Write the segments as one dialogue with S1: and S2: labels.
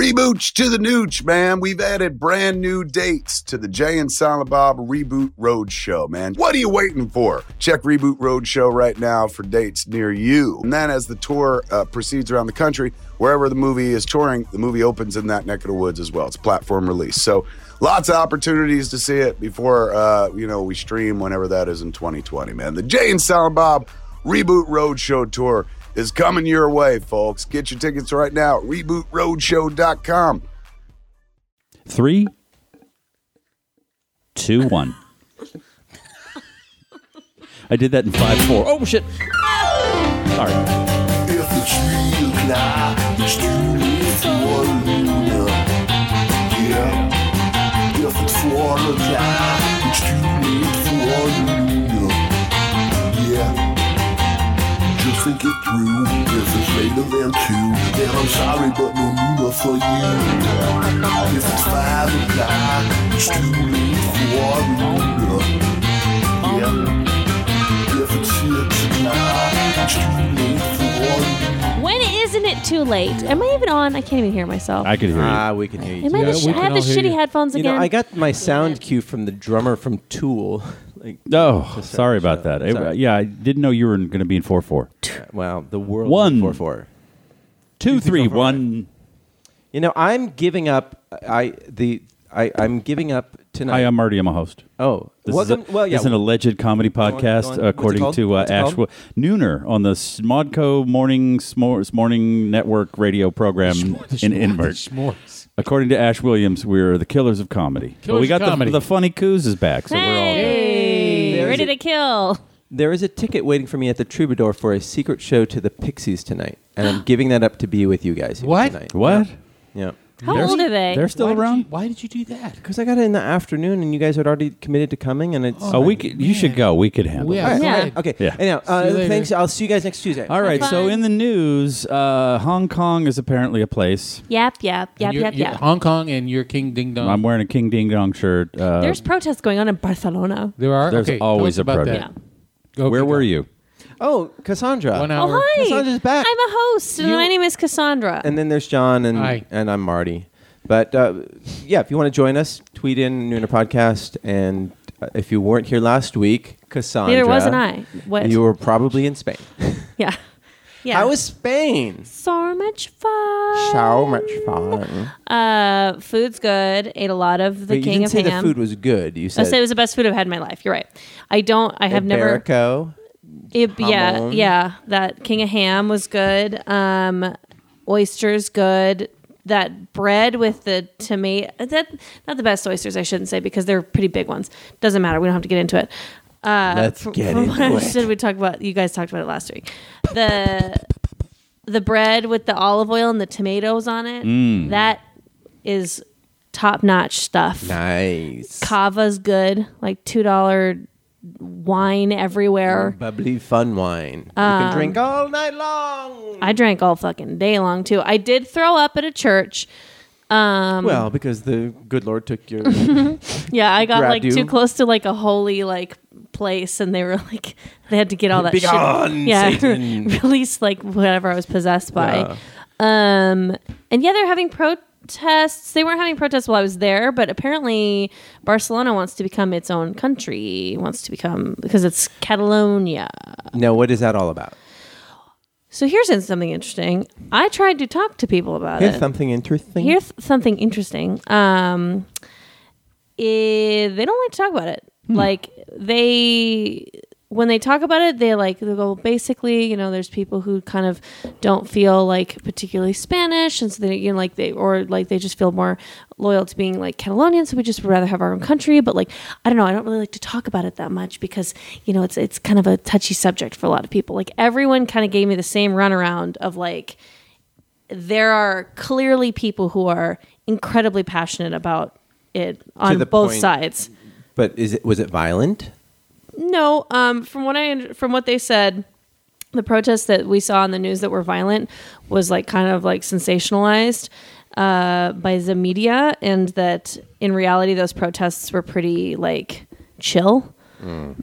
S1: Reboots to the nooch, man. We've added brand new dates to the Jay and Silent Bob Reboot Roadshow, man. What are you waiting for? Check Reboot Roadshow right now for dates near you. And then as the tour uh, proceeds around the country, wherever the movie is touring, the movie opens in that neck of the woods as well. It's a platform release. So lots of opportunities to see it before, uh, you know, we stream whenever that is in 2020, man. The Jay and Silent Bob Reboot Roadshow Tour is coming your way, folks. Get your tickets right now at rebootroadshow.com.
S2: Three, two, one. I did that in five, four. Oh shit! All right.
S3: If it's real, nah, it's too late for Luna. Yeah. If it's for a nah, it's too late for Luna. Yeah. Just think it through. If it's later than two, then I'm sorry, but no Luna for you. If it's five o'clock, it's too late for Luna. Yeah. If it's six o'clock, it's too late for Luna.
S4: When isn't it too late? Am I even on? I can't even hear myself.
S2: I could hear you.
S5: Ah, we can hear you.
S4: Am I,
S6: Yeah,
S4: the
S6: we
S4: sh- I
S6: can
S4: have the
S6: all hear
S4: shitty
S6: you.
S4: headphones
S5: You
S4: again.
S5: know, I got my sound cue from the drummer from Tool. Like,
S2: Oh,
S5: Just
S2: sorry
S5: shut-
S2: about that.
S5: shut-
S2: It-
S5: sorry.
S2: yeah, I didn't know you were going to be in four, four.
S5: wow, the world
S2: One.
S5: four four.
S2: Two, three, one.
S5: You know, I'm giving up. I the I I'm giving up tonight.
S2: Hi, I'm Marty. I'm a host.
S5: Oh,
S2: This
S5: welcome.
S2: is a,
S5: well, yeah.
S2: it's an alleged comedy
S5: on,
S2: podcast,
S5: go on. What's it
S2: according
S5: called?
S2: to uh,
S5: What's it
S2: Ash
S5: called?
S2: Wo- Nooner on the Smodco Morning S'mores, Morning Network radio program in Inverk.
S6: S'mores.
S2: According to Ash Williams, we're the killers of comedy. but
S6: Killers
S2: we
S6: of
S2: got the,
S6: comedy.
S2: the funny coos is back, so
S4: hey,
S5: There's
S4: ready
S5: it.
S4: to kill.
S5: there is a ticket waiting for me at the Troubadour for a secret show to the Pixies tonight, and I'm giving that up to be with you guys. here
S6: What?
S5: Tonight.
S2: we're all what?
S5: Yeah.
S4: How
S2: They're-
S4: old are they?
S2: They're still
S6: Why did
S2: around.
S6: you- why did you do that?
S5: Because I got it in the afternoon, and you guys had already committed to coming, and it's
S2: oh, we could, you should go. We could handle.
S6: We
S2: it.
S6: are
S4: Yeah.
S6: fine.
S5: okay.
S2: Yeah.
S5: Anyhow, uh,
S6: See you later.
S5: thanks. I'll see you guys next Tuesday.
S2: All right.
S4: That's
S2: So
S4: fine.
S2: in the news, uh, Hong Kong is apparently a place.
S4: Yap, yap, yap,
S6: You're-
S4: yap,
S6: you're-
S4: yap.
S6: Hong Kong and your King Ding Dong.
S2: I'm wearing a King Ding Dong shirt. Uh,
S4: There's protests going on in Barcelona.
S6: there are.
S2: there's
S6: okay, tell
S2: always
S6: us
S2: a
S6: about
S2: project.
S6: that.
S4: Yeah.
S6: Go,
S2: where
S6: go,
S2: were
S6: go.
S2: you?
S5: Oh, Cassandra.
S6: One hour.
S4: Oh, hi.
S5: Cassandra's back.
S4: I'm a host, and
S6: You-
S4: my name is Cassandra.
S5: And then there's John and
S6: Hi.
S5: and I'm Marty. But uh, yeah, if you want to join us, tweet in Nooner Podcast. And uh, if you weren't here last week, Cassandra,
S4: Neither wasn't I. What?
S5: You were probably in Spain.
S4: yeah. Yeah.
S5: I was Spain.
S4: so much fun.
S5: So much fun.
S4: Uh, food's good. Ate a lot of the
S5: But you
S4: king
S5: didn't
S4: of
S5: say
S4: ham.
S5: the food was good. You
S4: I
S5: said
S4: said it was the best food I've had in my life. You're right. I don't. I have never.
S5: Iberico.
S4: Ib- yeah,
S5: Hamon.
S4: yeah. That king of ham was good. Um, oysters good. That bread with the tomato. That not the best oysters. I shouldn't say because they're pretty big ones. Doesn't matter. We don't have to get into it. Uh,
S5: Let's
S4: fr-
S5: get
S4: from what I
S5: into it.
S4: understood, we talked about. You guys talked about it last week. The the bread with the olive oil and the tomatoes on it.
S5: Mm.
S4: That is top notch stuff.
S5: Nice.
S4: Cava's good. Like two dollar wine everywhere.
S5: Bubbly fun wine. you
S4: Um,
S5: can drink all night long.
S4: I drank all fucking day long too. I did throw up at a church. um,
S5: well, because the good Lord took your.
S4: Yeah, I got
S5: Grabbed
S4: like
S5: you.
S4: too close to like a holy like place, and they were like, they had to get all that
S5: Be
S4: shit.
S5: gone,
S4: yeah,
S5: Satan.
S4: release like whatever I was possessed by. Um, and yeah, they're having protests. They weren't having protests while I was there, but apparently Barcelona wants to become its own country. Wants to become because it's Catalonia.
S5: no, what is that all about?
S4: So here's something interesting. I tried to talk to people about
S5: Here's
S4: it.
S5: something interesting.
S4: uh, Here's something interesting. Um, eh, they don't like to talk about it. Like they, when they talk about it, they like they go basically, you know, there's people who kind of don't feel like particularly Spanish, and so they, you know, like they or like they just feel more loyal to being like Catalonian, so we just would rather have our own country. But like, I don't know, I don't really like to talk about it that much because you know it's it's kind of a touchy subject for a lot of people. Like everyone kind of gave me the same runaround of like there are clearly people who are incredibly passionate about it on
S5: the
S4: both
S5: point-
S4: sides.
S5: But is it was it violent?
S4: No, um, from what I from what they said, the protests that we saw in the news that were violent was like kind of like sensationalized uh, by the media, and that in reality those protests were pretty like chill.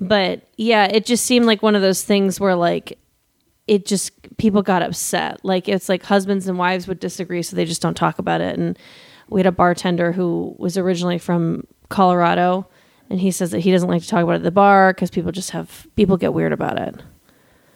S4: But yeah, it just seemed like one of those things where like it just people got upset. Like it's like husbands and wives would disagree, so they just don't talk about it. And we had a bartender who was originally from Colorado, and he says that he doesn't like to talk about it at the bar because people just have people get weird about it.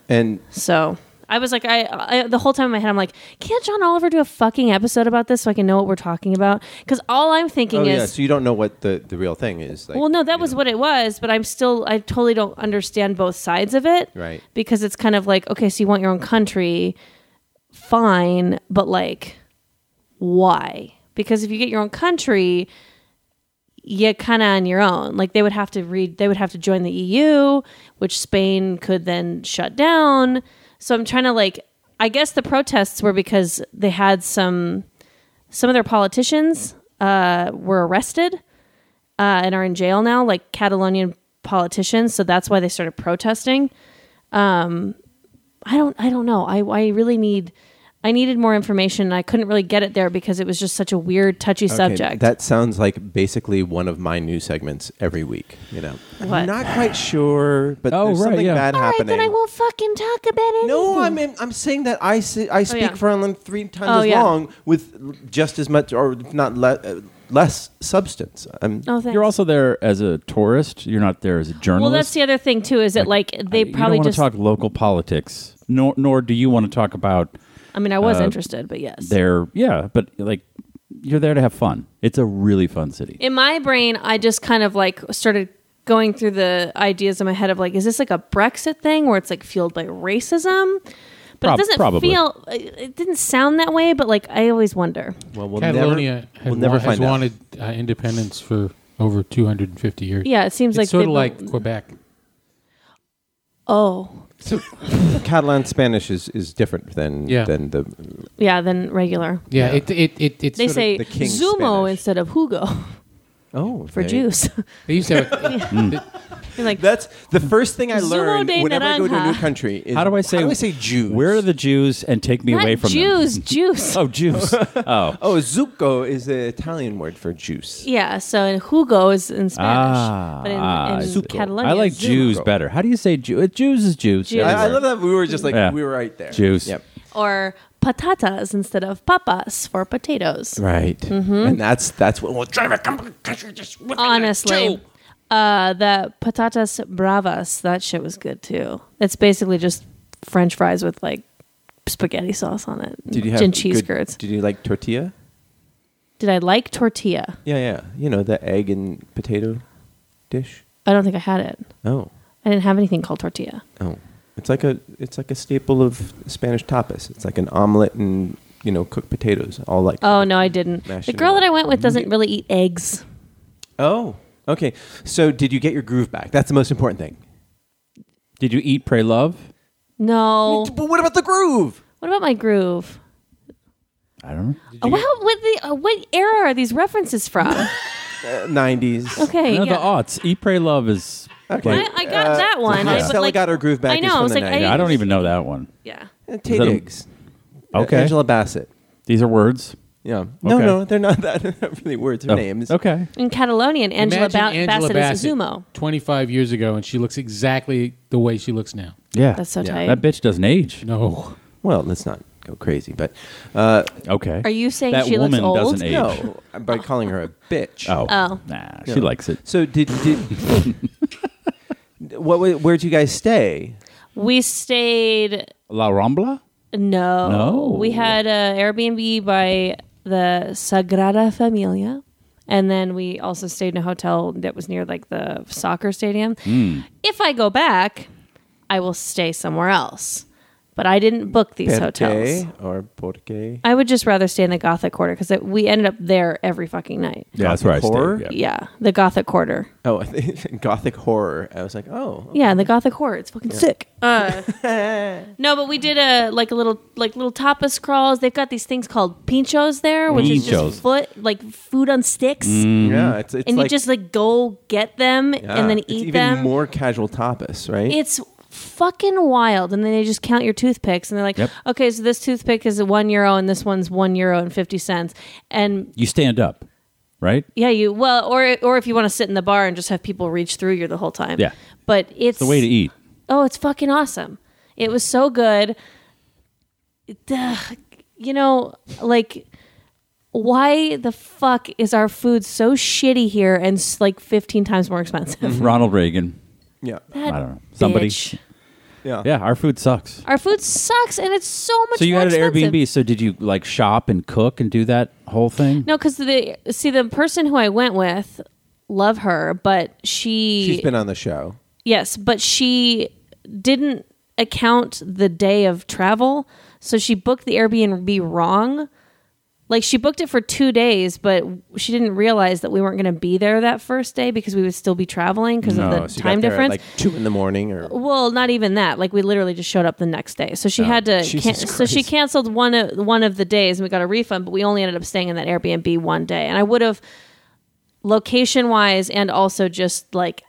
S5: And
S4: So I was like, I, I the whole time in my head, I'm like, can't John Oliver do a fucking episode about this so I can know what we're talking about? Because all I'm thinking
S5: oh
S4: is,
S5: yeah, so you don't know what the, the real thing is. Like,
S4: well, no,
S5: you
S4: that was
S5: know.
S4: what it was, but I'm still, I totally don't understand both sides of it,
S5: Right.
S4: Because it's kind of like, okay, so you want your own country, fine, but like, why? Because if you get your own country, you're kind of on your own. Like they would have to read, they would have to join the EU, which Spain could then shut down. So I'm trying to like, I guess the protests were because they had some, some of their politicians uh, were arrested uh, and are in jail now, like Catalonian politicians. So that's why they started protesting. Um, I don't, I don't know. I, I really need, I needed more information. and I couldn't really get it there because it was just such a weird, touchy
S5: Okay,
S4: subject.
S5: That sounds like basically one of my news segments every week. You know,
S4: What?
S5: I'm not quite sure, but
S2: Oh,
S5: there's
S2: right,
S5: something
S2: yeah.
S5: bad
S4: All right,
S5: happening.
S4: then I won't fucking talk about it.
S5: no, I mean I'm saying that I say, I speak
S4: Oh, yeah.
S5: for Ireland three times
S4: Oh,
S5: as
S4: yeah.
S5: long with just as much or if not le- uh, less substance. Um, I'm,
S4: Oh, thanks.
S2: You're also there as a tourist. You're not there as a journalist. Uh,
S4: well, that's the other thing too. Is that like they
S2: you
S4: probably
S2: don't
S4: just?
S2: want to talk local politics, nor nor do you want to talk about
S4: I mean, I was
S2: uh,
S4: interested, but yes.
S2: their yeah. But like, you're there to have fun. It's a really fun city.
S4: in my brain, I just kind of like started going through the ideas in my head of like, is this like a Brexit thing where it's like fueled by racism? But
S2: Prob-
S4: it doesn't
S2: probably.
S4: feel. uh, It it didn't sound that way, but like I always wonder.
S5: well, we'll
S6: Catalonia
S5: never,
S6: had
S5: we'll never
S6: wa- has
S5: find out.
S6: wanted uh, independence for over 250 years.
S4: Yeah, it seems
S6: it's
S4: like
S6: sort
S4: they
S6: of like
S4: don't-
S6: Quebec.
S4: Oh,
S6: So,
S5: Catalan Spanish is, is different than
S6: Yeah.
S5: than the
S4: yeah, then regular.
S6: yeah, It, it, it, it's
S4: They
S6: sort
S4: say
S6: of-
S5: the
S4: Zumo
S5: king's Spanish.
S4: instead of Hugo
S5: oh
S4: for
S5: there you-
S4: juice.
S6: they used to have a,
S4: You're like
S5: That's the first thing I
S4: Zumo
S5: learned
S4: de
S5: whenever I go to a new
S4: naranja.
S5: country. Is
S2: How do I say?
S5: How do I say Jews?
S2: Where are the Jews? And take me
S4: not
S2: away from
S4: juice,
S2: them.
S4: juice.
S2: Oh, Jews. oh,
S5: Oh, zucco is the Italian word for juice.
S4: Yeah, so in Hugo is in Spanish,
S2: ah,
S4: but in,
S2: ah,
S4: in
S2: Zucco.
S4: Catalonia,
S2: I like
S4: it's
S2: Jews
S4: Zumo.
S2: better. How do you say Jew? uh, Jews is Jews.
S4: Jews.
S5: I, I
S2: everywhere.
S5: love that we were just like
S2: Yeah.
S5: we were right there.
S2: Jews.
S5: Yep.
S4: or patatas instead of papas for potatoes.
S5: Right.
S4: Mm-hmm.
S5: And that's that's what we'll drive it. Come on, country, just whip it like
S4: Honestly,
S5: Jew.
S4: uh, the patatas bravas that shit was good too. It's basically just French fries with like spaghetti sauce on it
S5: Did you have
S4: and cheese
S5: good-
S4: curds.
S5: Did you like tortilla?
S4: Did I like tortilla?
S5: Yeah, yeah. You know the egg and potato dish.
S4: I don't think I had it.
S5: Oh,
S4: I didn't have anything called tortilla.
S5: oh. It's like a it's like a staple of Spanish tapas. It's like an omelet and you know cooked potatoes, all like.
S4: Oh no, I didn't.
S5: Mashed
S4: The
S5: it
S4: girl
S5: up.
S4: that I went with doesn't really eat eggs.
S5: Oh, okay. So did you get your groove back? That's the most important thing.
S2: Did you eat, pray, love?
S4: No.
S5: But what about the groove?
S4: What about my groove?
S2: I don't know.
S4: Oh, wow, what, the, uh, what era are these references from?
S5: Nineties.
S4: Okay,
S2: no,
S4: yeah.
S2: the aughts. Eat, pray, love is.
S5: Okay.
S4: I, I got that one.
S5: Hannah
S4: I, but,
S5: Stella
S4: like,
S5: Uh, got her groove back
S4: I know.
S5: is
S4: I
S5: from
S4: was
S5: the
S4: like,
S5: 90s.
S2: Yeah, I
S4: I
S2: don't even know that one.
S4: Yeah.
S5: Tay
S2: Is that a-
S5: Diggs.
S2: Okay.
S5: Angela Bassett.
S2: These are words.
S5: Yeah. No,
S2: Okay.
S5: no, they're not that. They're not really words. They're
S2: Oh,
S5: names.
S2: Okay.
S4: In Catalonian, Angela,
S6: imagine
S4: ba-
S6: Angela
S4: Bassett,
S6: Bassett
S4: is Zumo.
S6: 25 years ago, and she looks exactly the way she looks now.
S2: Yeah.
S4: That's so
S5: Yeah.
S4: tight.
S2: That bitch doesn't age.
S6: No.
S5: Well, let's not go crazy, but uh,
S2: Okay.
S4: Are you saying
S2: that
S4: she looks
S2: woman
S4: old?
S2: doesn't age?
S5: no, by calling her a bitch.
S2: Oh.
S4: Oh.
S2: Nah,
S5: Yeah.
S2: she likes it.
S5: So did did what? wa- Where'd you guys stay?
S4: We stayed.
S2: La Rambla?
S4: No.
S2: No.
S4: We had an Airbnb by the Sagrada Familia. And then we also stayed in a hotel that was near like the soccer stadium.
S2: Hmm.
S4: If I go back, I will stay somewhere else. But I didn't book these hotels.
S5: Porque or porque?
S4: I would just rather stay in the Gothic Quarter because we ended up there every fucking night.
S2: Yeah, that's where I
S5: Horror?
S2: stayed. Yeah.
S4: Yeah, the Gothic Quarter.
S5: Oh, I think Gothic horror. I was like, oh,
S4: Yeah, the Gothic Horror. It's fucking sick. Uh, no, but we did a like a little like little tapas crawls. They've got these things called pinchos there, which is
S2: Pinchos.
S4: just foot like food on sticks,
S5: yeah. Mm. It's, it's
S4: and you
S5: like,
S4: just like go get them
S5: yeah,
S4: and then
S5: it's
S4: eat
S5: even
S4: them.
S5: More casual tapas, right?
S4: it's fucking wild. And then they just count your toothpicks, and they're like,
S2: Yep.
S4: okay, so this toothpick is one euro, and this one's one euro and fifty cents, and
S2: You stand up, right?
S4: Yeah, you well, or or if you want to sit in the bar and just have people reach through you the whole time.
S2: Yeah.
S4: but it's
S2: The way to eat.
S4: Oh, it's fucking awesome. It was so good. Duh, you know, like why the fuck is our food so shitty here and s- like 15 times more expensive?
S2: Ronald Reagan.
S5: Yeah.
S4: That
S2: I don't know. Somebody.
S4: bitch.
S5: Yeah.
S2: Yeah, our food sucks.
S4: Our food sucks and it's so much
S2: So you
S4: more
S2: had an
S4: expensive.
S2: Airbnb. So did you like shop and cook and do that whole thing?
S4: No, because the see the person who I went with, love her, but she
S5: She's been on the show.
S4: yes, but she didn't account the day of travel, so she booked the Airbnb wrong. Like she booked it for two days, but she didn't realize that we weren't going to be there that first day because we would still be traveling because of the
S5: so you got
S4: time
S5: there at,
S4: difference.
S5: like two in the morning or
S4: Well, not even that. Like we literally just showed up the next day, so she had to. Can-
S5: Oh, Jesus
S4: so she
S5: Christ.
S4: canceled one of one of the days, and we got a refund. But we only ended up staying in that Airbnb one day, and I would have location wise, and also just like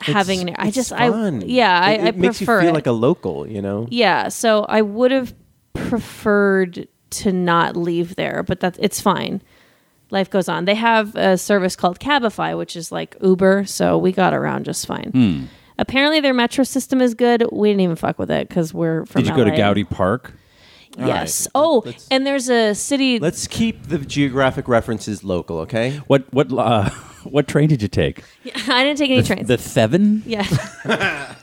S4: having an. I
S5: It's
S4: just
S5: fun.
S4: I yeah I,
S5: it, it
S4: I
S5: makes
S4: prefer
S5: you feel
S4: it.
S5: like a local, you know.
S4: yeah, so I would have preferred to not leave there, but that's it's fine. Life goes on. They have a service called Cabify, which is like Uber, so we got around just fine.
S2: Hmm.
S4: Apparently, their metro system is good. We didn't even fuck with it because we're from.
S2: Did you go to
S4: LA.
S2: Gowdy Park?
S4: Yes. Oh, and there's a city.
S5: Let's keep the geographic references local, okay?
S2: What what uh, what train did you take?
S4: I didn't take any trains.
S2: The seven,
S4: yeah,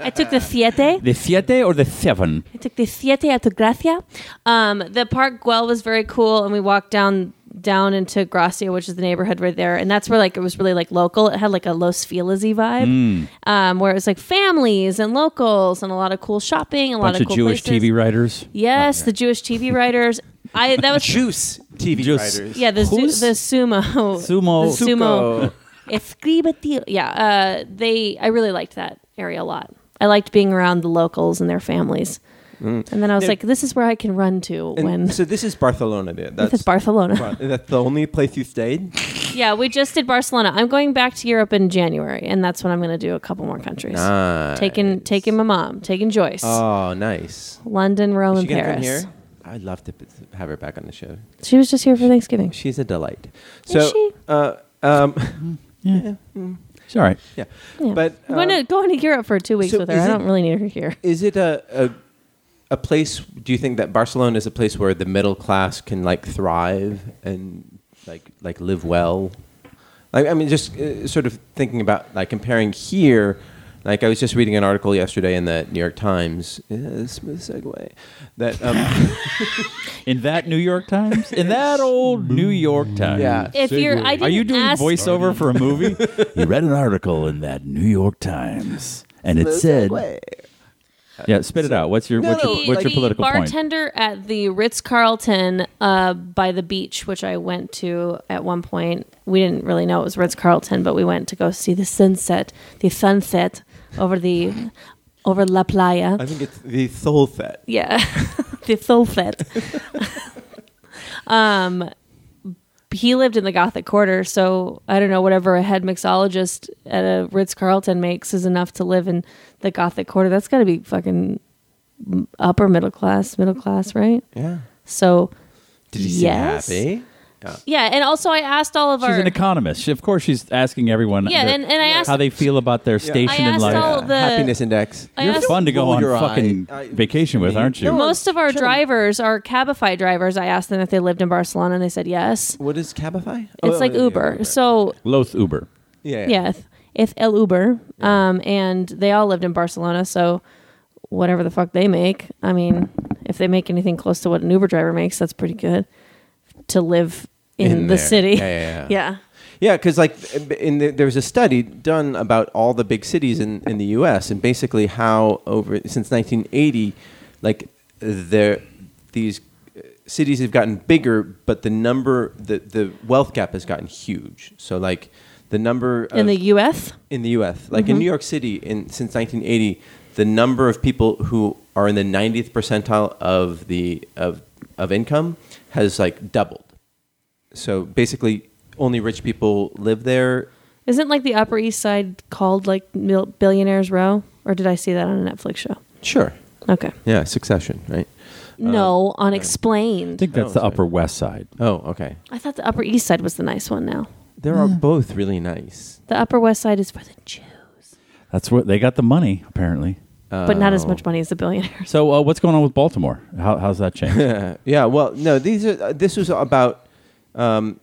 S4: I took the Siete.
S2: the siete, or the seven?
S4: I took the Siete at Gracia. Um, the Park Guel was very cool, and we walked down down into Gracia, which is the neighborhood right there, and that's where like it was really like local. It had like a Los Feliz
S2: Mm.
S4: vibe, um, where it was like families and locals and a lot of cool shopping, a lot
S2: Bunch
S4: of
S2: of
S4: cool
S2: Jewish
S4: places.
S2: TV writers.
S4: Yes, the Jewish TV writers. I that was
S5: Juice TV
S2: Juice.
S5: writers.
S4: yeah the su-
S2: Who's-
S4: the sumo
S2: Sumo.
S4: the sumo
S5: Suco.
S4: Escribete. Yeah, uh, they. I really liked that area a lot. I liked being around the locals and their families. And then I was like, this is where I can run to
S5: Mm. And
S4: when
S5: so this is Barcelona. There. That's
S4: this is Barcelona.
S5: That's the only place you stayed.
S4: yeah, we just did Barcelona. I'm going back to Europe in January, and that's when I'm going to do a couple more countries. Taking taking my mom, taking Joyce,
S5: Oh, nice.
S4: London, Rome,
S5: She
S4: and
S5: gonna
S4: Paris.
S5: come here. I'd love to p- have her back on the show.
S4: She was just here for Thanksgiving.
S5: She's a delight.
S4: Is
S5: So,
S4: she?
S5: Uh, um,
S2: It's all right.
S5: yeah.
S4: Yeah.
S5: But
S4: I'm going
S5: um,
S4: to go to Europe for two weeks
S5: so
S4: with her.
S5: is
S4: I
S5: it-
S4: don't really need her here.
S5: is it a, a a place? Do you think that Barcelona is a place where the middle class can like thrive and like like live well? Like I mean, just uh, sort of thinking about like comparing here. Like I was just reading an article yesterday in the New York Times. Yeah, smooth segue. That um,
S2: In that New York Times, in that old New York Times.
S5: yeah.
S4: If you're, I didn't
S2: Are you doing
S4: ask,
S2: voiceover for a movie? you read an article in that New York Times, and it said, "Yeah, spit it out. What's your what's, your,
S4: The-
S2: what's your
S4: the
S2: political point?"
S4: bartender at the Ritz Carlton uh, by the beach, which I went to at one point. We didn't really know it was Ritz Carlton, but we went to go see the sunset, the sunset over the over La Playa.
S5: I think it's the soul set.
S4: Yeah, the sunset. um, he lived in the Gothic Quarter, so I don't know whatever a head mixologist at a Ritz Carlton makes is enough to live in the Gothic Quarter. That's got to be fucking upper middle class, middle class, right?
S5: Yeah.
S4: So
S5: Did you
S4: Yes.
S5: see happy? Yeah.
S4: yeah, and also I asked all of
S2: She's
S4: our
S2: an economist. She- Of course, she's asking everyone
S4: Yeah,
S2: their-
S4: and- and I asked-
S2: how they feel about their station
S4: I
S2: in
S4: asked
S2: life.
S4: all the-
S5: happiness index.
S4: Uh, I
S2: You're
S4: asked-
S2: fun to go
S5: Roll
S2: on
S5: your
S2: fucking
S5: eye. I-
S2: vacation with, aren't you?
S4: most of our
S5: Sure.
S4: drivers are Cabify drivers. I asked them if they lived in Barcelona, and they said yes.
S5: What is Cabify? Oh,
S4: It's like Uber. So
S2: Loath Uber.
S5: yeah,
S4: yeah, if, if El Uber, um, and they all lived in Barcelona, so whatever the fuck they make, I mean, if they make anything close to what an Uber driver makes, that's pretty good to live in,
S5: In
S4: the
S5: there.
S4: city.
S5: Yeah, yeah, yeah.
S4: yeah.
S5: Yeah, because like in the, there was a study done about all the big cities in, in the U.S. and basically how over since 1980, like there these uh, cities have gotten bigger, but the number the the wealth gap has gotten huge. So like the number of,
S4: In the U.S.,
S5: in the U.S. Like in New York City, in since 1980, the number of people who are in the 90th percentile of the of of income has like doubled. So basically, only rich people live there.
S4: isn't like the Upper East Side called like Mil- Billionaires Row, or did I see that on a Netflix show?
S5: Sure.
S4: Okay,
S5: Yeah, Succession, right?
S4: no, on
S2: I
S4: Explained.
S2: think that's the Upper West Side.
S5: Oh, okay.
S4: I thought the Upper East Side was the nice one. Now
S5: There are both really nice.
S4: the Upper West Side is for the Jews.
S2: That's where they got the money, apparently.
S4: but not
S5: Oh.
S4: as much money as the billionaires.
S2: So uh, what's going on with Baltimore? How, how's that changed?
S5: Yeah, well, no, these are uh, this was about um,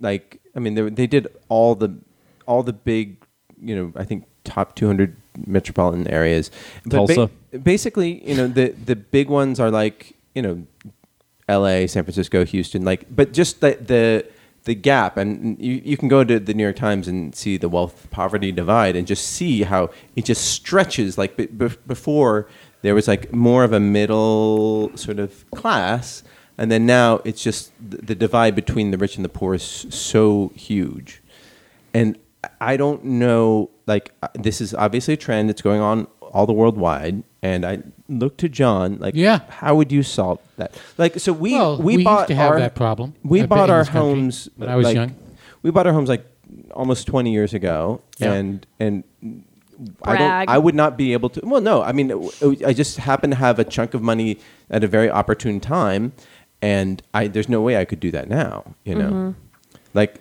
S5: like I mean they they did all the all the big you know I think top 200 metropolitan areas. ba-
S2: Tulsa.
S5: basically, you know the the big ones are like you know L.A., San Francisco, Houston, like but just the the the gap and you, you can go to the new york times and see the wealth poverty divide and just see how it just stretches like be, be, before there was like more of a middle sort of class and then now it's just th- the divide between the rich and the poor is s- so huge and I- i don't know like uh, this is obviously a trend that's going on all the worldwide and i look to john like
S6: Yeah.
S5: how would you solve that like so we
S6: Well,
S5: we,
S6: we
S5: bought
S6: used to have
S5: our,
S6: that problem.
S5: we
S6: I bet,
S5: bought
S6: in
S5: our
S6: this country
S5: homes
S6: when I was
S5: like-
S6: young.
S5: we bought our homes like almost 20 years ago
S6: Yeah.
S5: and and I,
S4: Brag.
S5: don't, I would not be able to well no i mean it- i just happened to have a chunk of money at a very opportune time and i there's no way i could do that now you know like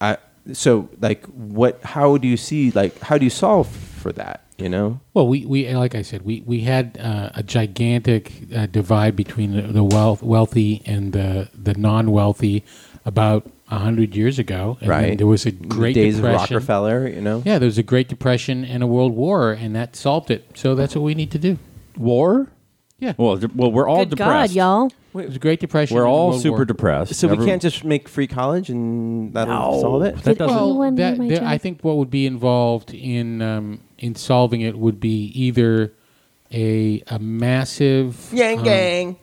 S5: i so like what how do you see like how do you solve for that you know
S6: Well, we, we like I said, we we had uh, a gigantic uh, divide between the, the wealth wealthy and the the non wealthy about hundred years ago. And then
S5: right
S6: there was a great
S5: days
S6: depression.
S5: of rockefeller you know
S6: Yeah, there was a great depression and a world war, and that solved it. So that's what we need to do.
S2: War?
S6: Yeah,
S2: Well, d- well, we're all
S4: Good God,
S2: depressed.
S4: y'all!
S6: it was a great depression.
S2: We're
S6: and a
S2: all
S6: world
S2: super
S6: war.
S2: depressed.
S5: so we
S2: Everyone-
S5: can't just make free college and that'll
S2: No.
S5: solve it
S2: That doesn't.
S4: Well-
S6: Well,
S4: Anyone
S6: that,
S4: hear my
S6: there- I
S4: joke?
S6: think what would be involved in um, in solving it would be either a a massive
S5: yang
S6: um,
S5: gang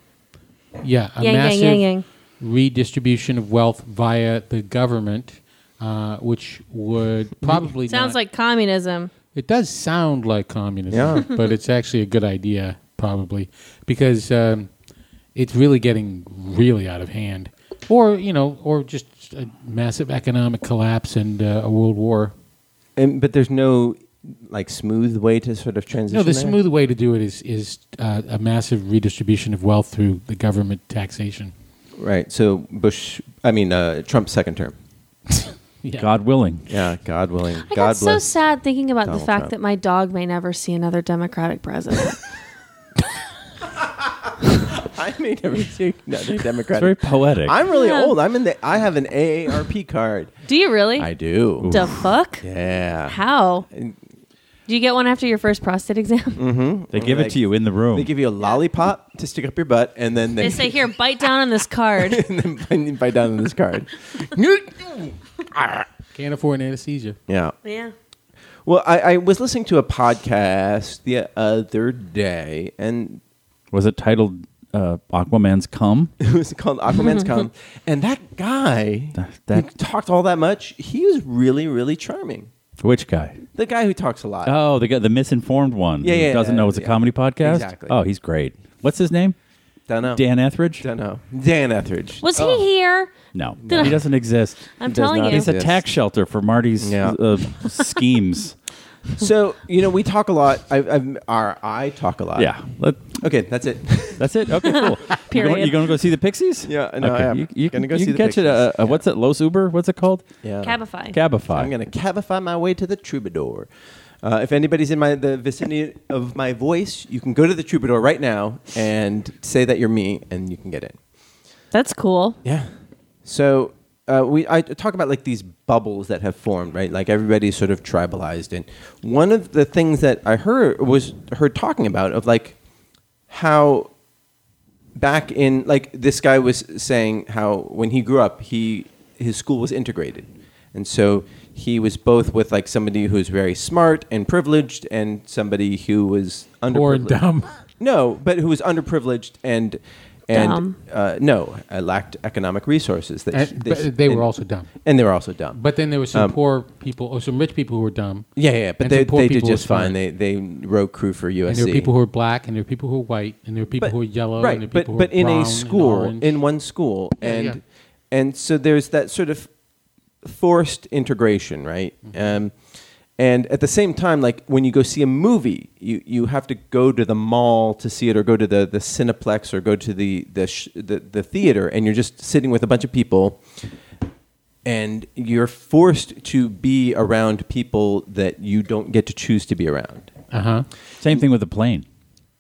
S6: yeah,
S4: Yang,
S6: a
S4: yang,
S6: massive
S4: yang, yang.
S6: redistribution of wealth via the government, uh, which would probably
S4: Sounds
S6: not-
S4: like communism.
S6: it does sound like communism,
S5: Yeah.
S6: but it's actually a good idea probably because um, it's really getting really out of hand, or you know, or just a massive economic collapse and uh, a world war.
S5: And but there's no like smooth way to sort of transition.
S6: No, the
S5: there?
S6: smooth way to do it is is uh, a massive redistribution of wealth through the government taxation.
S5: right? So Bush, I mean uh, Trump's second term.
S6: Yeah.
S2: God willing.
S5: Yeah, God willing,
S4: I
S5: God
S4: got so
S5: bless.
S4: sad thinking about
S5: Donald
S4: the fact
S5: Trump.
S4: that my dog may never see another Democratic president.
S5: I may never see another
S2: It's very
S5: Democratic.
S2: poetic.
S5: I'm really
S4: Yeah.
S5: old. I'm in the. I have an AARP card.
S4: do you really?
S5: I do.
S4: The fuck?
S5: Yeah.
S4: How? Do you get one after your first prostate exam?
S2: they give it
S5: like-
S2: to you in the room.
S5: They give you a lollipop to stick up your butt, and then they,
S4: They say, "Here, bite down on this card."
S5: and then bite- bite down on this card.
S6: Can't afford anesthesia.
S5: Yeah.
S4: yeah.
S5: Well, I, I was listening to a podcast the other day, and
S2: Was it titled uh, Aquaman's Come?
S5: it was called Aquaman's Come. And that guy
S2: That-
S5: who
S2: that-
S5: talked all that much, he was really, really charming.
S2: Which guy?
S5: The guy who talks a lot.
S2: Oh, the guy, the misinformed one.
S5: Yeah,
S2: who
S5: yeah,
S2: Doesn't
S5: yeah,
S2: know it's a
S5: yeah.
S2: comedy podcast.
S5: Exactly.
S2: Oh, he's great. What's his name?
S5: Dunno.
S2: Dan Etheridge.
S5: Dunno. Dan Etheridge.
S4: Was
S5: Oh.
S4: he here?
S2: No,
S4: No.
S2: he doesn't exist.
S4: I'm
S5: does
S4: telling
S5: not
S4: you.
S2: He's a
S5: Yes.
S2: tax shelter for Marty's
S5: Yeah.
S2: uh, schemes.
S5: So, you know, we talk a lot. I, I, our, I talk a lot.
S2: yeah. Let-
S5: Okay, that's it.
S2: that's it. Okay, cool. you going,
S4: Period.
S2: you going to go see the Pixies?
S5: Yeah, I know,
S2: Okay.
S5: I am.
S2: You, you
S5: Gonna
S2: can,
S5: go
S2: you
S5: see
S2: can
S5: the
S2: catch
S5: Pixies.
S2: it. Uh, uh, What's it? Los Uber? What's it called?
S5: yeah.
S4: Cabify.
S2: Cabify.
S5: I'm going to cabify my way to the troubadour. Uh, if anybody's in my the vicinity of my voice, you can go to the troubadour right now and say that you're me, and you can get in.
S4: That's cool.
S5: Yeah. So uh, we I talk about like these bubbles that have formed, right? Like everybody's sort of tribalized, and one of the things that I heard was her talking about of like how back in like this guy was saying how when he grew up he his school was integrated and so he was both with like somebody who's very smart and privileged and somebody who was underprivileged
S6: Poor and dumb.
S5: no, but who was underprivileged and and
S4: Dumb.
S5: uh, no, uh, lacked economic resources. That
S6: And-
S5: sh-
S6: but
S5: sh-
S6: they were
S5: and-
S6: also dumb.
S5: and they were also dumb.
S6: But then there were some
S5: Um,
S6: poor people, or some rich people who were dumb.
S5: yeah, yeah, but
S6: and
S5: they,
S6: some poor
S5: they did
S6: people were
S5: just fine.
S6: smart.
S5: They they rode crew for USC.
S6: and there were people who were black, and there were people who were white, and there were people who were yellow,
S5: right?
S6: and there were
S5: but
S6: people
S5: but
S6: who were
S5: in
S6: brown
S5: a
S6: and
S5: school,
S6: orange.
S5: in one school,
S6: Yeah,
S5: and
S6: yeah.
S5: and so there's that sort of forced integration, right?
S6: Mm-hmm.
S5: Um, and at the same time, like when you go see a movie, you, you have to go to the mall to see it, or go to the, the Cineplex, or go to the the, sh- the the theater, and you're just sitting with a bunch of people, and you're forced to be around people that you don't get to choose to be around.
S6: Uh huh.
S2: Same thing with the plane.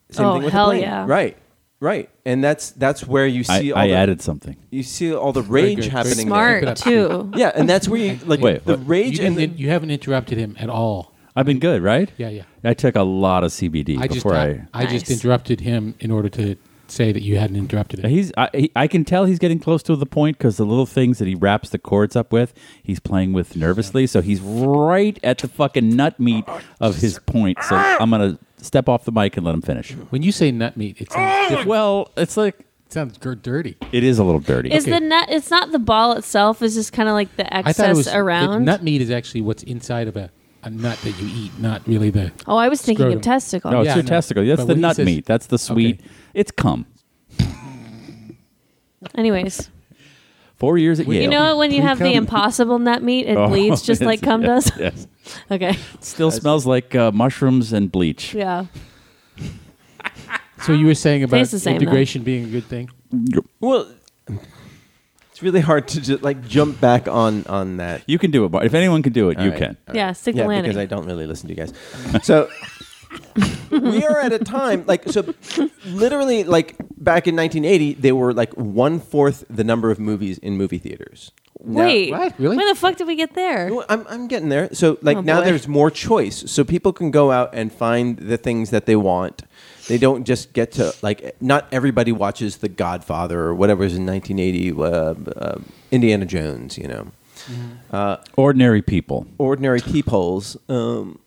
S5: Same
S4: Oh,
S5: thing with
S4: hell
S5: the plane.
S4: yeah.
S5: Right. Right. And that's that's where you
S2: I,
S5: see all
S2: I
S5: the,
S2: added something.
S5: you see all the rage
S6: good.
S5: happening there.
S6: Pick it
S4: Smart too.
S6: up.
S5: Yeah, and that's where you like
S2: Wait,
S5: the
S2: what?
S5: rage
S6: You,
S5: and
S6: didn't,
S5: the,
S6: you haven't interrupted him at all.
S2: I've been good, right?
S6: Yeah, yeah.
S2: I took a lot of CBD
S6: I just
S2: before
S6: I, I just
S4: Nice.
S6: interrupted him in order to say that you hadn't interrupted
S2: I.
S6: him.
S2: He's I, he, I can tell he's getting close to the point because the little things that he wraps the cords up with, he's playing with nervously. So he's right at the fucking nut meat of his point. So I'm gonna step off the mic and let him finish.
S6: When you say nut meat, it
S5: Oh!
S6: sounds, diff-
S2: Well, it's like
S6: it sounds gr- dirty.
S2: it is a little dirty.
S4: Is
S6: Okay.
S4: the nut? It's not the ball itself. It's just kind of like the
S6: I thought it was
S4: excess around.
S6: Nut meat is actually what's inside of a, a nut that you eat, not really the.
S4: oh, I was thinking
S6: Scrotum.
S4: of testicle.
S2: no, it's
S6: Yeah,
S2: your
S6: I know.
S2: testicle. That's
S6: But
S2: the
S6: when he
S2: nut
S6: says-
S2: meat. That's the sweet.
S6: Okay.
S2: It's cum.
S4: Anyways,
S2: Four years at Yale.
S4: you know when you have the
S6: Pre-cum.
S4: impossible nut meat, it
S2: Oh,
S4: bleeds just
S2: yes,
S4: like cum
S2: yes,
S4: does.
S2: Yes.
S4: okay.
S2: Still smells like uh, mushrooms and bleach.
S4: Yeah.
S6: So you were saying about
S4: Tastes the same, though.
S6: integration being a good thing.
S5: well it's really hard to just like jump back on on that.
S2: You can do it, Bar. If anyone can do it, you
S5: right.
S2: can.
S4: Yeah. Stick
S5: yeah,
S4: the landing.
S5: because I don't really listen to you guys. So we are at a time like so literally like back in 1980 they were like one fourth the number of movies in movie theaters. Now-
S4: Wait.
S6: What? Really?
S4: When the fuck did we get there?
S5: Well, I'm, I'm getting there. So like
S4: Oh,
S5: now
S4: boy.
S5: there's more choice. So people can go out and find the things that they want. They don't just get to like not everybody watches The Godfather or whatever is in 1980 uh, uh, Indiana Jones, you know.
S2: Ordinary people.
S5: ordinary peepholes. Um,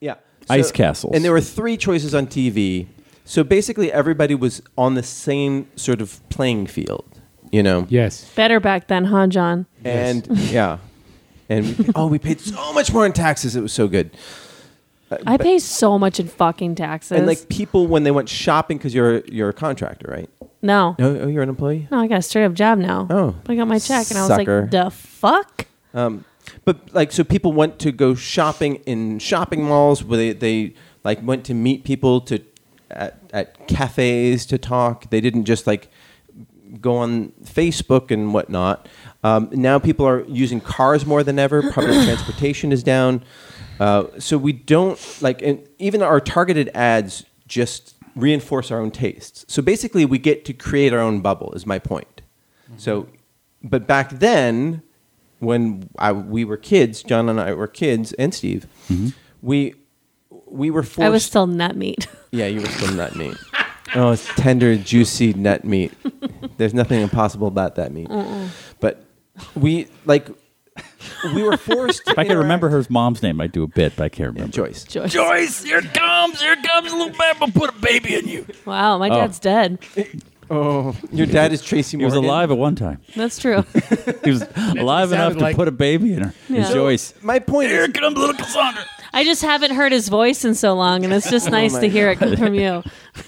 S5: yeah,
S2: Ice castles.
S5: And there were three choices on TV, so basically everybody was on the same sort of playing field, you know.
S6: Yes.
S4: Better back then, huh, John?
S5: And yeah, and we, oh, we paid so much more in taxes. It was so good.
S4: I pay so much in fucking taxes.
S5: And like people when they went shopping because you're you're a contractor, right?
S4: no. no.
S5: No, oh, you're an employee.
S4: I got a straight up job now.
S5: Oh.
S4: But I got my check and I was
S5: Sucker.
S4: like, the fuck?
S5: But like, so people went to go shopping in shopping malls where they, they like went to meet people to at, at cafes to talk. They didn't just like go on Facebook and whatnot. Um, now people are using cars more than ever. Public transportation is down. Uh, so we don't like, and even our targeted ads just reinforce our own tastes. So basically, we get to create our own bubble. Is my point. So, but back then, when I, we were kids, John and I were kids, and Steve, we we were forced.
S4: I was still nut meat.
S5: yeah, you were still nut meat. oh, it's tender, juicy nut meat. There's nothing impossible about that meat. But we like we were forced.
S2: If I could remember her mom's name, I'd do a bit, but I can't remember.
S5: Joyce.
S4: Joyce.
S2: Joyce, here it comes, here it comes, little baby, I'll put a baby in you.
S4: Wow,
S5: Oh.
S4: my dad's dead.
S5: Your dad is Tracy.
S2: He was
S5: Morgan.
S2: alive at one time.
S4: That's true.
S2: He was alive enough
S6: sounded
S2: to
S6: like.
S2: put a baby in her.
S4: Yeah.
S2: And Joyce,
S5: My point
S2: here
S5: is,
S2: comes little Cassandra.
S4: I just haven't heard his voice in so long, and it's just nice
S5: Oh my
S4: to hear it come from you.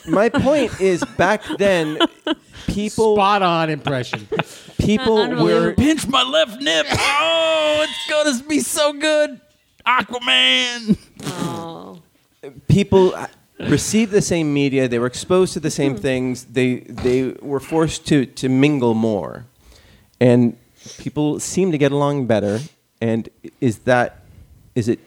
S5: my point is, back then, people
S6: Spot on impression.
S5: people were
S4: Unbelievable.
S2: Pinch my left nip. Oh, it's gonna be so good. Aquaman.
S4: Oh.
S5: people uh, received the same media. They were exposed to the same things. They they were forced to to mingle more, and people seem to get along better. And is that is it?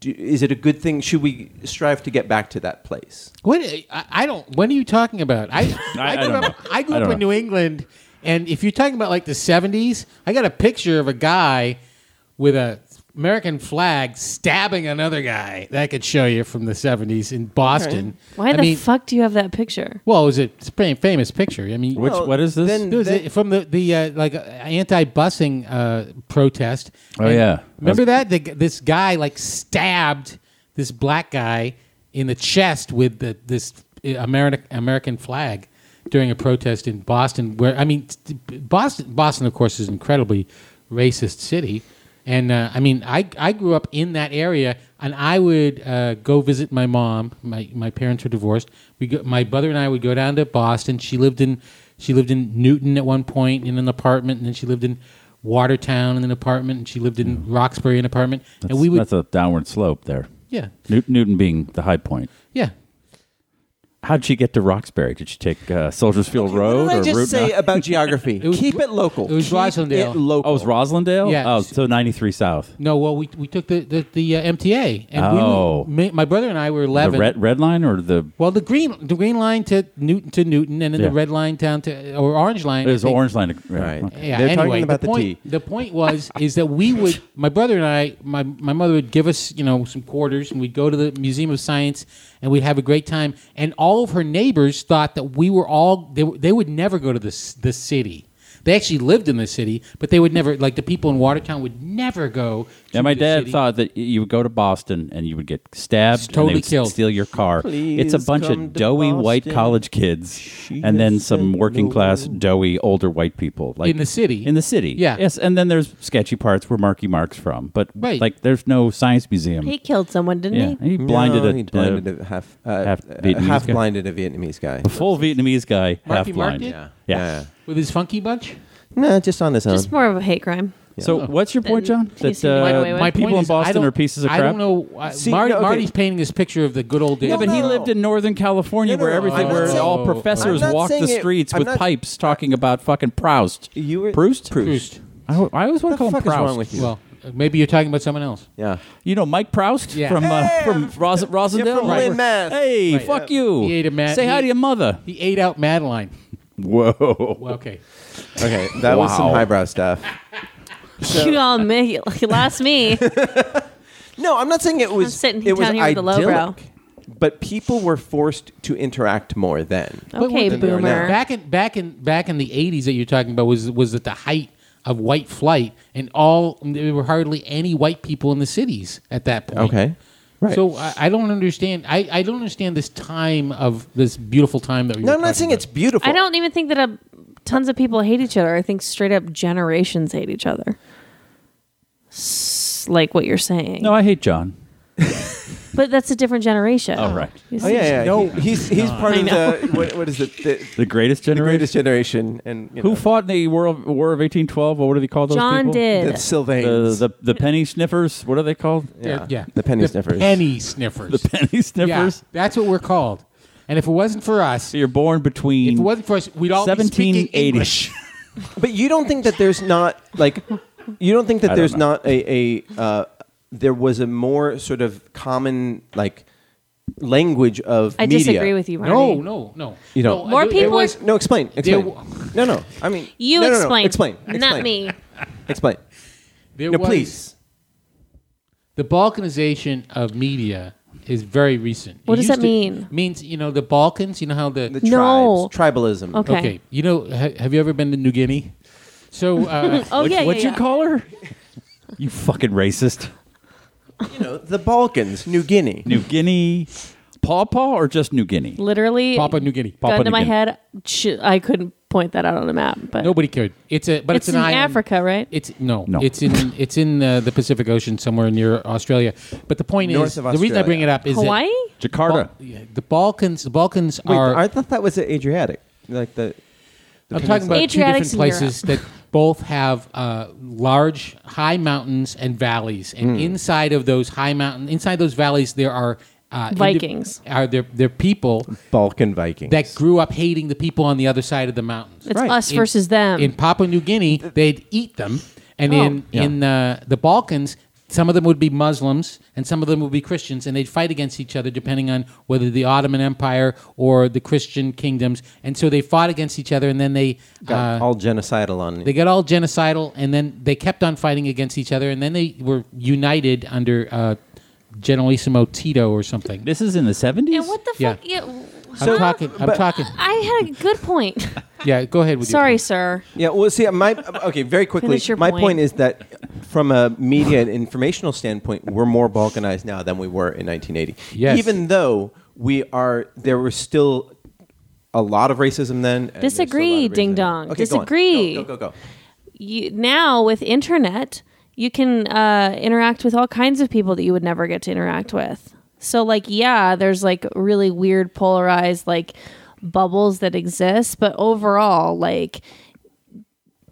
S5: Do, is it a good thing? Should we strive to get back to that place?
S6: What I, I don't. What are you talking about? I
S2: I
S6: I, grew
S2: don't
S6: up.
S2: know.
S6: I grew
S2: I
S6: up
S2: don't
S6: in
S2: know.
S6: New England, and if you're talking about like the '70s, I got a picture of a guy with a American flag stabbing another guy that I could show you from the '70s in Boston.
S4: Why
S6: I
S4: the
S6: mean,
S4: fuck do you have that picture?
S6: Well, it was a sp- famous picture. I mean,
S2: Which,
S5: Well,
S2: what is this?
S5: then-
S6: it was a- from the the uh, like uh, anti-busing uh, protest.
S2: Oh, yeah.
S6: remember that? The, g- this guy like stabbed this black guy in the chest with the, this American American flag during a protest in Boston. Where I mean, t- t- Boston Boston of course is an incredibly racist city, and uh, I mean I I grew up in that area. And I would uh, go visit my mom. My, my parents were divorced. We go, my brother and I would go down to Boston. She lived in she lived in Newton at one point in an apartment, and then she lived in Watertown in an apartment, and she lived in
S2: Mm-hmm.
S6: Roxbury in an apartment. and we would,
S2: That's a downward slope there.
S6: yeah,
S2: Newt- Newton being the high point.
S6: yeah.
S2: How'd she get to Roxbury? Did she take uh, Soldiers Field Road
S5: What did I
S2: or
S5: just
S2: Route
S5: say
S2: nine-
S5: about geography?
S6: was-
S5: Keep it local.
S6: it was
S5: Keep
S6: Roslindale.
S5: It local.
S2: Oh, it was Roslindale?
S6: Yeah.
S2: Oh, so 93 South.
S6: No, well, we, we took the the, the uh, MTA, and
S2: Oh.
S6: we were, me- my brother and I were
S2: The
S6: eleven.
S2: red, red line or the.
S6: well, the green the green line to Newton to Newton, and then
S2: Yeah.
S6: the red line down to or orange line.
S2: It was
S6: I think.
S2: Orange Line. yeah,
S5: Right.
S2: okay.
S6: Yeah.
S5: They're
S6: anyway,
S5: talking about the
S6: point,
S5: tea.
S6: The point was is that we would my brother and I my my mother would give us you know some quarters and we'd go to the Museum of Science and we'd have a great time and all of her neighbors thought that we were all they were- they would never go to this the city. They actually lived in the city, but they would never like the people in Watertown would never go. To
S2: Yeah, my
S6: the
S2: dad
S6: city.
S2: thought that y- you would go to Boston and you would get stabbed,
S6: Just totally
S2: and they would s-
S6: killed.
S2: steal your car. it's a
S5: Please
S2: bunch
S5: come
S2: of
S5: to
S2: doughy white
S5: Boston.
S2: college kids,
S5: She
S2: and then
S5: has
S2: some
S5: said
S2: working
S5: no.
S2: class doughy older white people, like
S6: In the city.
S2: In the city,
S6: Yeah.
S2: yes. And then there's sketchy parts where Marky Mark's from, but
S6: Right.
S2: like there's no science museum.
S4: He killed someone, didn't
S2: yeah,
S4: he?
S2: he blinded
S5: no,
S2: a,
S5: he blinded
S2: a
S5: a half, uh,
S2: half
S5: half,
S2: Vietnamese
S5: half
S2: guy.
S5: blinded a Vietnamese guy.
S2: full Vietnamese guy,
S6: Marky Mark
S2: half blind.
S6: did?
S5: Yeah.
S2: Yeah.
S6: with his funky bunch.
S5: No, just on his own.
S4: Just more of a hate crime.
S5: Oh.
S2: So what's your point, John?
S4: Then he
S2: That
S4: seemed to get away
S2: uh,
S4: with
S2: my
S4: it.
S2: people
S6: point
S2: in
S6: is, I
S2: Boston
S6: don't-
S2: are pieces of crap.
S6: I don't know. I-
S5: See,
S6: Marty,
S5: no, okay.
S6: Marty's painting this picture of the good old days.
S2: Yeah, but he
S5: no, no.
S2: lived in Northern California,
S5: No, no,
S2: where
S5: no,
S2: everything,
S5: I'm not
S2: where
S5: saying-
S2: all professors
S5: I'm not
S2: walked the
S5: saying it-
S2: streets
S5: I'm
S2: with
S5: not-
S2: pipes, talking about fucking Proust.
S5: You were-
S2: Proust.
S5: Proust.
S2: I, I always want to
S5: What the
S2: call him
S5: fuck is
S2: Proust.
S5: wrong with you?
S6: well, uh, maybe you're talking about someone else.
S5: yeah.
S2: You know Mike Proust
S6: Yeah.
S2: from uh, from Ros- Rosendale.
S5: You're from Lynn, Mass.
S2: Hey, fuck you!
S6: He ate a man-
S2: Say hi
S6: he-
S2: to your mother.
S6: He ate out Madeline.
S2: Whoa!
S6: Well, okay.
S5: Okay, that was some
S2: Wow.
S5: highbrow stuff.
S4: you all me, you lost me.
S5: No, I'm not saying it was.
S4: sitting
S5: it was
S4: down here with the
S5: idyllic,
S4: lowbrow.
S5: But people were forced to interact more then.
S4: Okay,
S5: Then they are now.
S4: boomer.
S6: Back in back in back in the '80s that you're talking about was was at the height of white flight, and all there were hardly any white people in the cities at that point.
S5: Okay, right.
S6: So I, I don't understand. I, I don't understand this time of this beautiful time that we.
S5: no,
S6: were
S5: I'm not
S6: talking
S5: saying
S6: about.
S5: it's beautiful.
S4: I don't even think that uh tons of people hate each other. I think straight up generations hate each other. S- like what you're saying.
S2: No, I hate John.
S4: but that's a different generation.
S2: Oh, right.
S4: You
S5: Oh
S4: see?
S5: yeah, yeah. No, he's he's part of the what, what is it? The,
S2: The greatest
S5: the
S2: generation.
S5: greatest generation, and you
S2: Who
S5: know,
S2: fought in the World War of 1812? Or what do they call those
S4: John
S2: people?
S4: did.
S5: that's Sylvains.
S2: The, the the penny sniffers. What are they called?
S5: yeah,
S6: yeah.
S5: the penny sniffers.
S6: Penny sniffers.
S2: The penny
S6: Yeah,
S2: sniffers.
S6: that's what we're called. And if it wasn't for us, if
S2: So you're born between
S6: it wasn't for us, we'd all be speaking
S2: 1780.
S6: English.
S5: But you don't think that there's not like you don't think that
S2: I don't
S5: there's
S2: know.
S5: not a, a uh, there was a more sort of common like language of
S4: I
S5: media.
S4: disagree with you, Marty.
S6: No, no, no.
S5: You don't.
S6: No,
S4: More
S6: it- it
S4: people-
S6: was-
S5: No, explain. Explain.
S6: w-
S5: no, no. I mean,
S4: You
S5: no, no, no,
S4: explain.
S5: Explain.
S4: Not
S5: explain,
S4: me.
S5: Explain.
S6: there
S5: No,
S6: was-
S5: please.
S6: The balkanization of media is very recent.
S4: What
S6: It
S4: does
S6: used
S4: that
S6: to-
S4: mean?
S6: means you know the Balkans. You know how the,
S5: The
S4: No.
S5: tribes, tribalism.
S4: Okay.
S6: okay. You know, ha- have you ever been to New Guinea? So uh,
S4: Oh yeah, yeah,
S2: What'd
S4: yeah.
S2: you call her? You fucking racist.
S5: You know, the Balkans, New Guinea.
S2: New Guinea, Paw Paw, or just New Guinea?
S4: Literally,
S6: Papua New Guinea.
S2: Papua
S4: gun
S2: New
S4: to my
S2: Guinea.
S4: head. Sh- I couldn't point that out on a map, but
S6: Nobody cared. It's a but it's,
S4: it's, in
S6: an island.
S4: Africa, right?
S6: It's no,
S2: No.
S6: It's in it's in uh, the Pacific Ocean somewhere near Australia. But the point
S5: North
S6: is,
S5: of
S6: the reason I bring it
S5: Australia.
S6: up is that-
S4: Hawaii.
S2: Jakarta.
S6: Yeah, the Balkans. The Balkans
S5: Wait,
S6: are.
S5: I thought that was the Adriatic, like the. the
S6: I'm talking
S5: peninsula.
S6: about two different
S4: Adriatic's in
S6: places that both have uh, large high mountains and valleys,
S5: Hmm.
S6: and inside of those high mountain, inside those valleys, there are uh, indi-
S4: Vikings.
S6: are there there people
S5: Balkan Vikings.
S6: that grew up hating the people on the other side of the mountains.
S4: It's
S5: Right.
S4: us
S6: In-
S4: versus them.
S6: In Papua New Guinea, they'd eat them, and
S4: Oh.
S6: in in uh, the Balkans, some of them would be Muslims and some of them would be Christians, and they'd fight against each other depending on whether the Ottoman Empire or the Christian kingdoms. And so they fought against each other, and then they
S5: Got
S6: uh,
S5: all genocidal on.
S6: they got all genocidal, and then they kept on fighting against each other, and then they were united under uh, Generalissimo Tito or something.
S2: This is in the 70s?
S4: and what the
S6: Yeah.
S4: fuck? Yeah.
S6: I'm
S5: So-
S6: talking. I'm
S5: but-
S6: talking.
S4: I had a good point.
S6: Yeah, go ahead with your
S4: Sorry,
S6: point.
S4: sir.
S5: Yeah, well, see, my okay, very quickly.
S4: Finish your
S5: my
S4: point.
S5: point is that from a media and informational standpoint, we're more balkanized now than we were in 1980.
S6: Yes.
S5: Even though we are, there was still a lot of racism then. and there's still a lot of
S4: Disagree,
S5: racism
S4: ding
S5: now.
S4: dong.
S5: Okay, go on.
S4: Disagree.
S5: Go, go, go. go.
S4: You, now with internet, you can uh, interact with all kinds of people that you would never get to interact with. So like, yeah, there's like really weird polarized like bubbles that exist, but overall, like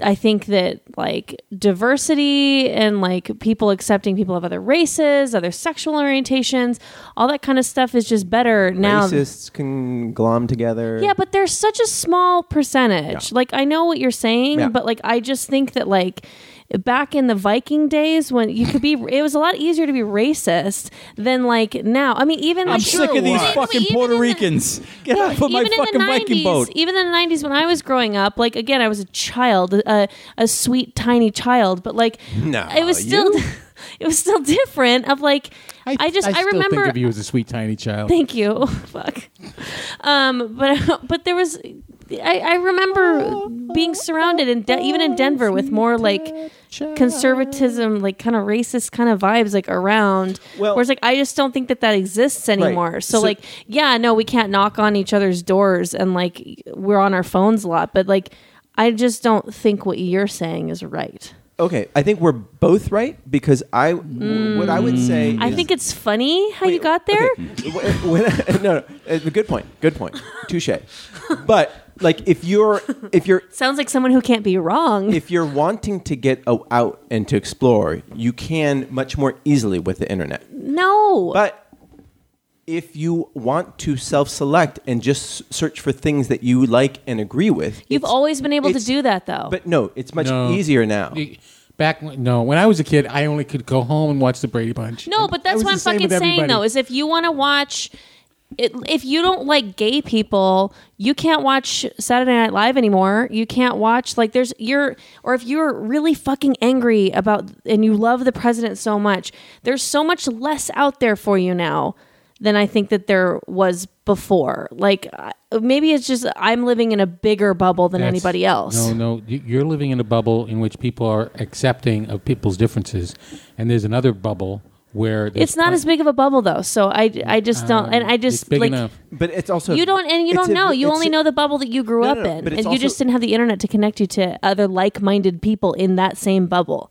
S4: I think that like diversity and like people accepting people of other races, other sexual orientations, all that kind of stuff is just better now.
S5: Racists can glom together.
S4: Yeah, but there's such a small percentage.
S5: Yeah.
S4: Like I know what you're saying,
S5: Yeah.
S4: but like I just think that like back in the Viking days when you could be it was a lot easier to be racist than like now. I mean even
S2: I'm
S4: like
S2: sick of these
S4: even-
S2: fucking
S4: even
S2: Puerto
S4: in the-
S2: Ricans. Get off of my
S4: even in the
S2: fucking Viking
S4: 90s,
S2: boat.
S4: Even in the 90s when I was growing up, like again, I was a child, a, a sweet tiny child, but like
S5: No,
S4: it was still it was still different of like I, just I,
S6: still
S4: remember
S6: think of you as a sweet tiny child.
S4: Thank you. Fuck. Um, but but there was, I, I remember being surrounded in De- even in Denver with more like conservatism, like kind of racist kind of vibes like around.
S5: Well-
S4: whereas like I just don't think that that exists anymore. So,
S5: So-
S4: like yeah, no, we can't knock on each other's doors and like we're on our phones a lot, but like. I just don't think what you're saying is right.
S5: Okay, I think we're both right because I what I would say
S4: Mm. I
S5: is-
S4: think it's funny how you
S5: Wait,
S4: got there.
S5: okay. When- when- no, no, uh, good point. Good point. Touche. But like, if you're if you're
S4: Sounds like someone who can't be wrong.
S5: if you're wanting to get o- out and to explore, you can much more easily with the internet.
S4: no.
S5: But if you want to self-select and just s- search for things that you like and agree with,
S4: You've
S5: it's-
S4: always been able to
S5: it's-
S4: do that, though.
S5: But no, it's much
S6: No.
S5: easier now.
S6: You- Back when, no, when I was a kid, I only could go home and watch the Brady Bunch.
S4: no,
S6: And
S4: but
S6: I
S4: that's
S6: was
S4: what
S6: the
S4: I'm
S6: same
S4: fucking
S6: with
S4: saying,
S6: everybody.
S4: though, is if you want to watch. It, if you don't like gay people, you can't watch Saturday Night Live anymore. You can't watch like there's you're or if you're really fucking angry about and you love the president so much, there's so much less out there for you now than I think that there was before. Like I- maybe it's just I'm living in a bigger bubble than
S6: That's-
S4: anybody else.
S6: No, no, you- you're living in a bubble in which people are accepting of people's differences, and there's another bubble where there's
S4: it's not
S6: plen-
S4: as big of a bubble though, so I I just don't and I just
S6: Um, it's big
S4: like
S6: enough.
S5: But it's also
S4: you don't and you
S5: it's
S4: don't
S5: a-
S4: know you
S5: it's
S4: only
S5: a-
S4: know the bubble that you grew
S5: No,
S4: up
S5: no, no,
S4: in
S5: but
S4: and
S5: it's
S4: you just
S5: also-
S4: didn't have the internet to connect you to other like-minded people in that same bubble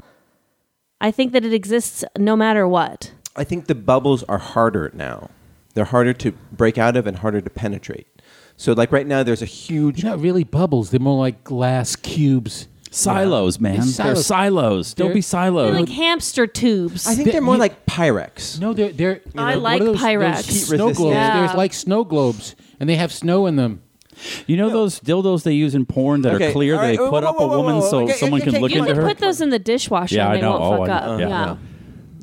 S4: i think that it exists no matter what
S5: I think the bubbles are harder now. They're harder to break out of and harder to penetrate. So like right now, there's a huge
S6: They're not really bubbles. They're more like glass cubes.
S2: Silos, man.
S6: It's
S2: They're
S6: silos.
S2: silos. Don't
S6: They're-
S2: be
S4: They're
S2: siloed.
S4: like hamster tubes
S5: I think
S6: Th-
S5: they're more
S6: you-
S5: like Pyrex.
S6: No, they're they're. you
S4: I
S6: know,
S4: like
S6: what are those,
S4: Pyrex.
S6: Those heat
S5: Heat
S6: snow globes.
S4: resistant.
S6: There's
S4: Yeah.
S6: like snow globes, and they have snow in them.
S2: you know those dildos they use in porn that
S5: Okay,
S2: are clear?
S5: all right,
S2: They
S5: whoa,
S2: put
S5: whoa,
S2: up
S5: whoa,
S2: a
S5: whoa,
S2: woman
S5: whoa,
S2: so
S5: okay,
S2: someone
S5: okay,
S2: can look
S5: you
S4: you
S2: into
S4: can
S2: her.
S4: put those in the dishwasher
S2: Yeah,
S4: and
S2: I
S4: they
S2: know.
S4: won't
S2: Oh,
S4: fuck
S2: I-
S4: up
S2: yeah.
S4: yeah,
S2: Yeah.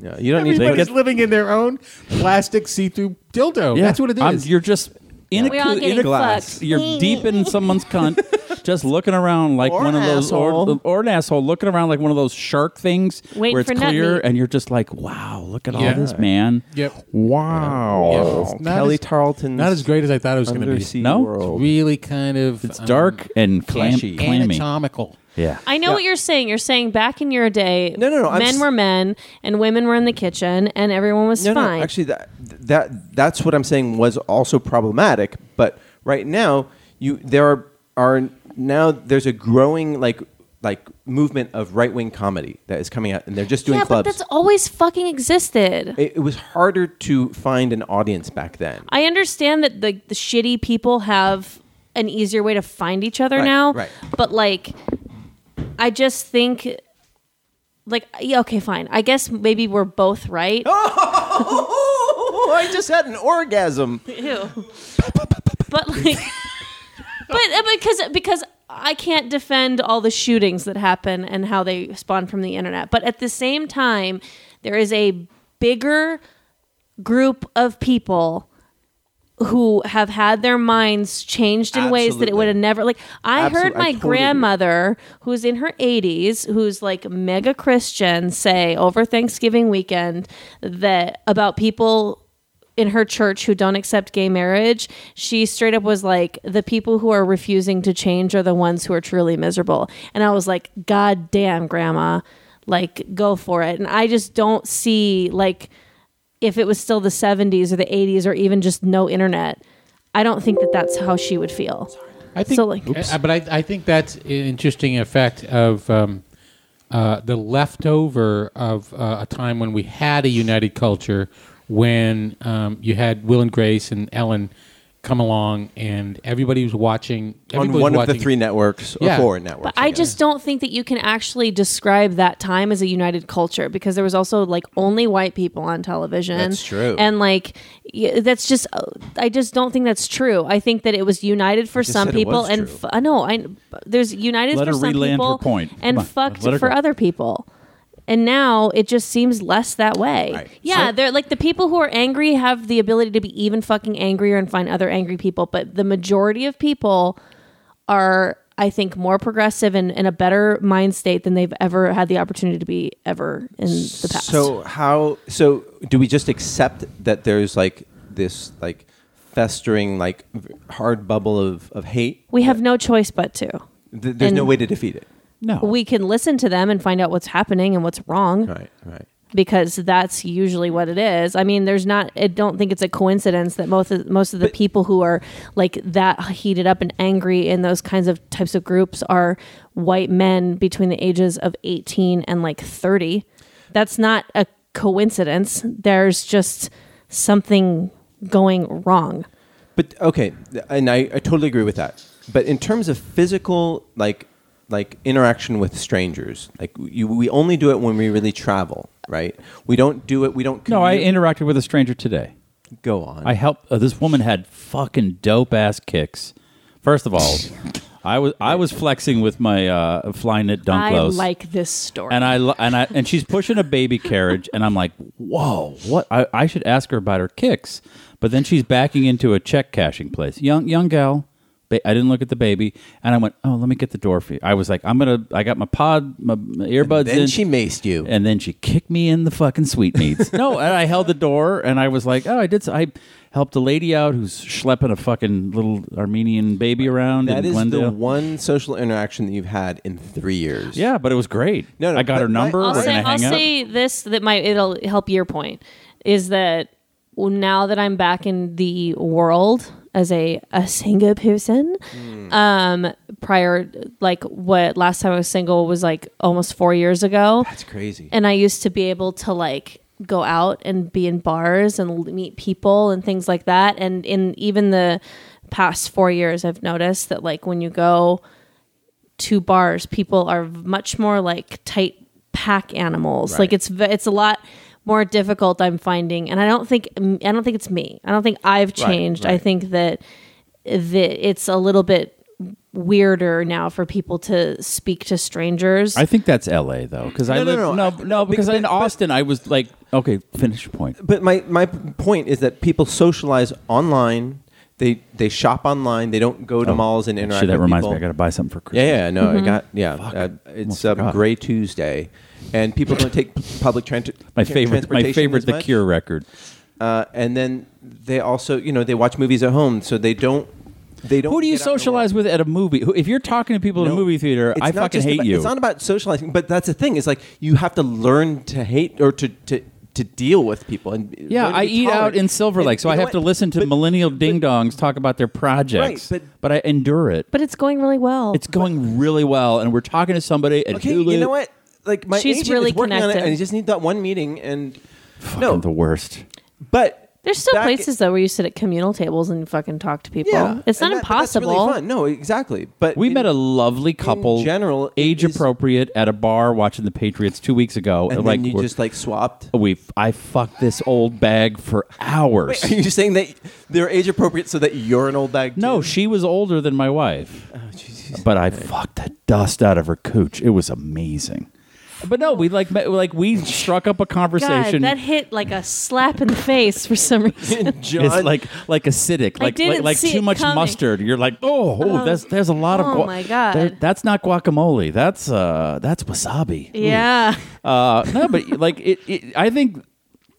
S5: Yeah, you don't need to.
S2: They
S6: Everybody's
S2: get-
S6: living in their own plastic see-through dildo. That's what it
S2: I'm-
S6: is.
S2: you're just in
S4: We
S2: a,
S4: all
S2: coo- in
S4: getting
S2: a
S4: Glass. fucked.
S2: You're deep in someone's cunt, just looking around like
S5: Or
S2: one of
S5: an
S2: those,
S5: asshole.
S2: or, or an asshole looking around like one of those shark things
S4: Waiting
S2: where it's
S4: for nut
S2: clear,
S4: meat.
S2: and you're just like, "Wow, look at
S6: Yeah.
S2: all this, man."
S6: Yep.
S2: Wow.
S6: It's not
S5: Kelly
S6: as-
S5: Tarleton.
S6: Not as great as I thought it was going to be.
S5: undersea
S2: No?
S5: world.
S6: Really kind of. um,
S2: It's dark and clam-
S5: fleshy.
S2: clammy.
S6: Anatomical.
S2: Yeah.
S4: I know
S5: Yeah.
S4: what you're saying. You're saying back in your day,
S5: No, no, no, I'm
S4: men
S5: s-
S4: were men and women were in the kitchen and everyone was
S5: no,
S4: fine.
S5: no. Actually, that that that's what I'm saying was also problematic. But right now, you there are are now there's a growing like like movement of right wing comedy that is coming out, and they're just doing
S4: yeah, but
S5: clubs.
S4: that's always fucking existed.
S5: it, it was harder to find an audience back then.
S4: I understand that the, the shitty people have an easier way to find each other
S5: Right,
S4: now.
S5: right.
S4: But like, I just think, like, yeah, okay, fine. I guess maybe we're both right. Oh,
S5: I just had an orgasm.
S4: Ew. but like, but uh, because because I can't defend all the shootings that happen and how they spawn from the internet. But at the same time, there is a bigger group of people who have had their minds changed in ways that it
S5: Absolutely.
S4: would have never like I
S5: Absolute-
S4: heard
S5: I
S4: my
S5: totally agree.
S4: grandmother who's in her 80s who's like mega Christian say over Thanksgiving weekend that about people in her church who don't accept gay marriage, she straight up was like, the people who are refusing to change are the ones who are truly miserable. And I was like, God damn, grandma, like, go for it. And I just don't see, like, if it was still the 70s or the 80s or even just no internet, I don't think that that's how she would feel.
S6: I think,
S4: So, like-
S6: uh, but I, I think that's an interesting effect of um, uh, the leftover of uh, a time when we had a united culture, when um, you had Will and Grace and Ellen come along, and everybody was watching.
S5: on
S6: everybody was
S5: one of the
S6: watching-
S5: three networks or
S6: Yeah.
S5: four networks.
S4: But I
S5: guess.
S4: just don't think that you can actually describe that time as a united culture because there was also like only white people on television.
S5: That's true.
S4: And like y- that's just uh, I just don't think that's true. I think that it was united for
S5: just
S4: some
S5: said it
S4: people
S5: was
S4: and
S5: true.
S4: f- I know I there's united
S2: Let
S4: for
S2: her
S4: some
S2: reland her
S4: people
S2: point.
S4: and
S2: Come on,
S4: fucked
S2: let her
S4: for
S2: go.
S4: other people. And now it just seems less that way.
S5: Right.
S4: Yeah, they're like the people who are angry have the ability to be even fucking angrier and find other angry people, but the majority of people are I think more progressive and in a better mind state than they've ever had the opportunity to be ever in the past.
S5: So how? So do we just accept that there's like this like festering like v- hard bubble of of hate?
S4: we have no choice but to.
S5: Th- there's no
S4: And-
S5: way to defeat it.
S2: No.
S4: We can listen to them and find out what's happening and what's wrong
S5: Oh. Right. Right.
S4: because that's usually what it is. I mean, there's not I don't think it's a coincidence that most of, most of the people who are like that heated up and angry in those kinds of types of groups are white men between the ages of 18 and like 30. That's not a coincidence. There's just something going wrong.
S5: But okay, th- and I, I totally agree with that. But in terms of physical like like interaction with strangers, like you, we only do it when we really travel, right? We don't do it. We don't.
S2: no, I
S5: commu-
S2: interacted with a stranger today.
S5: go on.
S2: I helped. Uh, this woman had fucking dope ass kicks. First of all, I was I was flexing with my uh, fly knit
S4: I
S2: dunklos.
S4: like this story.
S2: and I lo- and I and she's pushing a baby carriage, and I'm like, whoa, what? I, I should ask her about her kicks, but then she's backing into a check cashing place. Young young gal, ba- I didn't look at the baby, and I went, oh, let me get the door for you. I was like, I'm gonna, I got my pod, my, my earbuds
S5: then
S2: in.
S5: she maced you.
S2: and then she kicked me in the fucking sweetmeats. no, and I held the door, and I was like, oh, I did. So. I helped a lady out who's schlepping a fucking little Armenian baby around.
S5: that
S2: in
S5: is the
S2: Glendale.
S5: one social interaction that you've had in three years.
S2: Yeah, but it was great.
S5: No, no,
S2: I got
S5: but
S2: her
S5: my-
S2: number.
S4: I'll
S2: We're
S4: say,
S2: gonna
S4: I'll
S2: hang out.
S4: say this that might it'll help your point is that well, now that I'm back in the world as a, a single person, um, prior like what last time I was single was like almost four years ago,
S5: That's crazy.
S4: and I used to be able to like go out and be in bars and l- meet people and things like that. And in even the past four years, I've noticed that like when you go to bars, people are much more like tight pack animals. Like it's v- it's a lot more difficult. I'm finding, and I don't think I don't think it's me. I don't think I've changed. I
S5: right.
S4: think that that it's a little bit weirder now for people to speak to strangers.
S2: I think that's L.A. though, because I
S5: No, no,
S2: live
S5: no.
S2: no, no, because in Austin I was like, okay, finish your point.
S5: But my, my point is that people socialize online. They they shop online. They don't go to malls and interact.
S2: Shit, Oh, that
S5: with
S2: reminds
S5: people.
S2: me, I gotta buy something for Christmas.
S5: Yeah, yeah, no, I got yeah. Uh, it's
S2: almost
S5: uh,
S2: forgot.
S5: Gray Tuesday, and people don't take p- public tran-
S2: My
S5: tran-
S2: favorite, my
S5: transportation
S2: favorite,
S5: as
S2: The
S5: much.
S2: Cure record.
S5: Uh, and then they also, you know, they watch movies at home, so they don't. They don't.
S2: Who do you
S5: get out in the
S2: socialize
S5: world.
S2: with at a movie? Who- If you're talking to people in a
S5: No,
S2: movie theater,
S5: it's
S2: I
S5: not
S2: fucking
S5: just
S2: hate
S5: about-
S2: you.
S5: It's not about socializing, but that's the thing. It's like you have to learn to hate or to to, to deal with people. And
S2: yeah,
S5: learn to
S2: I
S5: be
S2: eat out
S5: tolerant.
S2: in Silver
S5: And
S2: Lake, so
S5: you
S2: I
S5: know
S2: have
S5: what?
S2: to listen to
S5: But-
S2: millennial
S5: but-
S2: ding dongs talk about their projects.
S5: Right,
S2: but, I endure it.
S4: but it's going really well.
S2: It's going really well, and we're talking to somebody. And
S5: Okay,
S2: Hulu-
S5: you know what? Like my
S4: She's
S5: agent
S4: really
S5: is working on
S4: connected.
S5: it, and I just need that one meeting. And
S2: Fucking
S5: no,
S2: the worst.
S5: but
S4: There's still
S5: back-
S4: places though where you sit at communal tables and fucking talk to people.
S5: Yeah,
S4: it's not
S5: and that- but that's really
S4: impossible.
S5: fun. No, exactly. But
S2: We
S5: in-
S2: met a lovely couple,
S5: general, it
S2: age
S5: is-
S2: appropriate, at a bar watching the Patriots two weeks ago.
S5: and
S2: like
S5: then you
S2: we're-
S5: just like swapped.
S2: we I fucked this old bag for hours.
S5: Are you saying that they're age appropriate so that you're an old bag?
S2: no,
S5: too?
S2: she was older than my wife,
S5: Oh, Jesus.
S2: but I fucked the dust out of her cooch. It was amazing. But no, we like met, like we struck up a
S4: God,
S2: conversation.
S4: that hit like a slap in the face for some reason.
S5: John,
S2: it's like like acidic,
S4: I
S2: like like,
S4: didn't
S2: like
S4: see
S2: too
S4: it
S2: much
S4: coming.
S2: mustard. You're like, oh, oh,
S5: Uh-huh.
S2: that's there's a lot of.
S4: oh
S2: gua-
S4: my God.
S2: that's not guacamole. That's uh, that's wasabi.
S4: yeah.
S2: Uh, no, but like it, it, I think,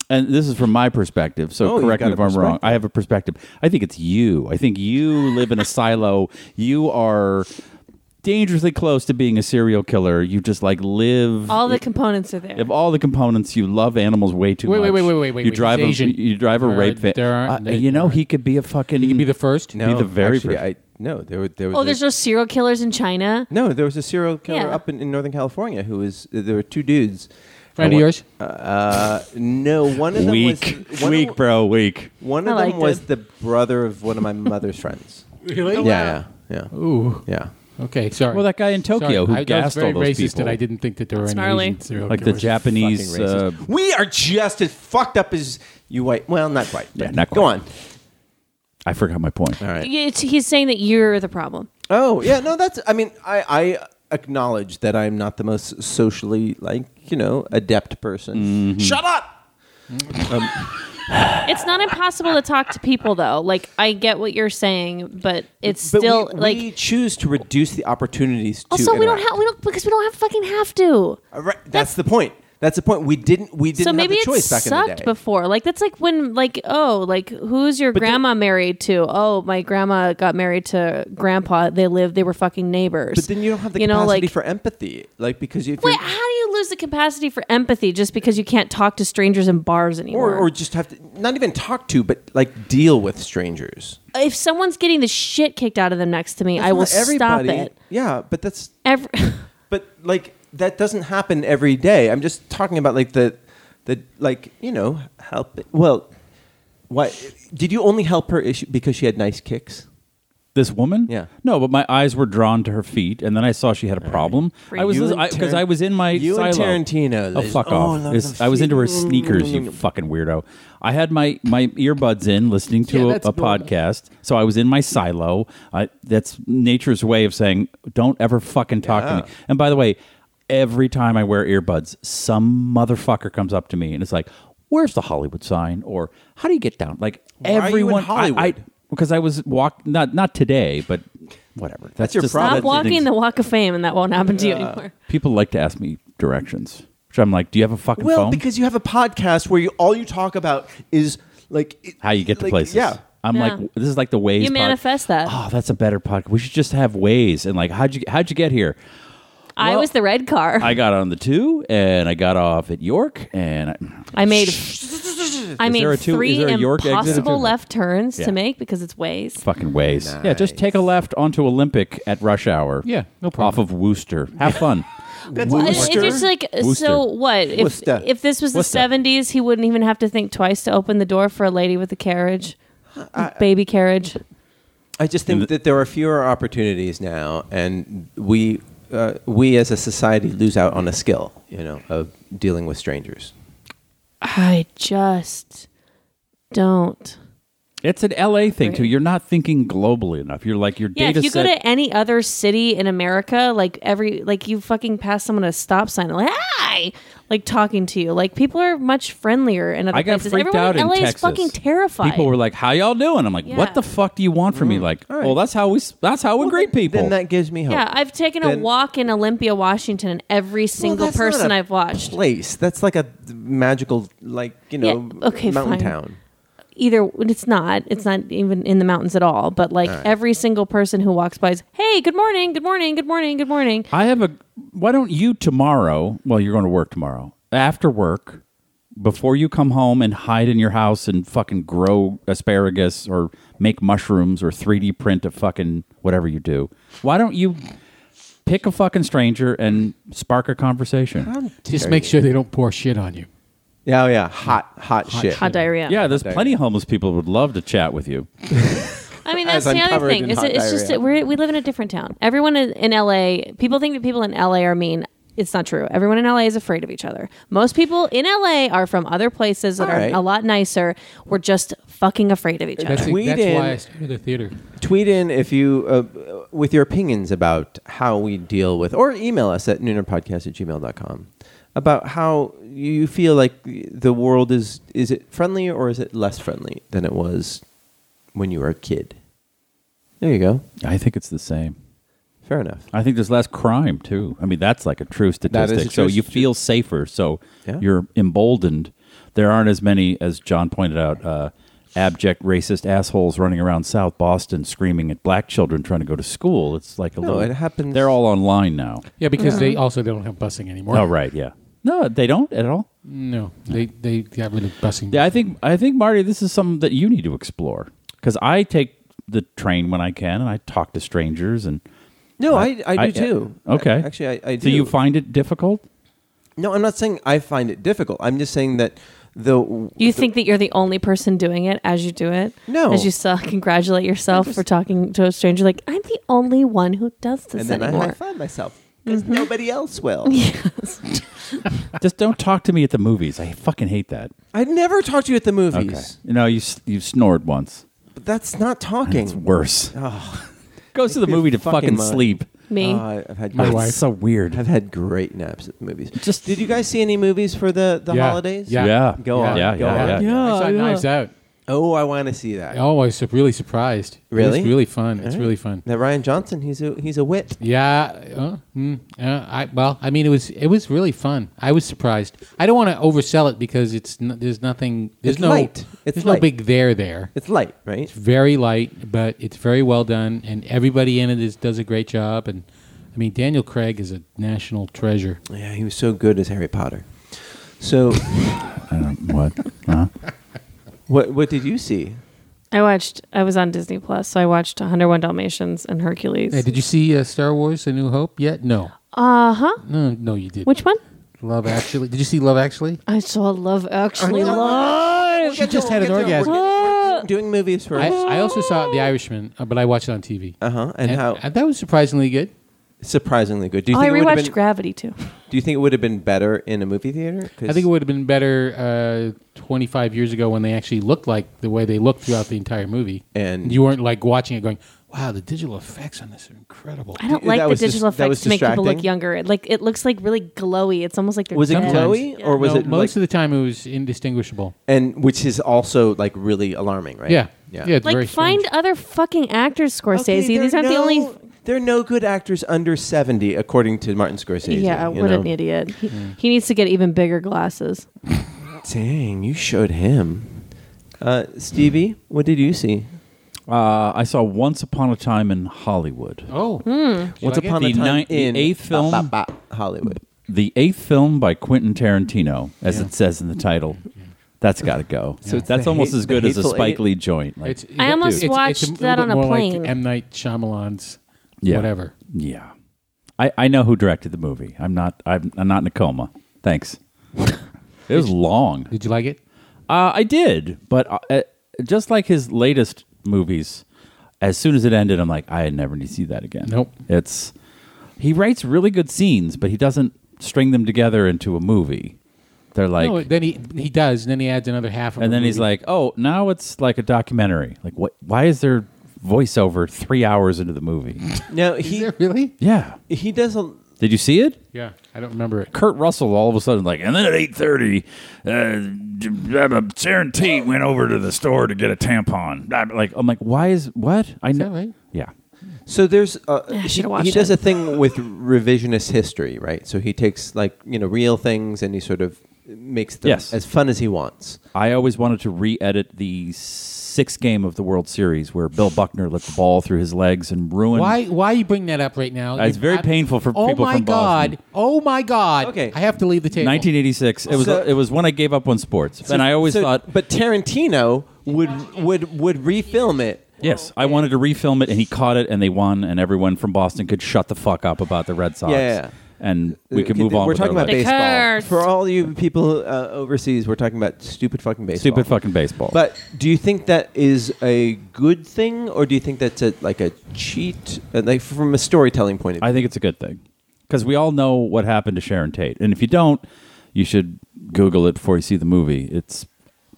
S2: and this is from my perspective. So
S5: Oh, you've
S2: correct
S5: got
S2: me
S5: a
S2: if I'm wrong.
S5: perspective.
S2: I have a perspective. I think it's you. I think you live in a silo. You are dangerously close to being a serial killer. You just like live
S4: All the components are there.
S2: Of all the components, you love animals way too
S6: Wait,
S2: much.
S6: wait, wait, wait, wait, wait,
S2: You
S6: wait.
S2: drive
S6: He's
S2: a
S6: Asian.
S2: you drive a
S6: There are-
S2: rape. Fa-
S6: there aren't-
S2: Uh, you know he could be a fucking. He
S6: You'd be the first.
S5: no,
S2: the very
S5: actually,
S2: first.
S5: I no, there were there was
S4: Oh,
S5: a-
S4: there's no serial killers in China.
S5: no, there was a serial killer
S4: Yeah.
S5: up in, in Northern California who was there were two dudes,
S6: Friend of yours?
S5: Uh, no, one of them
S2: Weak,
S5: was one
S2: weak,
S5: Of,
S2: bro, weak.
S5: One
S4: I
S5: of
S4: liked
S5: them was
S4: it.
S5: the brother of one of my mother's friends.
S6: Really?
S5: Yeah, yeah, yeah,
S6: Ooh.
S5: yeah.
S6: Okay, sorry.
S2: Well, that guy in Tokyo
S6: Sorry.
S2: who
S6: I, that was
S2: gassed
S6: very
S2: all those
S6: racist
S2: people.
S6: that I didn't think that there were any
S4: gnarly.
S6: Asian serial
S2: like the
S6: killers.
S2: Japanese.
S5: Fucking
S2: Uh,
S5: racist. we are just as fucked up as you white. Well, not white. but
S2: Yeah, not
S5: Go
S2: quite.
S5: on.
S2: I forgot my point.
S5: All right.
S4: It's, he's saying that you're the problem.
S5: Oh yeah, no, that's. I mean, I, I acknowledge that I'm not the most socially like you know adept person.
S2: Mm-hmm.
S5: Shut up.
S4: It's not impossible to talk to people though. Like I get what you're saying, but it's still
S5: we,
S4: like
S5: we choose to reduce the opportunities. to
S4: also we don't
S5: interact.
S4: have we don't because we don't have fucking have to.
S5: Uh, right, that's the point. That's the point. We didn't. We didn't
S4: So maybe
S5: have
S4: it
S5: the choice back in the
S4: sucked
S5: day.
S4: before. Like that's like when like oh like who's your grandma married to? Oh, my grandma got married to grandpa. They lived. They were fucking neighbors.
S5: But then you don't have the
S4: you
S5: capacity
S4: know like
S5: for empathy, like because if
S4: wait
S5: you're-
S4: how do you lose the capacity for empathy just because you can't talk to strangers in bars anymore?
S5: or or just have to not even talk to, but like deal with strangers.
S4: if someone's getting the shit kicked out of them next to me, I will
S5: Not
S4: stop
S5: everybody-
S4: it.
S5: Yeah, but that's
S4: Every
S5: but like that doesn't happen every day. I'm just talking about like the the like you know help. Well, why did you only help her issue because she had nice kicks?
S2: This woman?
S5: Yeah.
S2: No, but my eyes were drawn to her feet, and then I saw she had a problem. I was
S5: You
S2: because
S5: and
S2: I, 'cause I was in my
S5: you
S2: silo.
S5: and Tarantino,
S2: Oh
S5: Liz.
S2: fuck
S5: Oh, I
S2: off!
S5: love Mm-hmm.
S2: This-
S5: the
S2: I was into her
S5: feet.
S2: sneakers,
S5: Mm.
S2: you fucking weirdo. I had my my earbuds in, listening to
S6: Yeah,
S2: a,
S6: that's
S2: a
S6: normal.
S2: podcast. So I was in my silo. I, that's nature's way of saying don't ever fucking talk to me. And by the way, every time I wear earbuds, some motherfucker comes up to me and is like, "Where's the Hollywood sign?" or "How do you get down?" Like
S5: are you in
S2: everyone, I- I,
S5: Hollywood?
S2: because I was walk not not today, but whatever. That's,
S5: your
S2: just-
S5: problem.
S4: stop
S5: that's an
S4: walking
S2: ex-
S4: the walk of fame, and that won't happen to you anymore.
S2: People like to ask me directions, which I'm like, "Do you have a fucking
S5: Well,
S2: phone?"
S5: because you have a podcast where you all you talk about is like it-
S2: how you get to
S5: like,
S2: places.
S5: Yeah.
S2: I'm
S4: Yeah.
S2: like, this is like the ways.
S4: You manifest that.
S5: Ah,
S2: Oh, that's a better podcast. We should just have ways and like, how'd you how'd you get here?
S4: I
S2: Well-
S4: was the red car.
S2: I got on the two and I got off at York and I,
S4: I made I made
S2: there a two- is
S4: three
S2: there a York exit or
S4: impossible
S2: two?
S4: left turns
S2: Yeah.
S4: to make because it's ways.
S2: fucking ways. Yeah, just take a left onto Olympic at rush hour.
S6: Yeah, no
S2: Off
S6: problem.
S2: of Wooster. Have fun.
S4: It's
S5: Worcester?
S4: just like uh,
S2: Worcester.
S4: so what if
S5: Worcester.
S4: if this was the
S2: Worcester.
S4: seventies, he wouldn't even have to think twice to open the door for a lady with a carriage,
S2: Uh,
S4: baby carriage.
S5: I just think that there are fewer opportunities now, and we uh, we as a society lose out on a skill, you know, of dealing with strangers.
S4: I just don't.
S2: It's an LA thing too. You're not thinking globally enough. You're like your
S4: Yeah,
S2: data
S4: if you
S2: set.
S4: go to any other city in America, like every like you fucking pass someone at a stop sign, like hi, like talking to you. Like people are much friendlier in other
S2: I got
S4: places.
S2: freaked
S4: Everyone
S2: out
S4: in LA
S2: in Texas.
S4: is fucking terrified.
S2: People were like, "How y'all doing?" I'm like,
S4: Yeah.
S2: "What the fuck do you want from me?" Like,
S5: all Mm. right.
S2: "Well, that's how we s- that's how we greet people."
S5: Then that gives me hope.
S4: yeah, I've taken a
S5: Oh. Then-
S4: walk in Olympia, Washington, and every single
S5: that's not
S4: person
S5: a
S4: I've watched.
S5: Place that's like a magical, like you know,
S4: Yeah, okay,
S5: mountain
S4: fine.
S5: town.
S4: Either it's not, it's not even in the mountains at all. But like every single person who walks by is, hey, good morning, good morning, good morning, good morning.
S2: I have a. Why don't you tomorrow? Well, you're going to work tomorrow. After work, before you come home and hide in your house and fucking grow asparagus or make mushrooms or 3D print a fucking whatever you do. Why don't you pick a fucking stranger and spark a conversation?
S6: Just make sure they don't pour shit on you.
S5: Yeah, oh, yeah, hot, hot, shit.
S4: Hot diarrhea.
S2: Yeah, there's plenty of homeless people who would love to chat with you.
S4: I mean,
S5: As
S4: that's the
S5: I'm
S4: other
S5: covered
S4: thing.
S5: in
S4: Is
S5: hot
S4: it, it's just
S5: diarrhea.
S4: that we're, we live in a different town. Everyone in in LA, people think that people in LA are mean. It's not true. Everyone in LA is afraid of each other. Most people in LA are from other places that
S5: All
S4: are
S5: right.
S4: a lot nicer. We're just fucking afraid of each other.
S6: That's, that's
S5: Tweet in-
S6: why I started the theater.
S5: Tweet in if you uh, uh, with your opinions about how we deal with, or email us at noonerpodcast at gmail.com about how you feel like the world is is it friendly or is it less friendly than it was when you were a kid. There you go.
S2: I think it's the same.
S5: Fair enough.
S2: I think there's less crime too. I mean, that's like a true
S5: That is a
S2: statistic. so
S5: true
S2: you
S5: stati-
S2: feel safer. So
S5: Yeah.
S2: you're emboldened. There aren't as many as John pointed out. Uh, abject racist assholes running around South Boston screaming at black children trying to go to school. It's like a
S5: No,
S2: little.
S5: it happens-
S2: They're all online now.
S6: Yeah, because they also don't have busing anymore.
S2: Oh right, yeah. No, they don't at all.
S6: No, they they got rid of busing.
S2: Yeah, I think I think Marty, this is something that you need to explore because I take the train when I can and I talk to strangers and
S5: No, I, I do
S2: I-
S5: too.
S2: okay.
S5: Actually, I, I do.
S2: so you find it difficult.
S5: No, I'm not saying I find it difficult. I'm just saying that the
S4: You think that you're the only person doing it as you do it?
S5: No.
S4: As you still congratulate yourself for talking to a stranger, like I'm the only one who does this
S5: and then I high
S4: anymore.
S5: five myself because nobody else will.
S2: Just don't talk to me at the movies. I fucking hate that.
S5: I never talked to you at the movies.
S2: You know, you s- you snored once.
S5: But that's not
S2: It's
S5: talking.
S2: worse. Goes to the movie to
S5: fucking
S2: fucking
S5: mind.
S2: sleep.
S4: Me.
S5: Uh, Oh, I've had
S6: My
S5: great-
S6: wife.
S2: It's so weird.
S5: I've had great naps at the movies.
S2: Just-
S5: did you guys see any movies for the the
S6: Yeah.
S5: holidays?
S6: Yeah.
S2: Yeah.
S5: Go on.
S2: Yeah,
S5: Go
S2: yeah,
S5: on.
S2: yeah.
S6: I saw
S4: yeah.
S6: Knives Out.
S5: Oh, I want to see that.
S6: Oh, I was su- really surprised.
S5: Really?
S6: It's really fun. It's
S5: Alright.
S6: really fun.
S5: Now Ryan Johnson, he's a he's a wit.
S6: Yeah. Uh, mm, yeah. I well, I mean, it was it was really fun. I was surprised. I don't want to oversell it because it's n- there's nothing. There's
S5: It's
S6: no.
S5: light. It's
S6: there's no
S5: light.
S6: big there there.
S5: It's light, right?
S6: very light, but it's very well done, and everybody in it is, does a great job. And I mean, Daniel Craig is a national treasure.
S5: Yeah, he was so good as Harry Potter. So,
S2: I don't, what? Huh?
S5: what what did you see?
S4: I watched. I was on Disney Plus, so I watched 101 Dalmatians and Hercules.
S6: Hey, did you see uh, Star Wars: A New Hope yet? No,
S4: Uh huh.
S6: no, no, you did.
S4: Which one?
S6: Love Actually? Did you see Love Actually?
S4: I saw Love Actually. Live.
S6: She just had an orgasm.
S5: Doing movies for
S6: I, I also saw The Irishman, uh, but I watched it on TV.
S5: uh huh, and,
S6: And,
S5: how
S6: uh, that was surprisingly good.
S5: surprisingly good. Do you
S4: Oh, I
S5: think it would
S4: rewatched
S5: have been?
S4: Gravity too.
S5: do you think it would have been better in a movie theater? 'Cause
S6: I think it would have been better uh, 25 years ago when they actually looked like the way they looked throughout the entire movie,
S5: And-
S6: you weren't like watching it going, "Wow, the digital effects on this are incredible."
S4: I don't
S5: That
S4: like the
S5: was dis-
S4: digital
S5: that was
S4: effects to make people look
S5: distracting?
S4: younger. It, Like it looks like really glowy. It's almost like they're
S5: Was it
S4: dead.
S5: glowy or was
S6: No,
S5: it
S6: most
S5: like,
S6: of the time it was indistinguishable.
S5: and which is also like really alarming, right?
S6: Yeah,
S5: yeah.
S6: it's very
S4: Like find
S6: strange.
S4: other fucking actors, Scorsese.
S5: Okay, there
S4: These
S5: are
S4: aren't the
S5: no-
S4: only.
S5: There are no good actors under seventy, according to Martin Scorsese.
S4: Yeah,
S5: you
S4: what
S5: know?
S4: an idiot. He, he needs to get even bigger glasses.
S5: Dang, you showed him. Uh, Stevie, what did you see?
S2: Uh, I saw Once Upon a Time in Hollywood.
S6: Oh,
S4: Hmm.
S5: Once
S6: like it?
S5: upon a
S2: The
S5: time
S2: ni- the
S5: in
S2: eighth film?
S5: ba- ba- ba- Hollywood.
S2: The eighth film by Quentin Tarantino, as it says in the title. That's got to go. So
S5: it's
S2: that's
S5: the
S2: almost
S5: hate-
S2: as good
S5: the
S2: as a
S5: Hateful
S2: Spike
S5: Eight.
S2: Lee joint. Like,
S6: It's-
S4: I almost
S6: a
S4: watched
S6: little
S4: that
S6: bit
S4: on a
S6: more
S4: plane.
S6: Like M Night Shyamalan's,
S2: Yeah.
S6: whatever.
S2: yeah, I, I know who directed the movie. I'm not I'm, I'm not in a coma. Thanks. It was long.
S6: Did you like it?
S2: Uh, I did, but uh, uh, just like his latest movies, as soon as it ended, I'm like, I never need to see that again.
S6: Nope.
S2: It's he writes really good scenes, but he doesn't string them together into a movie. They're like,
S6: no. Then he he does, and then he adds another half. Of
S2: and
S6: a
S2: then he's
S6: movie.
S2: like, oh, now it's like a documentary. Like, what? Why is there voiceover three hours into the movie?
S5: No,
S6: "Is
S5: he
S6: there really?"
S2: yeah.
S5: he does a
S2: Did you see it?
S6: Yeah, I don't remember it.
S2: Kurt Russell all of a sudden like, and then at eight thirty, uh, d- uh, Sharon Tate went over to the store to get a tampon. I'm like, I'm like, why is what? I know,
S6: that right?
S2: Yeah,
S5: So there's uh, he,
S4: should've watched
S5: he does
S4: it.
S5: a thing with revisionist history, right? So he takes like you know real things and he sort of makes them
S2: Yes.
S5: as fun as he wants.
S2: I always wanted to re-edit the sixth game of the World Series where Bill Buckner let the ball through his legs and ruined.
S6: Why why you bring that up right now?
S2: Uh, It's
S6: You-
S2: very
S6: I-
S2: painful for
S6: oh
S2: people
S6: my
S2: from
S6: god!
S2: Boston.
S6: Oh my god!
S5: Okay.
S6: I have to leave the table.
S2: 1986. It was
S5: So-
S2: it was when I gave up on sports, and I always
S5: So-
S2: thought,
S5: but Tarantino would would would refilm it.
S2: yes, I wanted to refilm it, and he caught it, and they won, and everyone from Boston could shut the fuck up about the Red Sox.
S5: Yeah, yeah.
S2: And we could move on.
S5: Uh, We're
S2: with our
S5: talking about
S2: lives.
S4: life.
S5: baseball
S4: Curse.
S5: for all you people uh, overseas. We're talking about stupid fucking baseball.
S2: stupid fucking baseball.
S5: But do you think that is a good thing, or do you think that's a, like a cheat, Uh, like from a storytelling point of view?
S2: I think it's a good thing because we all know what happened to Sharon Tate, and if you don't, you should Google it before you see the movie. It's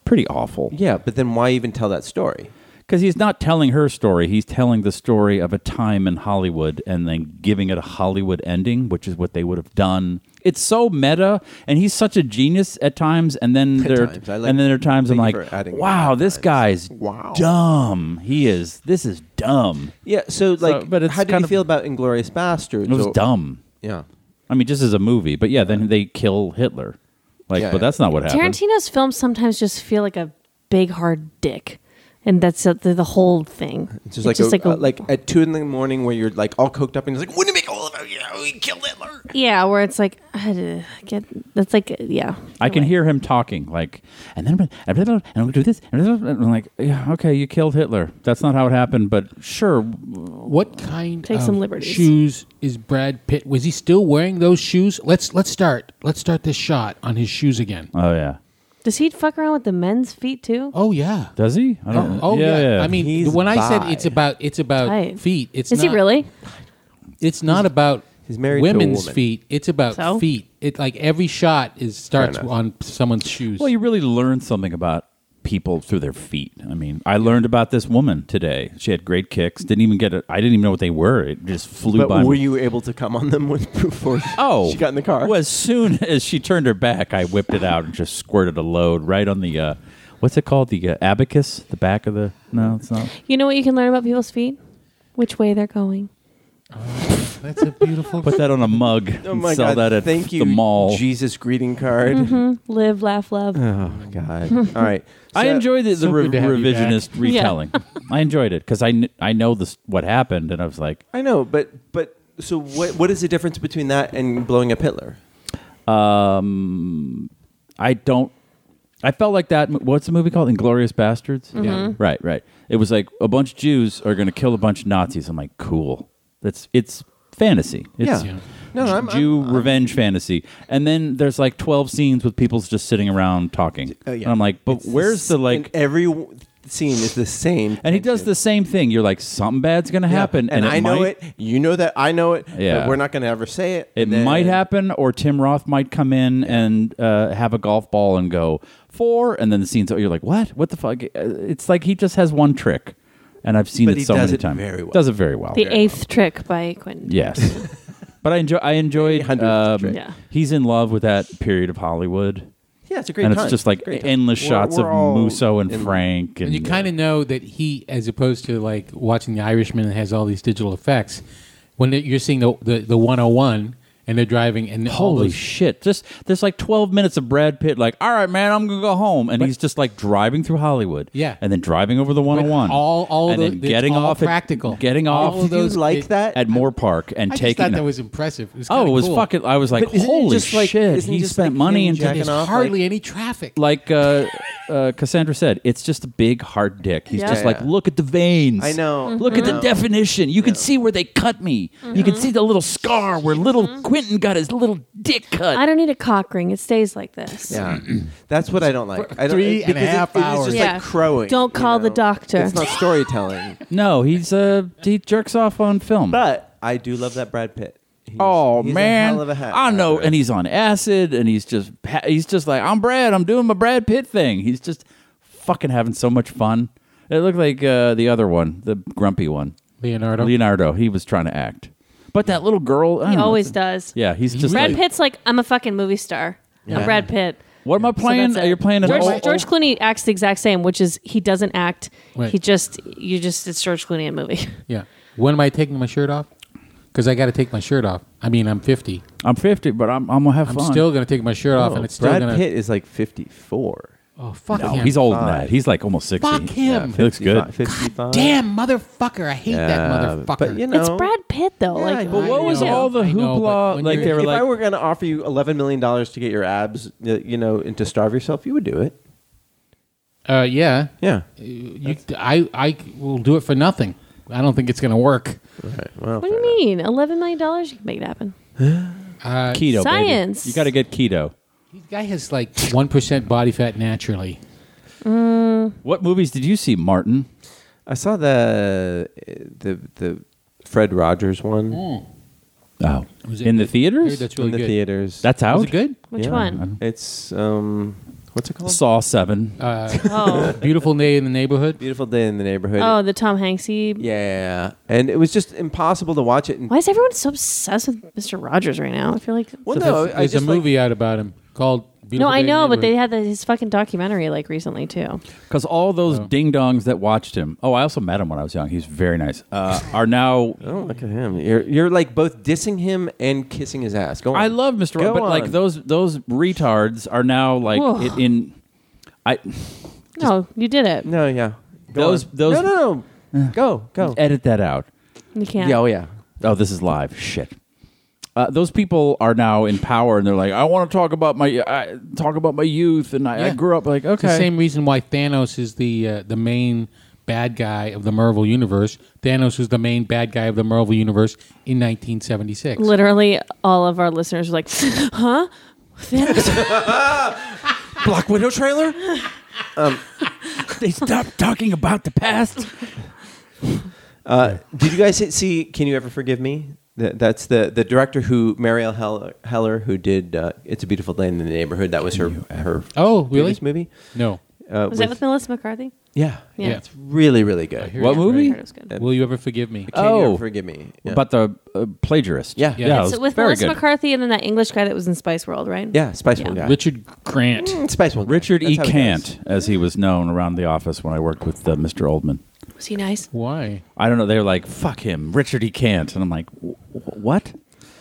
S2: pretty awful
S5: yeah, but then why even tell that story?
S2: because he's not telling her story; he's telling the story of a time in Hollywood, and then giving it a Hollywood ending, which is what they would have done. It's so meta, and he's such a genius at times, and then
S5: At
S2: there,
S5: times. I like-
S2: and then there are times I'm
S5: thank
S2: like,
S5: you for adding
S2: "Wow,
S5: that
S2: this
S5: times."
S2: guy's
S5: Wow.
S2: dumb. He is. This is dumb.
S5: Yeah, so like,
S2: but it's
S5: how did
S2: kind
S5: you
S2: of-
S5: feel about Inglorious Bastards?
S2: It was dumb."
S5: Yeah,
S2: I mean, just as a movie, but yeah, then they kill Hitler. Like,
S5: Yeah,
S2: but
S5: yeah.
S2: that's not what happened.
S4: Tarantino's films sometimes just feel like a big hard dick. and that's uh, the, the whole thing.
S5: It's just like
S4: just
S5: a, uh,
S4: like a-
S5: like at two in the morning where you're like all coked up and it's like, wouldn't it make all of you know, we killed Hitler?
S4: Yeah, where it's like I had to get that's like uh, yeah.
S2: I can hear him talking, like, and then and blah, blah, and I'm gonna do this, and, blah, blah, blah. and I'm like, yeah, okay, you killed Hitler. That's not how it happened, but sure.
S6: What kind
S4: Take
S6: of
S4: some liberties.
S6: shoes is Brad Pitt? Was he still wearing those shoes? Let's let's start. Let's start this shot on his shoes again.
S2: Oh yeah,
S4: Does he fuck around with the men's feet too?
S6: Oh yeah.
S2: does he? I don't.
S6: Oh yeah. I mean,
S5: He's
S6: when I said
S5: bi.
S6: it's about it's about
S4: Right.
S6: feet, it's
S4: Is
S6: not,
S4: he really?
S6: It's not about
S5: he's married to a
S6: women's
S5: woman.
S6: feet. It's about
S4: So?
S6: feet. It like every shot is starts
S5: enough.
S6: on someone's shoes.
S2: well, you really learn something about people through their feet. I mean, I learned about this woman today. She had great kicks. Didn't even get it. I didn't even know what they were. It just flew
S5: But
S2: by.
S5: were
S2: me.
S5: you able to come on them with before
S2: Oh,
S5: she got in the car?
S2: Well, as soon as she turned her back, I whipped it out and just squirted a load right on the. Uh, What's it called? The uh, abacus, the back of the. No, it's not.
S4: You know what you can learn about people's feet? Which way they're going.
S6: That's a beautiful.
S2: Put that on a mug.
S5: Oh my
S2: and sell
S5: god!
S2: that at
S5: Thank you,
S2: the mall.
S5: Jesus greeting card.
S4: Mm-hmm. Live, laugh, love.
S5: Oh god! All right,
S2: I
S5: So-
S2: enjoyed the, the
S6: so
S2: re-
S6: good to have you back.
S2: revisionist retelling. I enjoyed it because I, kn- I know this what happened, and I was like,
S5: I know, but but so what? What is the difference between that and blowing up Hitler?
S2: um, I don't. I felt like that. mo- What's the movie called? Inglorious Bastards.
S5: Mm-hmm.
S6: Yeah.
S2: Right, right. It was like a bunch of Jews are going to kill a bunch of Nazis. I'm like, cool. That's it's fantasy. It's
S5: Yeah. Yeah. No, I'm-
S2: Jew revenge fantasy. And then there's like 12 scenes with people just sitting around talking.
S5: Oh, yeah.
S2: And I'm like, but
S5: It's
S2: where's the
S5: s-
S2: like?
S5: and every w- scene is the same,
S2: And he does the same thing. You're like, something bad's going to happen,
S5: and,
S2: and,
S5: I
S2: it
S5: know
S2: might,
S5: it. You know that I know it.
S2: Yeah.
S5: but we're not going to ever say it.
S2: It
S5: and then-
S2: might happen, or Tim Roth might come in and uh, have a golf ball and go four, and then the scenes. You're like, what? What the fuck? Uh, It's like he just has one trick, and I've seen
S5: But
S2: it
S5: he
S2: so
S5: does
S2: many
S5: it
S2: times.
S5: very well.
S2: Does it very well.
S4: the eighth trick by Quentin.
S2: Yes, but I enjoy. I enjoyed.
S5: hundredth
S2: Um,
S5: trick.
S4: Yeah.
S2: He's in love with that period of Hollywood,
S5: Yeah, it's a great
S2: and
S5: time.
S2: it's just like
S5: great time.
S2: endless
S5: We're-
S2: shots
S5: we're all
S2: of Musso and
S5: in-
S2: Frank, and,
S6: and you kind of know that he, as opposed to like watching The Irishman that has all these digital effects, when they- you're seeing the the, the 101 and they're driving and all
S2: Holy
S6: those-
S2: shit! Just there's like 12 minutes of Brad Pitt, like, all right, man, I'm gonna go home, and he's just like driving through Hollywood,
S6: Yeah.
S2: and then driving over the 101,
S6: all- all
S2: and
S6: the-
S2: then
S6: it's
S2: getting
S6: all
S2: off at-
S6: practical.
S2: getting
S6: All
S2: off
S6: of those-
S5: You like
S6: it-
S5: that?
S2: at Moore Park and
S6: I just
S2: taking.
S6: thought that was impressive. It was
S2: oh,
S6: kinda
S2: it was
S6: cool.
S2: fucking. I was like,
S5: But isn't it
S2: holy
S5: just like-
S2: shit!
S5: isn't it
S2: He
S5: just
S2: spent
S5: like
S2: money
S5: him
S2: into
S5: jacking
S2: this.
S6: There's
S5: off,
S6: hardly
S5: like-
S6: any traffic.
S2: Like uh, uh, Cassandra said, it's just a big hard dick. He's
S4: Yeah.
S2: just
S5: Yeah,
S2: like,
S5: yeah.
S2: look at the veins.
S5: I know.
S2: Look at the definition. You can see where they cut me. You can see the little scar where little Quentin got his little dick cut.
S4: I don't need a cock ring. It stays like this.
S5: Yeah, that's what I don't like. I don't,
S6: Three and a
S5: because it-
S6: half
S5: It's
S6: hours.
S5: just
S4: Yeah.
S5: like crowing.
S4: Don't
S5: you
S4: call the
S5: know?
S4: doctor.
S5: It's not storytelling.
S2: No, he's uh, he jerks off on film.
S5: but I do love that Brad Pitt. He's-
S2: Oh
S5: he's a
S2: man,
S5: hell of a hat
S2: I know,
S5: actor.
S2: and he's on acid, and he's just ha- he's just like I'm Brad, I'm doing my Brad Pitt thing. He's just fucking having so much fun. It looked like uh, the other one, the grumpy one,
S6: Leonardo.
S2: Leonardo. He was trying to act, but that little girl, I don't
S4: He
S2: know,
S4: always
S2: it's-
S4: does.
S2: Yeah, he's
S6: He
S2: just
S6: really-
S4: Brad
S2: like,
S4: Pitt's like, I'm a fucking movie star. I'm
S5: Yeah.
S4: Brad Pitt.
S2: What am I
S4: So
S2: playing?
S4: that's
S2: Are
S4: it.
S2: you playing an
S4: George,
S2: old,
S4: George Clooney acts the exact same, which is he doesn't act.
S6: Right.
S4: He just you just it's George Clooney in a movie.
S6: Yeah. When am I taking my shirt off? Because I got to take my shirt off. I mean, I'm 50.
S2: I'm 50, but I'm, I'm gonna have
S6: I'm
S2: fun.
S6: still going to take my shirt off,
S5: Oh,
S6: and it's still
S5: Brad
S6: going to.
S5: Pitt is like fifty-four.
S6: Oh, fuck
S2: no,
S6: him.
S2: he's old than
S5: Fine.
S2: that. He's like almost sixty.
S6: Fuck him.
S2: he looks good.
S5: 55.
S6: Damn motherfucker. I hate that motherfucker.
S5: But you know,
S4: it's Brad Pitt though.
S5: Yeah, I
S4: like
S5: know.
S2: But what was
S6: I know,
S2: all the
S6: I know, but
S2: hoopla?
S6: when
S2: Like
S6: you're-
S2: they were
S5: if
S2: like,
S5: I were going to offer you eleven million dollars to get your abs, uh, you know, and to starve yourself, you would do it.
S6: Uh, yeah.
S5: Yeah.
S6: You, I, I will do it for nothing. I don't think it's going to work.
S5: Right. Well,
S4: What do you mean? Eleven million dollars? You can make it happen.
S6: Uh,
S2: keto, baby.
S4: Science.
S2: You got to get keto.
S6: this guy has like 1% body fat naturally.
S2: What movies did you see, Martin?
S5: I saw the the the Fred Rogers one
S2: Oh,
S6: Was it
S2: in the
S6: good?
S2: theaters?
S6: That's
S5: in
S6: Mm, really
S5: the
S6: good.
S5: theaters.
S2: That's out.
S6: Was it good?
S4: Which
S5: Yeah.
S4: one?
S5: it's um, what's it called?
S2: Saw Seven.
S6: Uh,
S4: Oh.
S6: Beautiful day in the neighborhood.
S5: Beautiful day in the neighborhood.
S4: oh, the Tom Hanksy.
S5: Yeah, yeah, yeah. and it was just impossible to watch it. And
S4: Why is everyone so obsessed with Mr. Rogers right now? I feel like
S6: So
S5: well, no,
S6: there's
S5: Oh, I
S6: there's a
S5: just like-
S6: movie out about him called
S4: no,
S6: Beautiful Day
S4: I
S6: in the
S4: know, but they
S6: Neighborhood.
S4: had the, his fucking documentary like recently too.
S2: Because all
S6: oh.
S2: those ding dongs that watched him. Oh, I also met him when I was young. He's very nice. Uh, are now.
S5: Oh, look at him! You're you're like both dissing him and kissing his ass. Go on.
S2: I love Mr.
S5: Go
S2: Rob, but like
S5: on.
S2: those those retards are now like
S4: Whoa.
S2: it, in. I
S4: No, you did it.
S5: No, yeah.
S2: Those those
S5: no, no, no. go, go.
S2: edit that out.
S4: You can't.
S5: Yeah, oh yeah.
S2: Oh, this is live. Shit. Uh, those people are now in power, and they're like, "I want to talk about my I talk about my youth, and I, I
S6: Yeah.
S2: grew up like
S6: It's the
S2: okay."
S6: same reason why Thanos is the uh, the main bad guy of the Marvel universe. Thanos was the main bad guy of the Marvel universe in 1976.
S4: Literally, all of our listeners were like, "Huh? Thanos?
S5: Black Widow trailer? Um,
S2: They stopped talking about the past.
S5: Uh, did you guys see Can You Ever Forgive Me? That, that's the, the director who, Marielle Heller, Heller who did uh, It's a Beautiful Day in the Neighborhood. That was her, her
S6: Oh, really?
S5: previous movie.
S6: No.
S5: Uh,
S4: Was that with Melissa McCarthy?
S5: yeah.
S4: Yeah.
S6: Yeah.
S5: It's really, really good.
S6: hear
S2: What
S6: you.
S2: movie?
S4: I heard it was good.
S6: Will you ever forgive me?
S5: Can You
S2: Oh.
S5: Ever Forgive Me? Yeah.
S2: About the uh, plagiarist.
S5: Yeah.
S6: Yeah.
S2: yeah.
S6: So
S2: it was
S4: So with
S2: very
S4: Melissa
S2: good.
S4: McCarthy and then that English guy that was in Spice World, right?
S5: yeah, Spice
S4: Yeah.
S5: One guy.
S6: Richard Grant.
S5: Mm, Spice One guy.
S2: Richard E.
S5: That's how he does.
S2: Cant, as he was known around the office when I worked with uh, Mr. Oldman.
S4: Was he nice?
S6: Why?
S2: I don't know. They're like, "Fuck him, Richard E. Cant," and I'm like, "Wh- wh- "What?"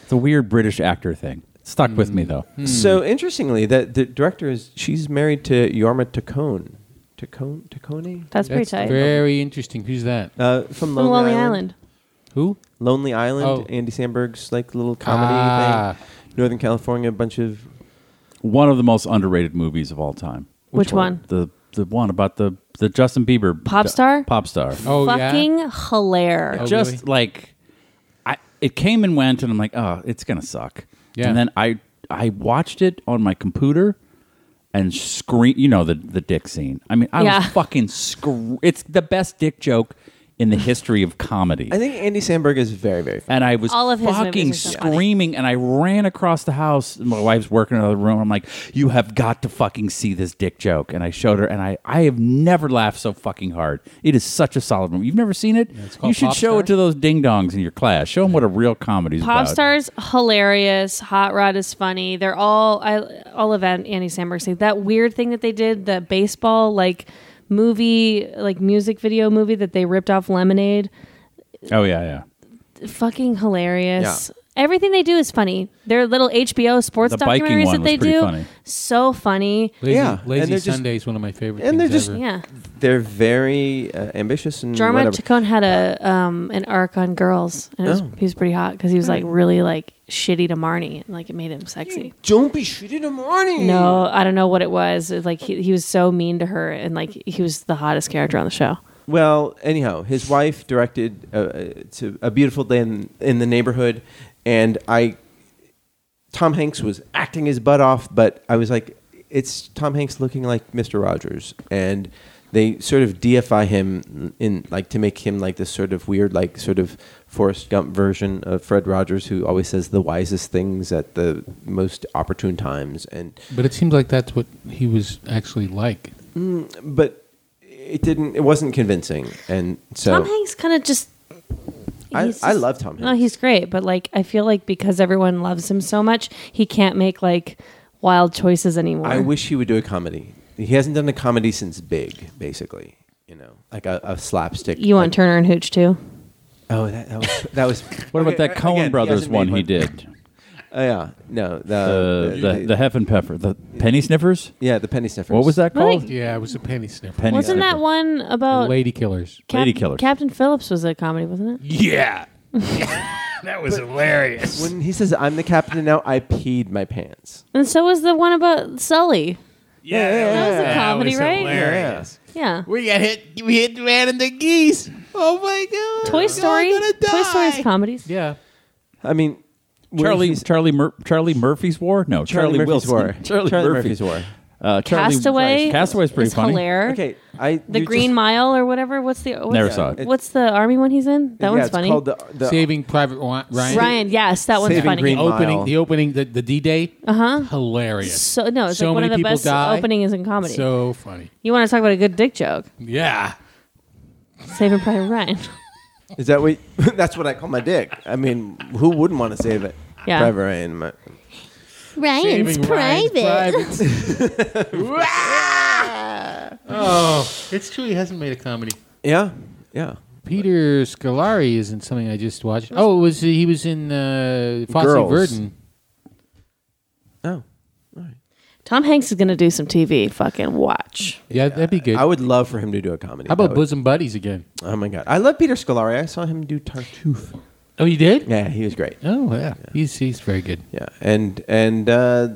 S2: It's a weird British actor thing. It stuck with
S5: Mm.
S2: me though.
S4: Hmm.
S5: So interestingly, that the director is she's married to Yorma Tacone, Tacone, Tacone,
S4: That's pretty
S6: That's
S4: tight.
S6: very interesting. Who's that?
S5: uh, from
S4: From
S5: Lonely,
S4: Lonely Island.
S6: Who?
S5: Lonely Island,
S6: Oh.
S5: Andy Samberg's like little comedy
S6: Ah.
S5: thing. Northern California, a bunch of
S2: One of the most underrated movies of all time.
S4: Which, one?
S2: The the one about the the Justin Bieber
S4: Pop star?
S2: Pop star.
S6: Oh yeah.
S4: Fucking hilarious.
S6: Oh,
S2: Just
S6: really?
S2: like, I it came and went, and I'm like, oh, it's gonna suck.
S6: Yeah.
S2: And then I I watched it on my computer. And scream, you know the the dick scene. I mean, I
S4: Yeah.
S2: was fucking scream. It's the best dick joke in the history of comedy.
S5: I think Andy Samberg is very, very funny.
S2: and I was
S4: All of his
S2: fucking
S4: movies are so funny.
S2: screaming, and I ran across the house. My wife's working in another room. I'm like, "You have got to fucking see this dick joke!" And I showed her, and I I have never laughed so fucking hard. It is such a solid movie. You've never seen it?
S6: it's called
S2: you should
S6: Pop
S2: show
S6: Star.
S2: it to those ding dongs in your class. Show them what a real comedy is
S4: Pop
S2: about.
S4: stars hilarious. Hot Rod is funny. They're all I all of An- Andy Samberg's thing. That weird thing that they did, the baseball like movie, like music video movie that they ripped off Lemonade.
S2: Oh yeah, yeah.
S4: Fucking hilarious. Everything they do is funny. Their little HBO sports
S2: The biking
S4: documentaries
S2: one
S4: that
S2: was
S4: they
S2: pretty
S4: do,
S2: funny.
S4: so funny.
S6: Lazy,
S5: Yeah, and
S6: Lazy
S5: they're just-
S6: Sunday is one of my favorite.
S5: and they're
S6: things
S5: just-
S6: ever.
S4: Yeah.
S5: They're very uh, ambitious and
S4: Jarma
S5: whatever.
S4: Chacon had a um, an arc on girls, and it was,
S5: Oh.
S4: he was pretty hot because he was like really like shitty to Marnie, and like it made him sexy.
S5: Don't be shitty in the morning.
S4: No, I don't know what it was. It, Like he, he was so mean to her, and like he was the hottest character on the show.
S5: Well, anyhow, his wife directed uh, uh, to a beautiful day in, in the neighborhood, and I, Tom Hanks was acting his butt off, but I was like, it's Tom Hanks looking like Mister Rogers, and they sort of deify him in like to make him like this sort of weird, like sort of Forrest Gump version of Fred Rogers, who always says the wisest things at the most opportune times, and
S6: But it seems like that's what he was actually like.
S5: but it didn't, it wasn't convincing, and so
S4: Tom Hanks kind of just.
S5: I,
S4: he's
S5: I
S4: just-
S5: love Tom Hanks.
S4: No, he's great, but like I feel like because everyone loves him so much, he can't make like wild choices anymore.
S5: I wish he would do a comedy. He hasn't done a comedy since Big, basically. You know, like a, a slapstick.
S4: you want
S5: like,
S4: Turner and Hooch too.
S5: Oh, that, that was that was.
S2: What about
S5: Okay,
S2: that
S5: a-
S2: Cohen
S5: again, he
S2: Brothers
S5: hasn't made
S2: one he did?
S5: Oh yeah, no the
S2: Uh, the
S5: the-
S2: the Heff and Pepper, the Penny Sniffers.
S5: yeah the penny sniffers.
S2: What was that
S4: Really?
S2: called?
S6: Yeah, it was a penny sniffer.
S2: Penny
S4: Wasn't that
S2: Sniffer.
S4: one about
S6: Lady killers.
S4: Cap-
S2: Lady Killers.
S4: Captain Phillips was a comedy, wasn't it?
S6: Yeah. that was hilarious.
S5: When he says I'm the captain now, I peed my pants.
S4: And so was the one about Sully.
S6: Yeah,
S4: That was a comedy, right?
S5: hilarious.
S4: Yeah.
S6: We got hit. We hit ran into geese. Oh my god!
S4: Toy Story. Toy Story's comedies.
S6: Yeah.
S5: I mean, when
S2: Charlie
S5: he's-
S2: Charlie Mur- Charlie Murphy's War? No,
S5: Charlie
S2: Charlie,
S5: Murphy's
S2: Wilson.
S5: War.
S2: Charlie,
S5: Charlie
S2: Murphy's
S5: Murphy's War.
S2: Uh, Charlie
S4: Castaway.
S2: Castaway's pretty
S4: is
S2: funny.
S4: Hilarious.
S5: Okay, I
S4: The
S5: you
S4: Green
S5: just-
S4: Mile or whatever. What's the what's,
S2: Never saw it.
S4: What's the army one he's in? That
S5: yeah,
S4: one's
S5: it's
S4: funny.
S5: Called uh, the, the,
S6: Saving Private Wa- Ryan.
S4: Ryan, yes, that one's
S5: Saving
S4: funny.
S5: Green
S6: The opening.
S5: Mile.
S6: The opening. The, the D Day. Uh huh. Hilarious.
S4: So no, it's
S6: So
S4: like one of
S6: many
S4: the
S6: people
S4: best
S6: die.
S4: openings in comedy.
S6: So funny.
S4: you want to talk about a good dick joke?
S6: Yeah.
S4: Saving Private Ryan.
S5: Is that what? that's what I call my dick. I mean, who wouldn't want to save it?
S4: Yeah.
S5: Private Ryan. My,
S6: Saving Ryan's private. oh, it's true. He hasn't made a comedy.
S5: yeah, yeah.
S6: Peter Scolari is in something I just watched. Oh, it was he was in uh, Fosse
S5: Girls.
S6: Verdon.
S5: Oh.
S4: Tom Hanks is going to do some TV. Fucking watch.
S6: Yeah, that'd be good.
S5: I would love for him to do a comedy.
S6: How
S5: That
S6: about
S5: would-
S6: Bosom Buddies again?
S5: Oh my god, I love Peter Scolari. I saw him do Tartuffe.
S6: Oh, you did?
S5: Yeah, he was great.
S6: Oh, yeah. He's he's very good.
S5: Yeah, and and uh,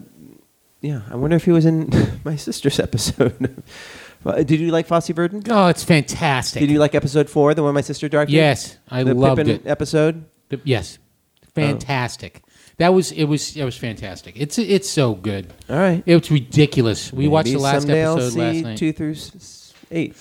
S5: yeah, I wonder if he was in my sister's episode. Well, Did you like Fosse Verdon?
S6: Oh, it's fantastic.
S5: Did you like episode four, the one my sister directed?
S6: Yes, I
S5: the
S6: loved
S5: Pippin Oh.
S6: it.
S5: episode.
S6: The- yes, fantastic. That was it. Was it was fantastic. It's it's so good.
S5: All right.
S6: It's ridiculous. We watched
S5: Maybe
S6: the last
S5: someday I'll
S6: episode last
S5: see
S6: night.
S5: Two through s- s- eight.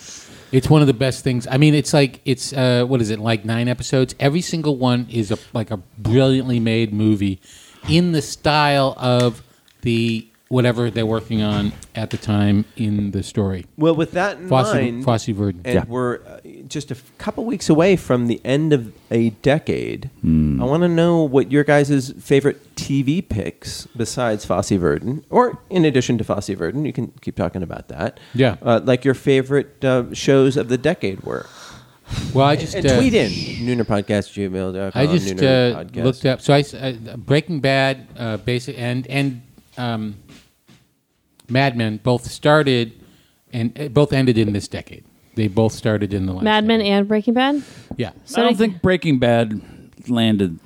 S6: It's one of the best things. I mean, it's like it's uh, what is it? Like nine episodes. Every single one is a like a brilliantly made movie, in the style of the whatever they're working on at the time in the story.
S5: Well, with that in
S6: Fossey,
S5: mind,
S6: Fossey Verdon.
S5: and we're uh, just a f- couple weeks away from the end of a decade.
S6: Hmm.
S5: I want to know what your guys' favorite TV picks besides Fosse Verdon, or in addition to Fosse Verdon, you can keep talking about that.
S6: Yeah.
S5: uh, like your favorite uh, shows of the decade were.
S6: Well, I just
S5: And
S6: uh,
S5: tweet in Nooner Podcast gmail.com.
S6: I just
S5: Nooner
S6: uh,
S5: Podcast.
S6: looked up. So I s- uh, Breaking Bad, uh, basic, and and um, Mad Men both started and uh, both ended in this decade. They both started in the last.
S4: Mad Men
S6: decade.
S4: and Breaking Bad.
S6: yeah.
S2: I don't think Breaking Bad landed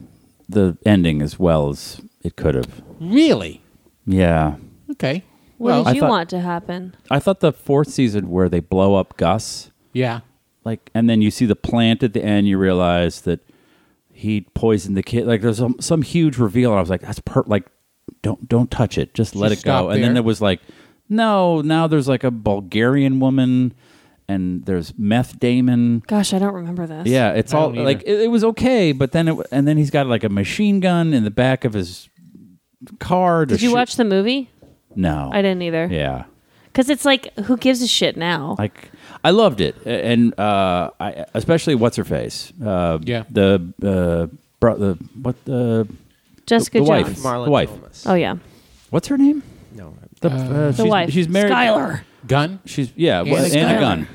S2: the ending as well as it could have.
S6: Really?
S2: Yeah.
S6: Okay.
S4: What
S6: Well,
S4: did
S2: I
S4: you
S2: thought-
S4: want to happen?
S2: I thought the fourth season where they blow up Gus,
S6: yeah.
S2: like, and then you see the plant at the end, you realize that he poisoned the kid. Like, there's some, some huge reveal. And I was like, that's per like, don't don't touch it. Just let
S6: Just
S2: it go.
S6: stop
S2: And then
S6: there.
S2: there was like, no, now there's like a Bulgarian woman, and there's meth Damon.
S4: Gosh, I don't remember this.
S2: Yeah, it's
S6: I
S2: all
S6: don't either.
S2: like it, it was okay, but then it and then he's got like a machine gun in the back of his car. to
S4: Did you
S2: shoot-
S4: watch the movie?
S2: No,
S4: I didn't either.
S2: Yeah,
S4: Because it's like, who gives a shit now?
S2: like I loved it, A- and uh, I especially what's her face. Uh,
S6: Yeah.
S2: the uh, bro, the what uh, the
S4: Jessica
S2: the wife.
S4: Jones.
S5: Marla
S2: The wife.
S5: Thomas.
S4: oh yeah,
S2: what's her name?
S5: No, I-
S2: The,
S4: Uh,
S2: uh,
S4: the
S2: she's,
S4: wife.
S2: She's married.
S4: Skylar.
S6: Gun.
S2: She's yeah,
S6: Anna
S2: Anna, Anna
S6: Skylar.
S2: Gunn.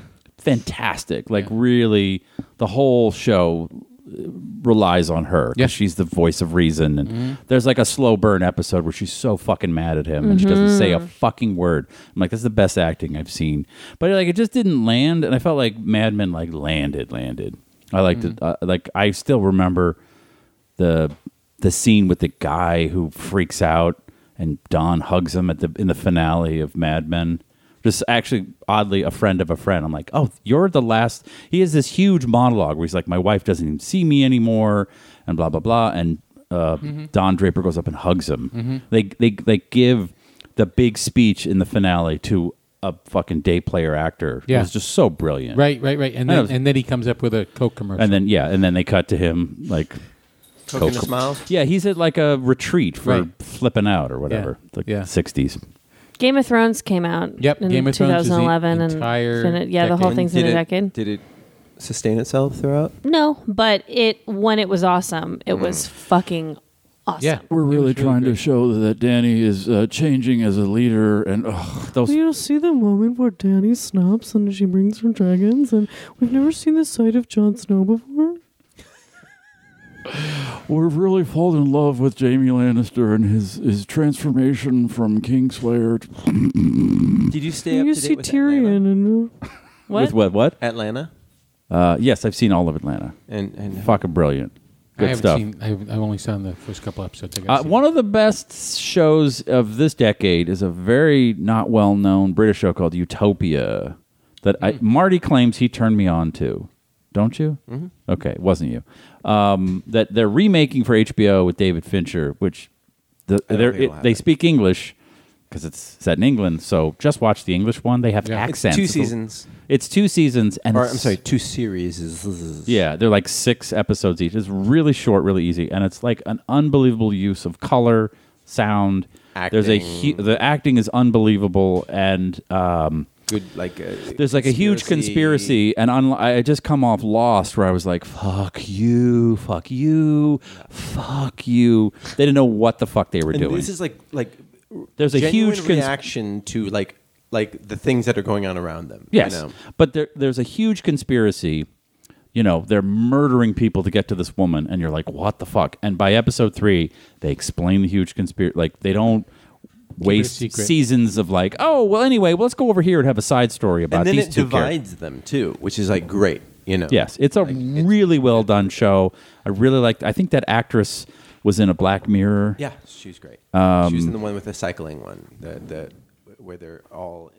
S2: Fantastic. Like really the whole show uh, relies on her 'cause
S6: Yeah.
S2: she's the voice of reason and there's like a slow burn episode where she's so fucking mad at him and she doesn't say a fucking word. I'm like that's the best acting I've seen. But like it just didn't land and I felt like Mad Men like landed landed. I liked it uh, like I still remember the the scene with the guy who freaks out and Don hugs him at the in the finale of Mad Men. Just actually, oddly, a friend of a friend. I'm like, oh, you're the last. He has this huge monologue where he's like, my wife doesn't even see me anymore, and blah blah blah. And uh,
S6: Mm-hmm.
S2: Don Draper goes up and hugs him. They they they give the big speech in the finale to a fucking day player actor.
S6: Yeah.
S2: it was just so brilliant.
S6: Right. Right. Right. And
S2: I
S6: then
S2: was-
S6: and then he comes up with a Coke commercial.
S2: And then yeah, and then they cut to him like
S5: Coconut
S2: Coke.
S5: Smile.
S2: yeah, he's at like a retreat for
S6: Right.
S2: flipping out or whatever.
S6: Yeah.
S2: The
S6: Yeah.
S2: 60s.
S4: Game of Thrones came out.
S6: Yep,
S4: in
S6: Game of Thrones is the
S4: 2011 and
S6: entire
S4: fini- yeah, the
S6: decade.
S4: whole
S6: And
S4: thing's in
S5: Did
S4: a
S5: it-
S4: decade.
S5: Did it sustain itself throughout?
S4: No, but it when it was awesome, it was fucking awesome.
S6: yeah.
S2: We're really trying to show that Danny is uh, changing as a leader and oh, those
S7: You see the moment where Danny snaps and she brings her dragons, and we've never seen the sight of Jon Snow before.
S2: we're really falling in love with Jamie Lannister and his his transformation from Kingslayer to
S6: Hmm.
S5: Did you stay up
S7: you
S5: to
S7: see
S5: date with Atlanta?
S7: Tyrion, and uh,
S4: What?
S2: With what what?
S5: Atlanta?
S2: Uh, yes, I've seen all of Atlanta.
S5: And, and
S2: Fucking brilliant.
S6: I
S2: Good
S6: haven't
S2: stuff.
S6: seen. I've, I've only seen the first couple episodes. I
S2: Uh,
S6: guess.
S2: one of the best shows of this decade is a very not well known British show called Utopia that I,
S5: Hmm.
S2: Marty claims he turned me on to. Don't you? Mm-hmm. Okay, it wasn't you. Um, that they're remaking for HBO with David Fincher, which the,
S5: don't
S2: they're,
S5: think it'll
S2: it, they
S5: happen.
S2: speak English because it's set in England. So just watch the English one. They have
S6: Yeah. It's
S5: It's
S2: accents.
S5: two
S2: a-
S5: seasons.
S2: It's two seasons, and
S5: Or I'm
S2: it's-
S5: sorry, two series. is-
S2: yeah, they're like six episodes each. It's really short, really easy, and it's like an unbelievable use of color, sound. There's a hu-
S5: Acting.
S2: the acting is unbelievable, and um,
S5: Good, like uh, a,
S2: there's like a huge conspiracy. And unlo- I I just come off Lost, where I was like, "Fuck you, fuck you, fuck you." They didn't know what the fuck they were
S5: And
S2: doing.
S5: this is like like
S2: There's a
S5: genuine
S2: huge cons-
S5: reaction to like like the things that are going on around them. you
S2: Yes,
S5: know?
S2: but there, there's a huge conspiracy. You know, they're murdering people to get to this woman, and you're like, "What the fuck?" And by episode three, they explain the huge conspiracy. Like they don't waste
S6: secret.
S2: seasons of like, oh well, anyway, well, let's go over here and have a side story about
S5: and then
S2: these
S5: it
S2: two characters.
S5: divides them too, which is like great. You know.
S2: Yes, it's a really well done show. I really liked. I think that actress was in a Black Mirror.
S5: Yeah, she's great.
S2: Um,
S5: she was in the one with the cycling one, the the where they're all.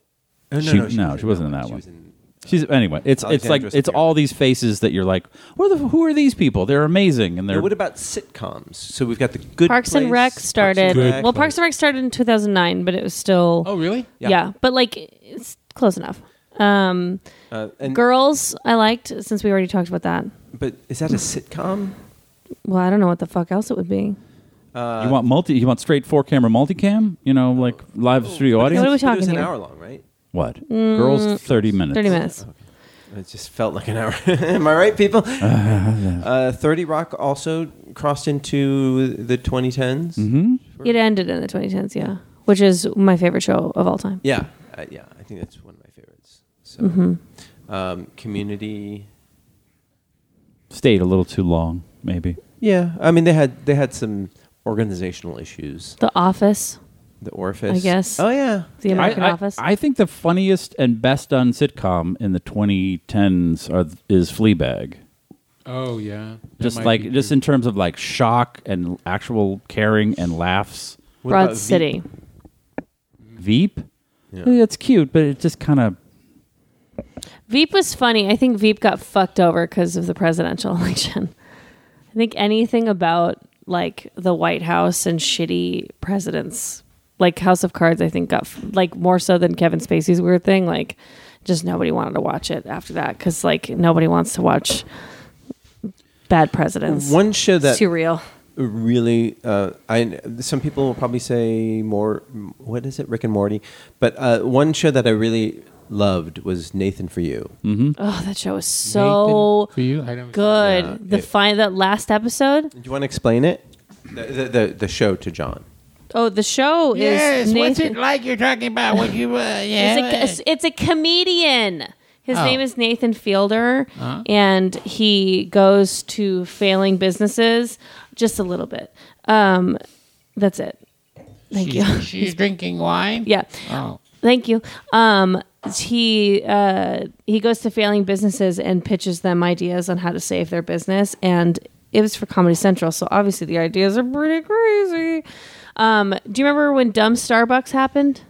S5: Oh,
S2: She- no, she wasn't in that
S5: She
S2: one.
S5: was in-
S2: She's anyway. It's it's like
S5: Alexandra
S2: it's
S5: Sapir.
S2: all these faces that you're like, who are the who are these people? They're amazing and
S5: Now,
S2: they're
S5: what about sitcoms? So we've got the Good
S4: Parks and
S5: Place,
S4: Rec
S5: Parks and
S4: started.
S5: Rec.
S4: well, Parks and Rec started in 2009, but it was still.
S6: Oh, really?
S5: yeah.
S4: yeah. but like it's close enough. Um,
S5: Uh, and,
S4: girls, I liked since we already talked about that.
S5: but is that a sitcom?
S4: Well, I don't know what the fuck else it would be.
S2: you want multi you want straight four camera multicam, you know, like live studio
S4: What are
S2: audience.
S4: we
S5: But It was
S4: talking
S5: an
S4: here?
S5: hour long, right?
S2: What? Girls 30 minutes.
S4: 30 Mm. minutes.
S5: It just felt like an hour. Am I right, people? Uh, Thirty Rock also crossed into the 2010s.
S4: Mm-hmm. It ended in the 2010s, yeah, which is my favorite show of all time.
S5: Yeah, uh, yeah. I think that's one of my favorites. So,
S4: Mm-hmm.
S5: um, Community.
S2: Stayed a little too long, maybe.
S5: Yeah, I mean they had they had some organizational issues.
S4: The Office,
S5: The Orifice,
S4: I guess.
S5: Oh yeah,
S4: The American
S2: I, I-
S4: Office.
S2: I think the funniest and best done sitcom in the 2010s are, is Fleabag.
S6: Oh, yeah. That
S2: Just
S6: might
S2: like
S6: be
S2: just
S6: true.
S2: in terms of like shock and actual caring and laughs.
S5: What about
S4: Broad
S5: Veep?
S4: City.
S6: Mm.
S2: Veep?
S5: Yeah.
S2: Yeah, It's cute, but it just kind of
S4: Veep was funny. I think Veep got fucked over because of the presidential election. I think anything about like the White House and shitty presidents, like House of Cards, I think got f- like more so than Kevin Spacey's weird thing. Like, just nobody wanted to watch it after that because like nobody wants to watch bad presidents.
S5: One show that
S4: It's too real.
S5: really, uh, I some people will probably say more. What is it, Rick and Morty? But uh, one show that I really loved was Nathan for You.
S4: Oh, that show was so
S6: Nathan, for you, I don't
S4: good.
S5: Yeah,
S4: the
S5: it-
S4: fi- that last episode.
S5: Do you want to explain it? The the, the, the show to John.
S4: Oh, the show is Nathan.
S6: like you're talking about? What you, uh,
S4: It's a, it's a comedian. His
S6: Oh. Uh-huh.
S4: name is Nathan Fielder, and he goes to failing businesses just a little bit. Um, that's it. Thank you.
S6: She's drinking wine.
S4: Yeah.
S6: Oh.
S4: Thank you. Um, he uh, he goes to failing businesses and pitches them ideas on how to save their business, and it was for Comedy Central, so obviously the ideas are pretty crazy. Um, do you remember when Dumb Starbucks happened?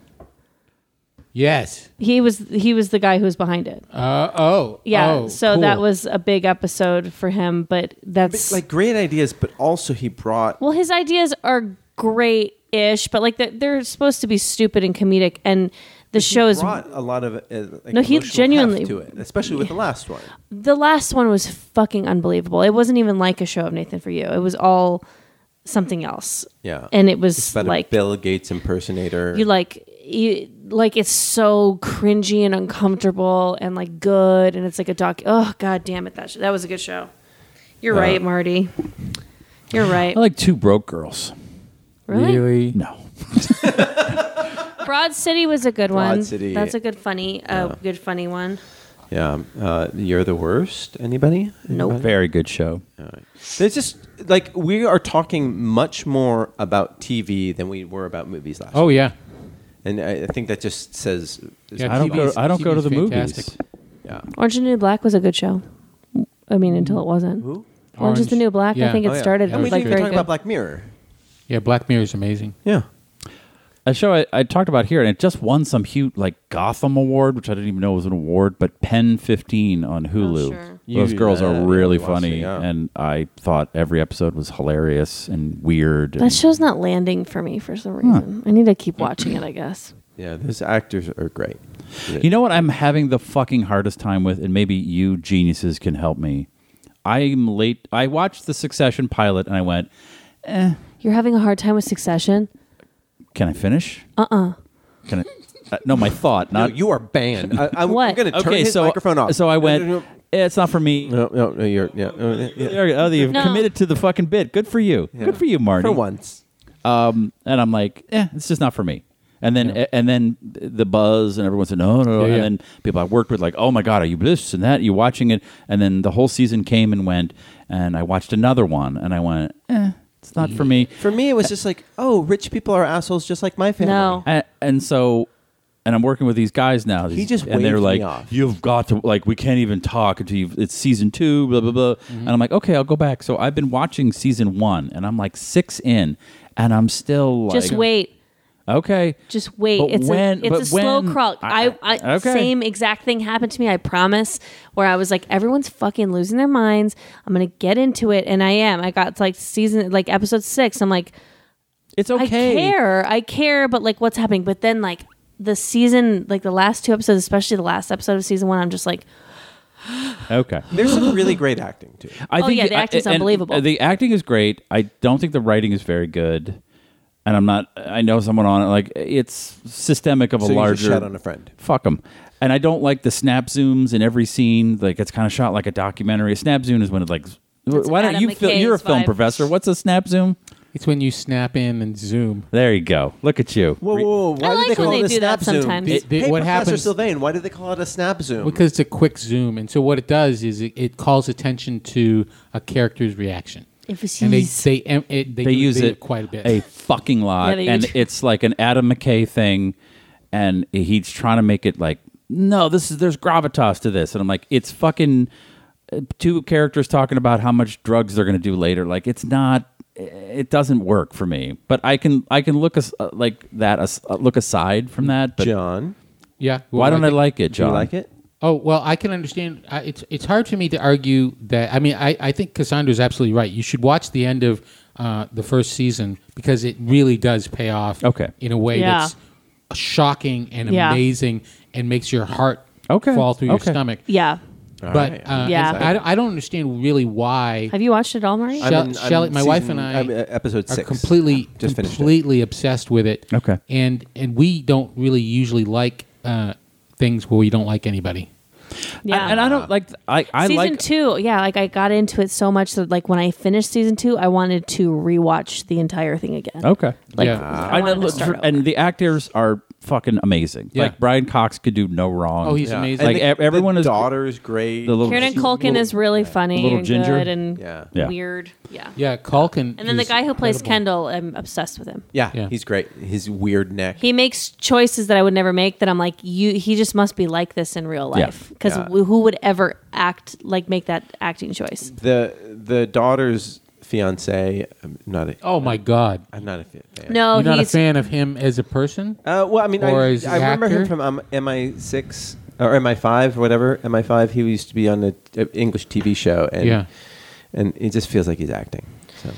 S6: Yes.
S4: He was he was the guy who was behind it.
S6: Uh, oh.
S4: Yeah,
S6: oh,
S4: so
S6: cool.
S4: that was a big episode for him, but
S5: But,
S4: that's
S5: like great ideas, but also he brought
S4: well, his ideas are great ish, but like they're, they're supposed to be stupid and comedic, and the show
S5: he
S4: is
S5: brought a lot of uh, like
S4: No, he
S5: emotional heft
S4: genuinely-
S5: to it, especially with the last one.
S4: the last one was fucking unbelievable. It wasn't even like a show of Nathan for you. It was all something else.
S5: Yeah.
S4: and it was
S5: It's about
S4: like
S5: a Bill Gates impersonator.
S4: you like you like it's so cringy and uncomfortable and like good and it's like a doc. Oh god damn it, that sh- that was a good show. You're right, Marty. You're right.
S2: I like two broke girls.
S4: really?
S2: No.
S4: Broad City was a good
S5: Broad
S4: one.
S5: City.
S4: That's a good funny, uh, good funny one.
S5: Yeah, uh, you're the worst. Anybody?
S4: Nope.
S2: Very good show.
S5: There's just like we are talking much more about TV than we were about movies last.
S6: Oh,
S5: week.
S6: yeah.
S5: and I, I think that just says is-
S6: Yeah,
S2: I don't go
S6: TV's
S2: I don't go to the movies.
S6: fantastic.
S5: yeah.
S4: Orange and the New Black was a good show. I mean, until it wasn't. Orange, is the
S6: Orange,
S4: New Black. I
S6: yeah.
S4: think it
S6: Oh,
S5: yeah.
S4: started
S5: And we
S4: like
S5: didn't even
S4: very
S5: talk
S4: good.
S5: about Black Mirror.
S6: Yeah, Black Mirror is amazing.
S5: Yeah.
S2: a show I, I talked about here, and it just won some huge like Gotham Award, which I didn't even know was an award, but Pen 15 on Hulu.
S4: Oh, sure.
S2: Those
S5: You-
S2: girls
S5: yeah,
S2: are
S5: you
S2: really
S5: watched it,
S2: funny,
S5: yeah.
S2: and I thought every episode was hilarious and weird.
S4: that show's not landing for me for some reason. I need to keep watching it. I guess.
S5: Yeah, those actors are great.
S2: you know what I'm having the fucking hardest time with, and maybe you geniuses can help me. I'm late. I watched the Succession pilot, and I went,
S4: You're having a hard time with Succession.
S2: "Can I finish? Uh uh
S4: Uh-uh.
S2: Can I? Uh, no, my thought,
S5: No,
S2: not
S5: you are banned. I, I,
S4: What?
S5: am going to turn
S2: okay.
S5: his
S2: So
S5: microphone off.
S2: So I
S5: No,
S2: went. "Eh, It's not for me.
S5: no, no, no, you're yeah, uh, yeah.
S2: There you go. Oh, you've
S4: No.
S2: committed to the fucking bit. Good for you. Good for you, Marty.
S5: for once.
S2: And I'm like, eh, it's just not for me. And then and then the buzz and everyone said no no, no.
S6: Yeah, yeah.
S2: and then people I worked with like oh my god are you this and that Are you watching it and then the whole season came and went and I watched another one and I went eh It's not for me.
S5: For me, it was just like, oh, rich people are assholes just like my family.
S4: No.
S2: and, and so and I'm working with these guys now.
S5: He
S2: these-
S5: just
S2: and they're
S5: waved
S2: like,
S5: me off.
S2: "You've got to like, we can't even talk until you've, it's season two, blah blah blah."
S5: Mm-hmm.
S2: And I'm like, "Okay, I'll go back." So I've been watching season one, and I'm like six in, and I'm still like,
S4: Just wait.
S2: Okay,
S4: Just wait.
S2: But
S4: it's
S2: when-
S4: a,
S2: but
S4: it's a slow
S2: when-
S4: crawl. I, I,
S2: okay.
S4: same exact thing happened to me. I promise. Where I was like, everyone's fucking losing their minds. I'm gonna get into it, and I am. I got to like season like episode six. I'm like,
S2: it's okay.
S4: I care. I care, but like what's happening. But then like the season, like the last two episodes, especially the last episode of season one, I'm just like,
S2: Okay,
S5: There's some really great acting too.
S2: I
S4: Oh, yeah, the
S2: I-
S4: acting's
S2: and
S4: unbelievable.
S2: The acting is great. I don't think the writing is very good, and I'm not. I know someone on it. Like it's systemic of
S5: So
S2: a
S5: you
S2: larger.
S5: just shat on a friend.
S2: Fuck them. And I don't like the snap zooms in every scene. Like it's kind of shot like a documentary. A snap zoom is when it like.
S4: That's
S2: why don't
S4: Adam
S2: you? Fil- you're a
S4: McKay's
S2: film
S4: vibe.
S2: professor. What's a snap zoom?
S6: It's when you snap in and zoom.
S2: There you go. Look at you.
S5: Whoa, whoa, whoa.
S4: I
S5: Why
S4: like
S5: do they call
S4: when
S5: it
S4: they
S5: a
S4: do that
S5: snap zoom?
S4: sometimes.
S6: It- the-
S5: hey,
S6: what
S5: Professor
S6: happens-
S5: Sylvain, why do they call it a snap zoom?
S6: Because it's a quick zoom, and so what it does is it, it calls attention to a character's reaction.
S4: if it's
S6: And they they em- it, they,
S2: They
S6: do
S2: use
S6: video
S2: it
S6: quite a bit.
S2: a fucking lot,
S4: Yeah, they
S2: and
S4: do.
S2: it's like an Adam McKay thing, and he's trying to make it like, no, this is there's gravitas to this, and I'm like, it's fucking uh, two characters talking about how much drugs they're gonna do later. Like, it's not, eh, it doesn't work for me. But I can I can look as, uh, like that as, uh, look aside from that. But
S5: John,
S6: yeah.
S2: why
S6: well,
S2: don't I,
S6: think-
S2: like it,
S5: do
S2: John?
S5: you like it?
S6: Oh well, I can understand. I, it's it's hard for me to argue that. I mean, I, I think Cassandra's absolutely right. You should watch the end of uh, the first season because it really does pay off.
S2: Okay.
S6: In a way
S4: Yeah.
S6: that's shocking and
S4: Yeah.
S6: amazing and makes your heart
S2: Okay,
S6: fall through your
S2: okay.
S6: stomach.
S4: yeah.
S6: But
S5: right.
S6: uh,
S4: Yeah.
S6: I, don't- I don't understand really why
S4: Have you watched it all, Murray?
S6: Shall-
S5: in-
S6: shall
S5: in
S6: it- my wife
S5: season-
S6: and I
S5: I'm, uh, episode
S6: are
S5: six.
S6: completely
S5: Just finished it.
S6: completely obsessed with it.
S2: Okay.
S6: And and we don't really usually like uh, things where we don't like anybody.
S4: yeah.
S2: And I don't like. I I
S4: season
S2: like.
S4: two, yeah, like I got into it so much that like when I finished season two, I wanted to rewatch the entire thing again.
S2: Okay.
S4: Like
S6: Yeah.
S4: I,
S2: I know,
S4: wanted to
S2: look,
S4: start
S2: for-
S4: over.
S2: and the actors are fucking amazing.
S6: Yeah.
S2: Like Brian Cox could do no wrong.
S6: Oh, he's
S5: Yeah.
S6: amazing.
S5: And
S2: Like,
S5: the-
S2: ev- everyone
S5: the
S2: is-
S5: daughter is great.
S2: The little-
S4: Kieran Culkin is really funny,
S2: Little
S4: and
S2: ginger.
S4: good and
S5: Yeah.
S2: Yeah.
S4: weird, yeah.
S6: yeah, Culkin.
S4: And then the
S6: is
S4: guy who plays
S6: incredible.
S4: Kendall, I'm obsessed with him.
S5: yeah,
S6: Yeah.
S5: he's great. His weird neck.
S4: He makes choices that I would never make. That I'm like, you. He just must be like this in real
S2: Yeah.
S4: life, because
S5: Yeah.
S4: who would ever act like make that acting choice?
S5: the the daughter's fiance. I'm not a.
S6: Oh my God!
S5: I'm not a fan.
S4: No,
S6: You're not a
S4: oh, he's
S6: fan of him as a person.
S5: Uh, well, I mean,
S6: Or
S5: I,
S6: is
S5: I remember
S6: actor?
S5: him from um, MI6 or MI5 or whatever. MI5. He used to be on an English TV show, and
S6: Yeah.
S5: and it just feels like he's acting. So.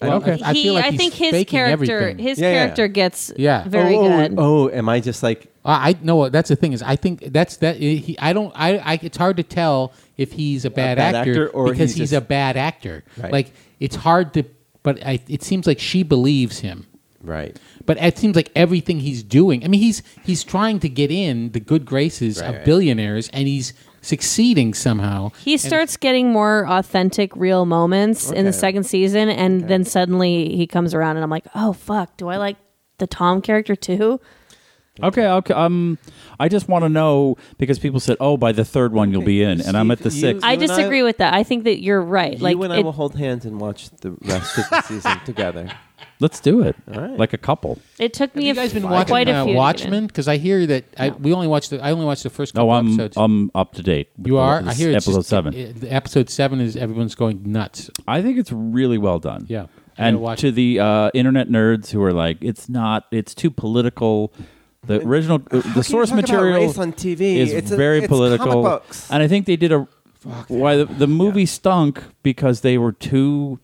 S6: Well,
S4: He, I,
S6: feel like he's
S4: think his
S6: faking
S4: character,
S6: everything.
S4: his
S5: Yeah, yeah.
S4: character gets
S6: Yeah.
S4: very
S5: oh,
S4: good.
S5: Oh, am I just like?
S6: I I know that's the thing is I think that's that eh, he I don't I, I it's hard to tell if he's a bad,
S5: bad actor or
S6: because
S5: he's
S6: he's, a
S5: just-
S6: bad actor.
S5: Right.
S6: Like it's hard to, but I, it seems like she believes him.
S5: Right.
S6: But it seems like everything he's doing. I mean, he's he's trying to get in the good graces
S5: Right,
S6: of
S5: right.
S6: billionaires, and he's succeeding somehow.
S4: He starts getting more authentic, real moments in the
S5: Okay.
S4: second season, and then suddenly he comes around, and I'm like, oh fuck, do I like the Tom character too?
S2: Okay, okay. Um, I just want to know because people said, "Oh, by the third one you'll be in," and I'm at the
S5: Steve,
S2: sixth.
S5: you-
S4: I
S5: and I-
S4: disagree with that. I think that you're right. like
S5: you and I
S4: it-
S5: will hold hands and watch the rest of the season together.
S2: Let's do it,
S5: right.
S2: like a couple.
S4: It took me
S6: Have you
S4: a-
S6: guys been watching
S4: quite a
S6: uh,
S4: few. to get
S6: Watchmen?
S4: in.
S6: Because I hear that I, we only watched the I only watched the first.
S2: No,
S6: couple
S2: Oh, I'm
S6: episodes.
S2: I'm up to date. with
S6: You
S2: the-
S6: are. I
S2: this
S6: hear it's
S2: episode
S6: just-
S2: seven.
S6: it- the episode seven is everyone's going nuts.
S2: I think it's really well done.
S6: Yeah. I
S2: and
S6: gotta watch
S2: to
S6: it.
S2: the uh, internet nerds who are like, "It's not. It's too political." The original, uh, the source
S5: talk about
S2: material
S5: race on TV?
S2: is
S5: It's a-
S2: very
S5: it's comic
S2: political,
S5: books.
S2: and I think they did a why the, the movie stunk because they were too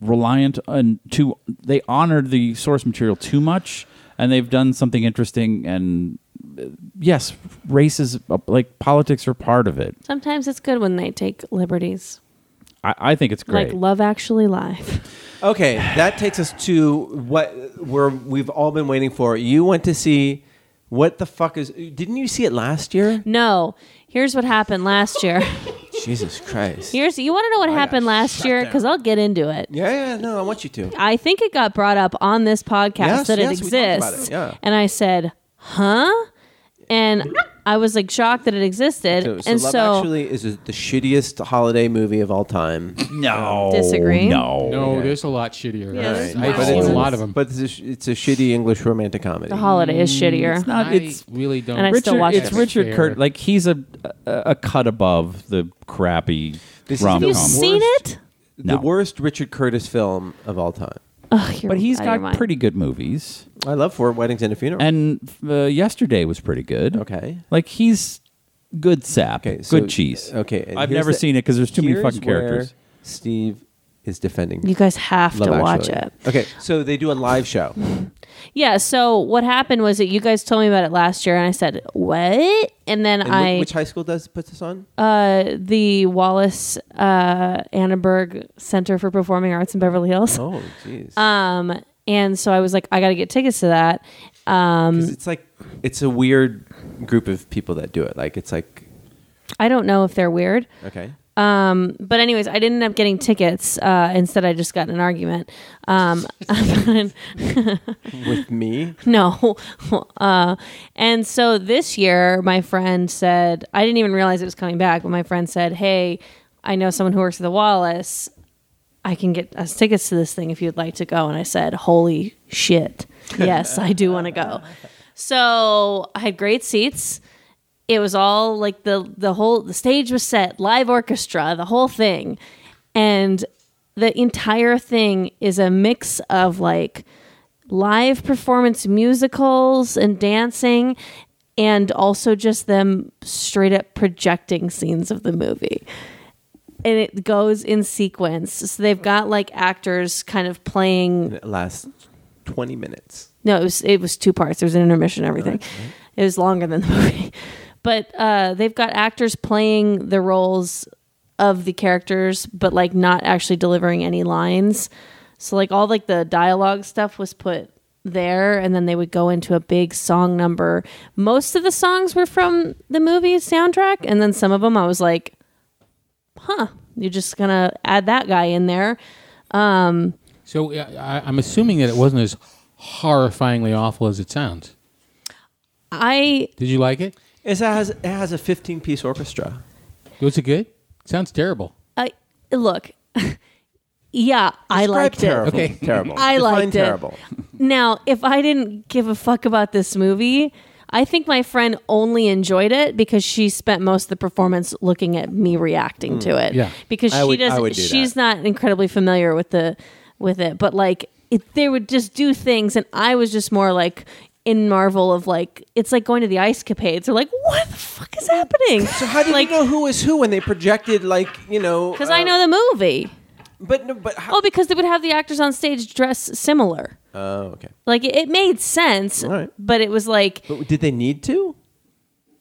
S2: reliant on too they honored the source material too much, and they've done something interesting. And uh, yes, race is uh, like politics are part of it.
S4: Sometimes it's good when they take liberties,
S2: I, I think it's great.
S4: like Love Actually Live.
S5: Okay, that takes us to what we're, we've all been waiting for. You went to see what the fuck is? Didn't you see it last year?
S4: No, here's what happened last year.
S5: Jesus Christ!
S4: here's you want to know what happened last year because I'll get into it.
S5: Yeah, yeah, no, I want you to.
S4: I think it got brought up on this podcast
S5: Yes,
S4: that it
S5: yes, we talked about
S4: exists,
S5: it, yeah.
S4: and I said, "Huh?" and I was like shocked that it existed,
S5: So, so
S4: and
S5: Love
S4: so
S5: Actually is the shittiest holiday movie of all time.
S2: No.
S4: Disagree?
S2: No.
S6: No, there's a lot shittier.
S4: Yeah, there's lots.
S6: I've seen
S4: But
S6: a
S4: it's-
S6: lot of them.
S5: But it's a, sh- it's a shitty English romantic comedy.
S4: the holiday is shittier.
S2: It's not.
S6: I
S2: It's
S6: really don't.
S4: and I
S2: Richard.
S4: still watch
S2: it's
S4: it.
S2: Richard
S6: Fair.
S2: Kurt. Like he's a a, a cut above the crappy
S5: This is
S2: rom
S4: Have you
S5: the
S2: com.
S4: seen
S5: Worst.
S4: it?
S2: No.
S5: The worst Richard Curtis film of all time.
S4: Ugh, you're
S2: But he's
S4: out of your
S2: got
S4: mind.
S2: pretty good movies.
S5: I love Four Weddings and a Funeral.
S2: And uh, yesterday was pretty good.
S5: okay.
S2: Like he's good sap.
S5: Okay. So,
S2: good cheese.
S5: Okay. and
S2: I've
S5: here's
S2: never
S5: the-
S2: seen it because there's too many
S5: here's
S2: fucking
S5: where
S2: characters.
S5: Steve is defending.
S4: You guys have
S5: Love
S4: to watch
S5: Actually.
S4: it.
S5: Okay, so they do a live show.
S4: Yeah. So what happened was that you guys told me about it last year, and I said what? And then
S5: And wh-
S4: I
S5: which high school does put this on?
S4: uh, the Wallace uh, Annenberg Center for Performing Arts in Beverly Hills.
S5: oh, jeez.
S4: Um, and so I was like, I got to get tickets to that. Um,
S5: 'Cause it's like it's a weird group of people that do it. Like it's like
S4: I don't know if they're weird.
S5: okay.
S4: Um, but anyways, I didn't end up getting tickets. Uh, instead, I just got in an argument. Um,
S5: With me,
S4: no. Uh, and so this year, my friend said, I didn't even realize it was coming back, but my friend said, Hey, I know someone who works at the Wallace. I can get us tickets to this thing if you'd like to go. And I said, Holy shit. Yes, I do want to go. So I had great seats. It was all like the the whole the stage was set, live orchestra, the whole thing. And the entire thing is a mix of like live performance musicals and dancing and also just them straight up projecting scenes of the movie and it goes in sequence so they've got like actors kind of playing
S5: it lasts twenty minutes.
S4: no it was it was two parts there was an intermission and everything it was longer than the movie but uh, they've got actors playing the roles of the characters but like not actually delivering any lines so like all like the dialogue stuff was put there and then they would go into a big song number most of the songs were from the movie soundtrack and then some of them i was like huh you're just gonna add that guy in there
S6: So uh, I, I'm assuming that it wasn't as horrifyingly awful as it sounds.
S4: i
S6: Did you like it?
S5: It has it has a fifteen piece orchestra.
S6: Was it good? sounds terrible.
S4: I look. yeah, I liked
S5: terrible.
S4: it.
S6: Okay.
S5: terrible.
S4: I
S5: Define
S4: liked it.
S5: Terrible.
S4: Now, if I didn't give a fuck about this movie, I think my friend only enjoyed it because she spent most of the performance looking at me reacting to it.
S6: Yeah.
S4: Because
S5: Hmm. I
S4: she
S5: would- I
S4: doesn't
S5: would do
S4: she's
S5: that.
S4: not incredibly familiar with the with it, but like it, they would just do things and I was just more like in marvel of like it's like going to the ice capades. They're like, what the fuck is happening?
S5: So how did
S4: like,
S5: you know who is who when they projected like you know? uh,
S4: Because I know the movie.
S5: But no, but how,
S4: Oh, because they would have the actors on stage dress similar.
S5: oh, okay.
S4: Like it, it made sense,
S5: All right.
S4: but it was like
S5: But did they need to?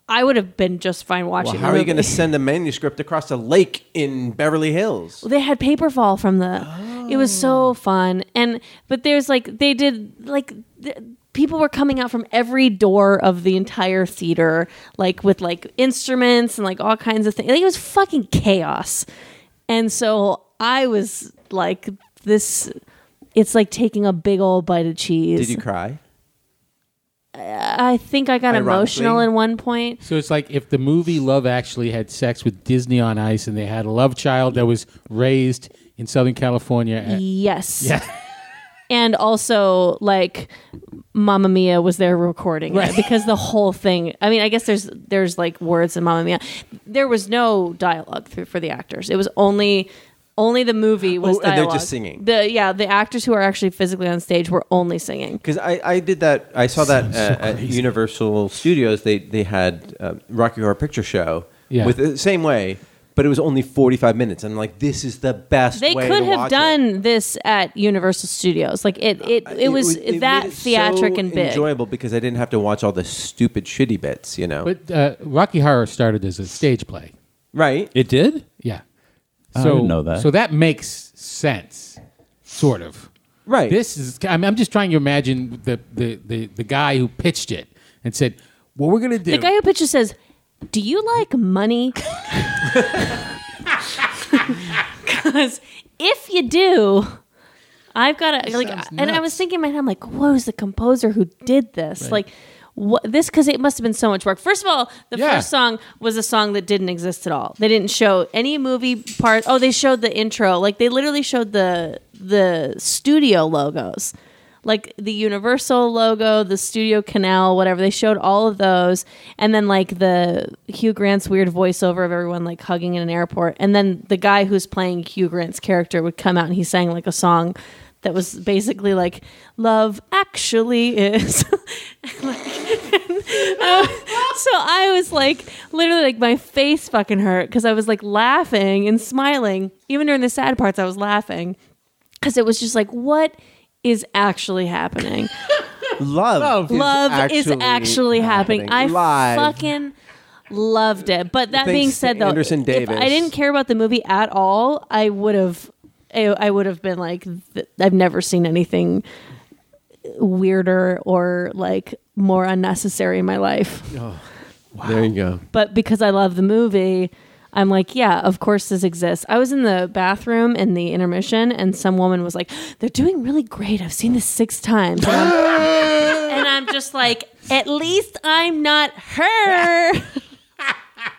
S4: I would have been just fine
S5: Well,
S4: watching.
S5: how
S4: the
S5: are you going to
S4: movie.
S5: send a manuscript across a lake in Beverly Hills?
S4: They had Paperfall from the. It was
S5: Oh.
S4: so fun, and but there's like they did like. Th- People were coming out from every door of the entire theater, like with like instruments and like all kinds of things. Like, it was fucking chaos, and so I was like, "This, it's like taking a big old bite of cheese."
S5: Did you cry?
S4: I think I got
S5: Ironically.
S4: emotional in one point.
S6: So it's like if the movie Love Actually had sex with Disney on Ice and they had a love child that was raised in Southern California. uh, at-
S4: Yes. And also, like, Mamma Mia was there recording it because the whole thing. I mean, I guess there's there's like words in Mamma Mia. There was no dialogue for, for the actors. It was only only the movie was
S5: Oh, and they're
S4: dialogue.
S5: just singing.
S4: The yeah, the actors who are actually physically on stage were only singing.
S5: Because I, I did that. I saw that uh, at Universal Studios. They they had um, Rocky Horror Picture Show
S6: Yeah.
S5: with the same way, but it was only forty five minutes. And I'm like, this is the best.
S4: They
S5: way
S4: could
S5: to
S4: have
S5: watch
S4: done
S5: It.
S4: this at Universal Studios. Like it it, it, was
S5: Uh, it
S4: that
S5: made it so
S4: theatric and big.
S5: enjoyable because I didn't have to watch all the stupid shitty bits. You know,
S6: But uh, Rocky Horror started as a stage play.
S5: right?
S2: It did.
S6: Yeah. So,
S2: I didn't know that.
S6: So that makes sense, sort of.
S5: Right.
S6: This is. I'm, I'm just trying to imagine the, the, the, the guy who pitched it and said, "What we're gonna do?"
S4: The guy who pitches says, "Do you like money?" Because if you do, I've got to like.
S6: sounds
S4: And I was
S6: nuts.
S4: thinking in my head, I'm like, "What was the composer who did this?" Like, what this because it must have been so much work. First of all, the
S6: Yeah.
S4: first song was a song that didn't exist at all. They didn't show any movie part. Oh, they showed the intro. Like they literally showed the the studio logos. Like the Universal logo, the Studio Canal, whatever. They showed all of those and then like the Hugh Grant's weird voiceover of everyone like hugging in an airport and then the guy who's playing Hugh Grant's character would come out and he sang like a song that was basically like love actually is so I was like, literally, like my face fucking hurt because I was like laughing and smiling. Even during the sad parts, I was laughing because it was just like, what is actually happening?
S5: Love,
S4: Love is actually happening. I
S5: Live.
S4: fucking loved it. But that
S5: Thanks
S4: being
S5: to
S4: said, though,
S5: Anderson
S4: if
S5: Davis.
S4: I didn't care about the movie at all, I would have, I, I would have been like, th- I've never seen anything weirder or like more unnecessary in my life
S5: There you go.
S4: but because I love the movie, I'm like, yeah, of course this exists. I was in the bathroom in the intermission, and some woman was like, "They're doing really great. I've seen this six times," and I'm, and I'm just like, "At least I'm not her yet."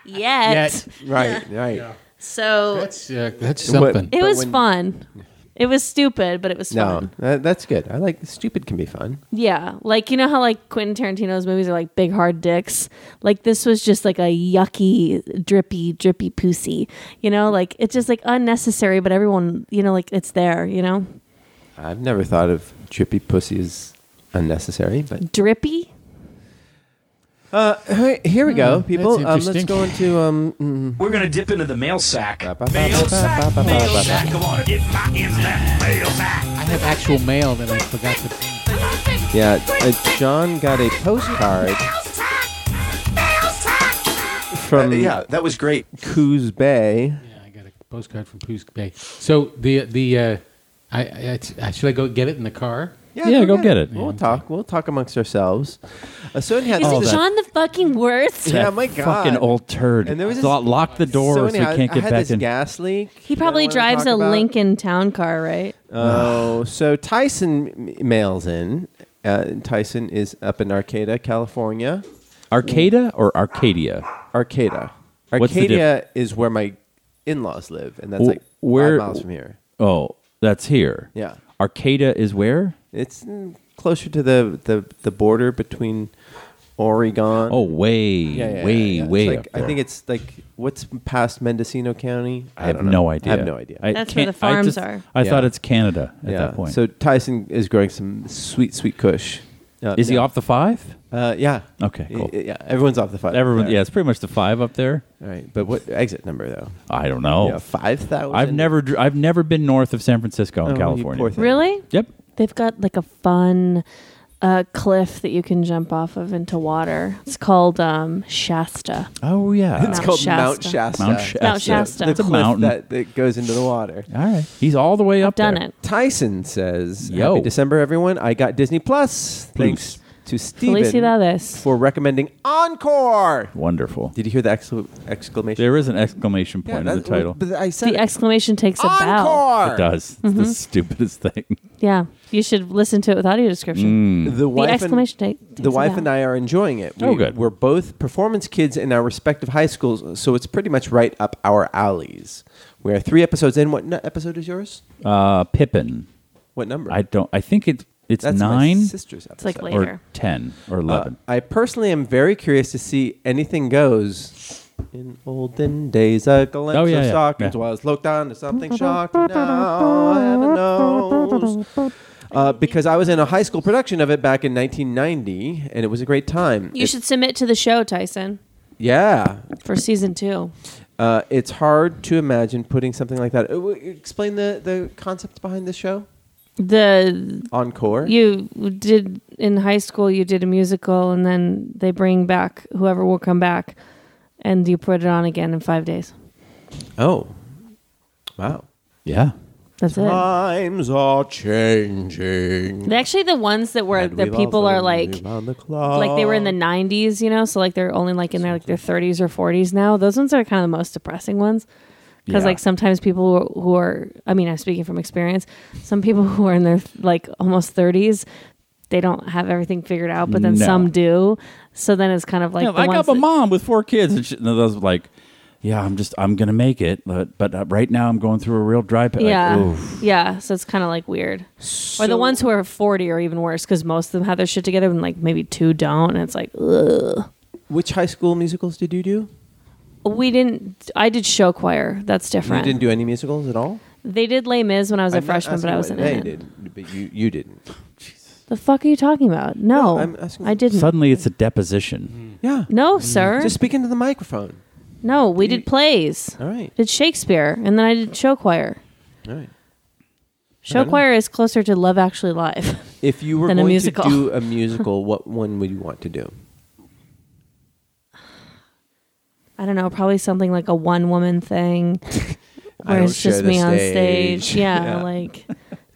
S6: Yet.
S5: Right, right.
S4: So
S6: That's uh, that's
S5: What-
S6: something.
S4: it was
S5: when-
S4: fun. It was stupid, but it was fun.
S5: No, that, that's good. I like stupid can be fun.
S4: Yeah, like you know how like Quentin Tarantino's movies are like big hard dicks. Like this was just like a yucky, drippy, drippy pussy. You know, like it's just like unnecessary, but everyone, you know, like it's there. You know,
S5: I've never thought of drippy pussy as unnecessary, but
S4: drippy.
S5: uh, hey, here we go, people. Um,
S6: that's
S5: let's
S6: interesting.
S5: go into um. mm,
S8: We're gonna dip into the mail sack.
S5: ba, ba, ba, ba, ba, ba, ba, ba.
S8: Come on, get my hands in that mail sack.
S6: I have actual mail that I forgot to.
S5: Yeah, uh, John got a postcard from
S2: Uh,
S8: Yeah, that was great.
S5: Coos Bay.
S6: Yeah, I got a postcard from Poos Bay. So the the uh, I, I, I should I go get it in the car?
S2: Yeah, go get it.
S5: We'll talk. We'll talk amongst ourselves. Uh, so anyhow,
S4: Isn't
S5: this-
S4: John the fucking worst?
S5: Yeah, my God.
S2: Fucking old turd.
S5: And there was this-
S2: Lock- lock the door so,
S5: anyhow,
S2: we can't
S5: I
S2: get
S5: had
S2: back
S5: this
S2: in.
S5: gas leak.
S4: He probably
S5: that I wanna
S4: drives
S5: talk
S4: a
S5: about.
S4: Lincoln Town Car, right?
S5: Oh, so Tyson m- mails in. Uh, Tyson is up in Arcata, California.
S2: Arcata or Arcadia?
S5: Arcata.
S2: What's the
S5: Arcadia is where my in-laws live, and that's
S2: Wh-
S5: like
S2: where-
S5: five miles from here.
S2: Oh, that's here.
S5: Yeah.
S2: Arcata is where?
S5: It's mm, closer to the, the, the border between Oregon.
S2: Oh, way, way,
S5: It's
S2: way.
S5: like-
S2: up
S5: I
S2: there.
S5: think it's like what's past Mendocino County.
S2: I have
S5: don't know.
S2: no idea.
S5: I have no idea.
S2: I
S4: That's where
S2: can't-
S4: the
S2: I
S4: farms
S2: just-
S4: are.
S2: I
S5: Yeah.
S2: thought it's Canada at
S5: yeah.
S2: that point.
S5: So Tyson is growing some sweet, sweet Kush. Uh,
S2: is he
S5: no.
S2: off the five?
S5: Uh, yeah.
S2: Okay,
S5: Y-
S2: cool.
S5: y- Yeah. Everyone's off the five.
S2: Everyone,
S5: All
S2: yeah,
S5: right.
S2: it's pretty much the five up there.
S5: All right. But what exit number though?
S2: I don't know.
S5: Yeah, five thousand.
S2: Oh. I've never, dr- I've never been north of San Francisco in
S5: Oh, you
S2: California.
S5: poor thing.
S4: Really?
S2: Yep.
S4: They've got like a fun uh, cliff that you can jump off of into water. It's called um, Shasta.
S2: Oh yeah.
S5: It's
S4: Mount
S5: called Mount
S4: Shasta.
S5: Shasta.
S2: Mount Shasta.
S4: Mount Shasta.
S2: It's a
S5: Cliff
S2: mountain.
S5: that, that goes into the water.
S2: All right. He's all the way up.
S4: Done
S2: there.
S4: it.
S5: Tyson says,
S2: Yo.
S5: "Happy December, everyone! I got Disney Plus. Thanks to Steven
S4: Felicidades.
S5: for recommending Encore."
S2: Wonderful.
S5: Did you hear the excla- exclamation?
S2: There is an exclamation
S5: Yeah,
S2: point in
S5: that-
S2: the title.
S5: But I said
S4: The
S5: it.
S4: exclamation takes a bow.
S5: Encore.
S2: It does. It's
S4: Mm-hmm.
S2: the stupidest thing.
S4: Yeah, you should listen to it with audio description.
S5: The
S4: The
S5: wife
S4: exclamation
S5: and,
S4: take.
S5: the wife and I are enjoying it. We,
S2: Oh, good.
S5: We're both performance kids in our respective high schools, so it's pretty much right up our alleys. We are three episodes in. What n- episode is yours?
S2: Uh, Pippin.
S5: What number?
S2: I don't. I think it, it's
S5: That's
S2: nine
S5: my sister's episode.
S4: like late.
S2: or
S4: Later.
S2: ten or
S5: Uh,
S2: eleven.
S5: I personally am very curious to see anything goes. In olden days, a glimpse
S2: Oh, yeah,
S5: of
S2: yeah,
S5: Stockings
S2: yeah.
S5: was looked on to something shocking. Now heaven knows. Uh, because I was in a high school production of it back in 1990, and it was a great time.
S4: You
S5: It-
S4: should submit to the show, Tyson,
S5: yeah.
S4: for season two.
S5: Uh, it's hard to imagine putting something like that. Uh, w- Explain the, the concept behind this show.
S4: The
S5: Encore.
S4: you did in high school. You did a musical, and then they bring back whoever will come back, and you put it on again in five days.
S5: oh, wow.
S2: yeah.
S4: That's it.
S5: Ah. Times are changing.
S4: Actually, the ones that were
S5: And
S4: that
S5: we've
S4: people are
S5: also
S4: like.
S5: lived on the
S4: Like they were in the
S2: Oh.
S5: clock.
S4: '90s, you know, so like they're only like in their like their 30s or 40s now. Those ones are kind of the most depressing ones. because
S2: Yeah.
S4: like sometimes people who- who are i mean i'm speaking from experience some people who are in their like almost 30s they don't have everything figured out, but then
S2: No.
S4: some do. So then it's kind of like
S2: Yeah,
S4: the
S2: I
S4: ones
S2: got my
S4: that-
S2: mom with four kids, and, she, and I was like, "Yeah, I'm just, I'm gonna make it, but, but uh, right now I'm going through a real dry patch."
S4: Yeah,
S2: Like, oof.
S4: yeah. So it's kind of like weird. or the ones who are forty are even worse because most of them have their shit together and like maybe two don't, and it's like ugh.
S5: Which high school musicals did you do?
S4: We didn't. I did show choir. That's different.
S5: You didn't do any musicals at all.
S4: they did Les Mis when I was a
S5: I'm not
S4: freshman, but
S5: asking
S4: I
S5: what
S4: wasn't
S5: They
S4: in it.
S5: did, but you you didn't.
S4: The fuck are you talking about? No,
S5: No, I'm asking-
S4: I didn't.
S2: Suddenly, it's a deposition.
S5: Yeah.
S4: no, sir.
S5: Just speak into the microphone.
S4: no, we did plays.
S5: All right.
S4: Did Shakespeare, and then I did show choir.
S5: All right.
S4: Show choir is closer to Love Actually Live.
S5: If you were
S4: Than a
S5: going to
S4: musical.
S5: do a musical, what one would you want to do?
S4: I don't know, probably something like a one woman thing
S5: I
S4: where
S5: don't
S4: it's just
S5: share the
S4: me on stage.
S5: stage.
S4: Yeah,
S5: Yeah.
S4: like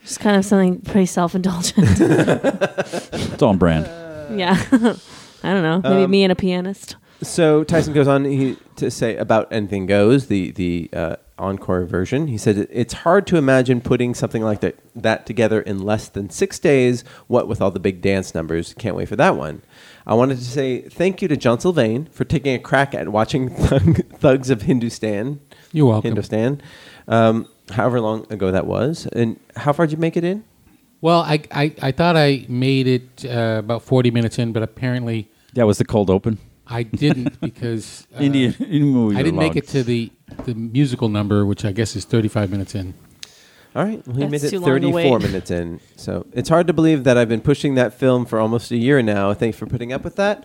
S4: just kind of something pretty self indulgent.
S6: Hmm.
S2: It's on brand.
S6: Uh,
S5: Uh,
S4: yeah. I don't know.
S5: um,
S4: Maybe me and a pianist.
S5: So Tyson goes on he, to say about "Anything Goes," the the uh, encore version. He said it's hard to imagine putting something like that, that together in less than six days. What with all the big dance numbers, can't wait for that one. I wanted to say thank you to John Sylvain for taking a crack at watching Thug, Thugs of Hindustan.
S6: You're welcome.
S5: Hindustan. Um, however long ago that was, and how far did you make it in?
S6: Well, I, I, I thought I made it uh, about 40 minutes in, but apparently
S2: That was the cold open.
S6: I didn't because uh,
S2: Indian, Indian movie.
S6: I didn't
S2: long.
S6: make it to the, the musical number, which I guess is 35 minutes in.
S5: All right. Well, he
S4: That's
S5: made
S4: too
S5: it
S4: long to
S5: 34
S4: wait.
S5: minutes in. So it's hard to believe that I've been pushing that film for almost a year now. Thanks for putting up with that.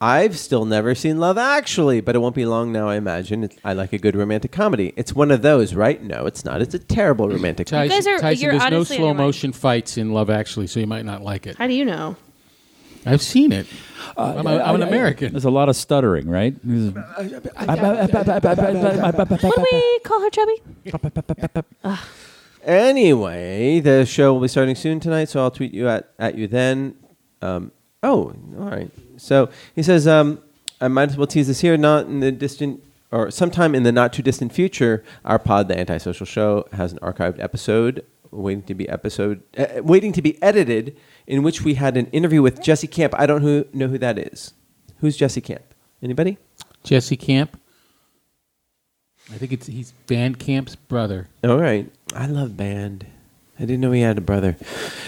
S5: I've still never seen Love Actually, but it won't be long now, I imagine. It's, I like a good romantic comedy. It's one of those, right? No, it's not. It's a terrible romantic comedy.
S6: Tyson,
S4: guys are-
S6: Tyson
S4: you're
S6: there's no
S4: honestly out of
S6: slow
S4: your mind.
S6: motion fights in Love Actually, so you might not like it.
S4: How do you know?
S6: I've seen it. I'm, a, I'm an American.
S2: There's a lot of stuttering, right? There's-
S4: What do we call her chubby?
S5: Anyway, the show will be starting soon tonight, so I'll tweet you at, at you then. Um, oh, all right. So he says, um, I might as well tease this here, not in the distant or sometime in the not too distant future. Our pod, the Antisocial Show, has an archived episode waiting to be episode uh, waiting to be edited, in which we had an interview with Jesse Camp. I don't who, know who that is. Who's Jesse Camp? Anybody?
S6: Jesse Camp. I think it's he's Van Camp's brother.
S5: All right. I love band. I didn't know he had a brother.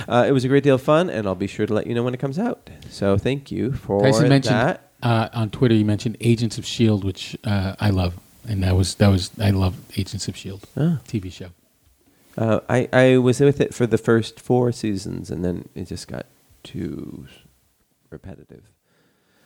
S5: Uh, it was a great deal of fun, and I'll be sure to let you know when it comes out. So thank you for
S6: Tyson mentioned
S5: that.
S6: uh, on Twitter. You mentioned Agents of Shield, which uh, I love, and that was that was I E love Agents of Shield
S5: Oh.
S6: TV show.
S5: Uh, I, I was with it for the first four seasons, and then it just got too repetitive.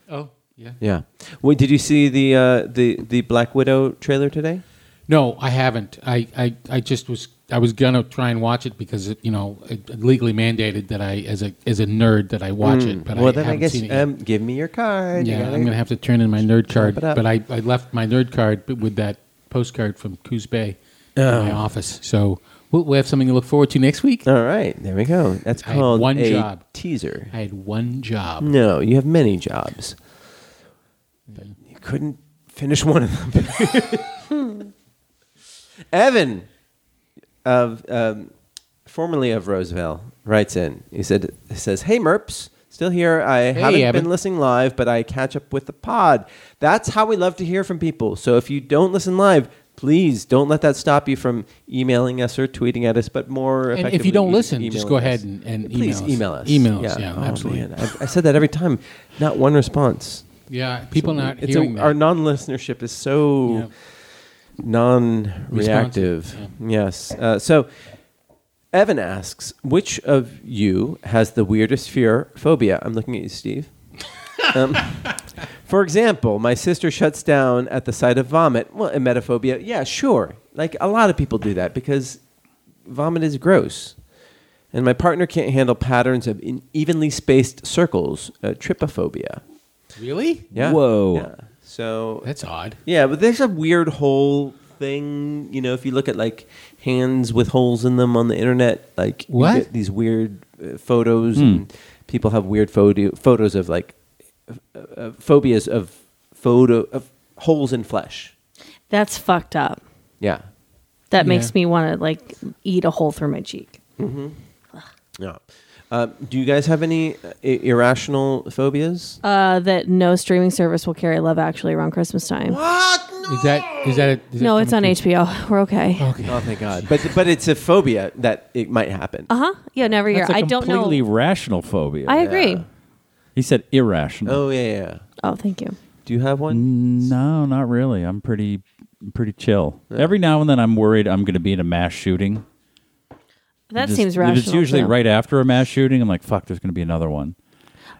S6: Oh yeah.
S5: Yeah. Wait, did you see the uh, the the Black Widow trailer today?
S6: No, I haven't. I, I, I just was I was gonna try and watch it because it, you know it legally mandated that I as a as a nerd that I watch it. But
S5: Hmm. Mm. well,
S6: I
S5: then I
S6: haven't
S5: guess
S6: seen it. yet.
S5: um, give me your card. You
S6: yeah,
S5: gotta-
S6: I'm gonna have to turn in my nerd card.
S5: it up.
S6: But I, I left my nerd card b- with that postcard from Coos Bay in
S5: Oh.
S6: my office. So we'll, we'll have something to look forward to next week.
S5: All right, there we go. That's
S6: I had
S5: called
S6: one
S5: a
S6: job.
S5: teaser.
S6: I had one job.
S5: No, you have many jobs.
S6: Mm-hmm.
S5: But you couldn't finish one of them. Evan, of um, formerly of Roosevelt, writes in. He said, he says, "Hey Merps, still here. I haven't
S6: Evan.
S5: been listening live, but I catch up with the pod. That's how we love to hear from people. So if you don't listen live." Please don't let that stop you from emailing us or tweeting at us, but more
S6: And if
S5: effectively,
S6: you don't
S5: e-
S6: listen, just
S5: emailing
S6: go
S5: us.
S6: ahead and- and
S5: please
S6: email
S5: email
S6: us.
S5: us.
S6: Email us, yeah,
S5: Oh,
S6: absolutely.
S5: man. I, I said that every time. Not one response.
S6: Yeah, people not
S5: It's
S6: hearing
S5: a,
S6: that.
S5: our non-listenership is so
S6: Yeah.
S5: non-reactive.
S6: Responsive,
S5: Yes. Uh, so, Evan asks, which of you has the weirdest fear phobia? I'm looking at you, Steve. um, for example, my sister shuts down at the sight of vomit. Well, emetophobia. Yeah, sure. Like a lot of people do that because vomit is gross. And my partner can't handle patterns of in evenly spaced circles, uh, trypophobia.
S6: really?
S5: Yeah.
S2: Whoa.
S5: Yeah. So
S6: That's odd.
S5: yeah, but there's a weird whole thing. You know, if you look at like hands with holes in them on the internet, like you
S6: What?
S5: get these weird uh, photos, and people have weird photo- photos of like uh, uh, phobias of photo of holes in flesh.
S4: That's fucked up.
S5: Yeah,
S4: That
S6: Yeah.
S4: makes me want to like eat a hole through my cheek.
S5: yeah. Uh, do you guys have any uh, i- irrational phobias?
S4: Uh, that no streaming service will carry Love Actually around Christmas time.
S6: Is that is that a, is
S4: No,
S6: that
S4: it's on
S6: coming
S4: HBO. We're okay.
S5: oh, thank God. But but it's a phobia that it might happen.
S4: Uh huh. Yeah, no, every year.
S2: That's
S4: I
S2: a
S4: don't know.
S2: completely rational phobia.
S4: I agree.
S5: Yeah.
S2: he said irrational.
S5: Oh yeah, yeah.
S4: Oh, thank you.
S5: Do you have one?
S2: No, not really. I'm pretty pretty chill. Every now and then I'm worried I'm going to be in a mass shooting.
S4: That
S2: Just-
S4: seems
S2: if
S4: rational.
S2: It's usually
S4: too.
S2: right after a mass shooting. I'm like, fuck, there's going to be another one,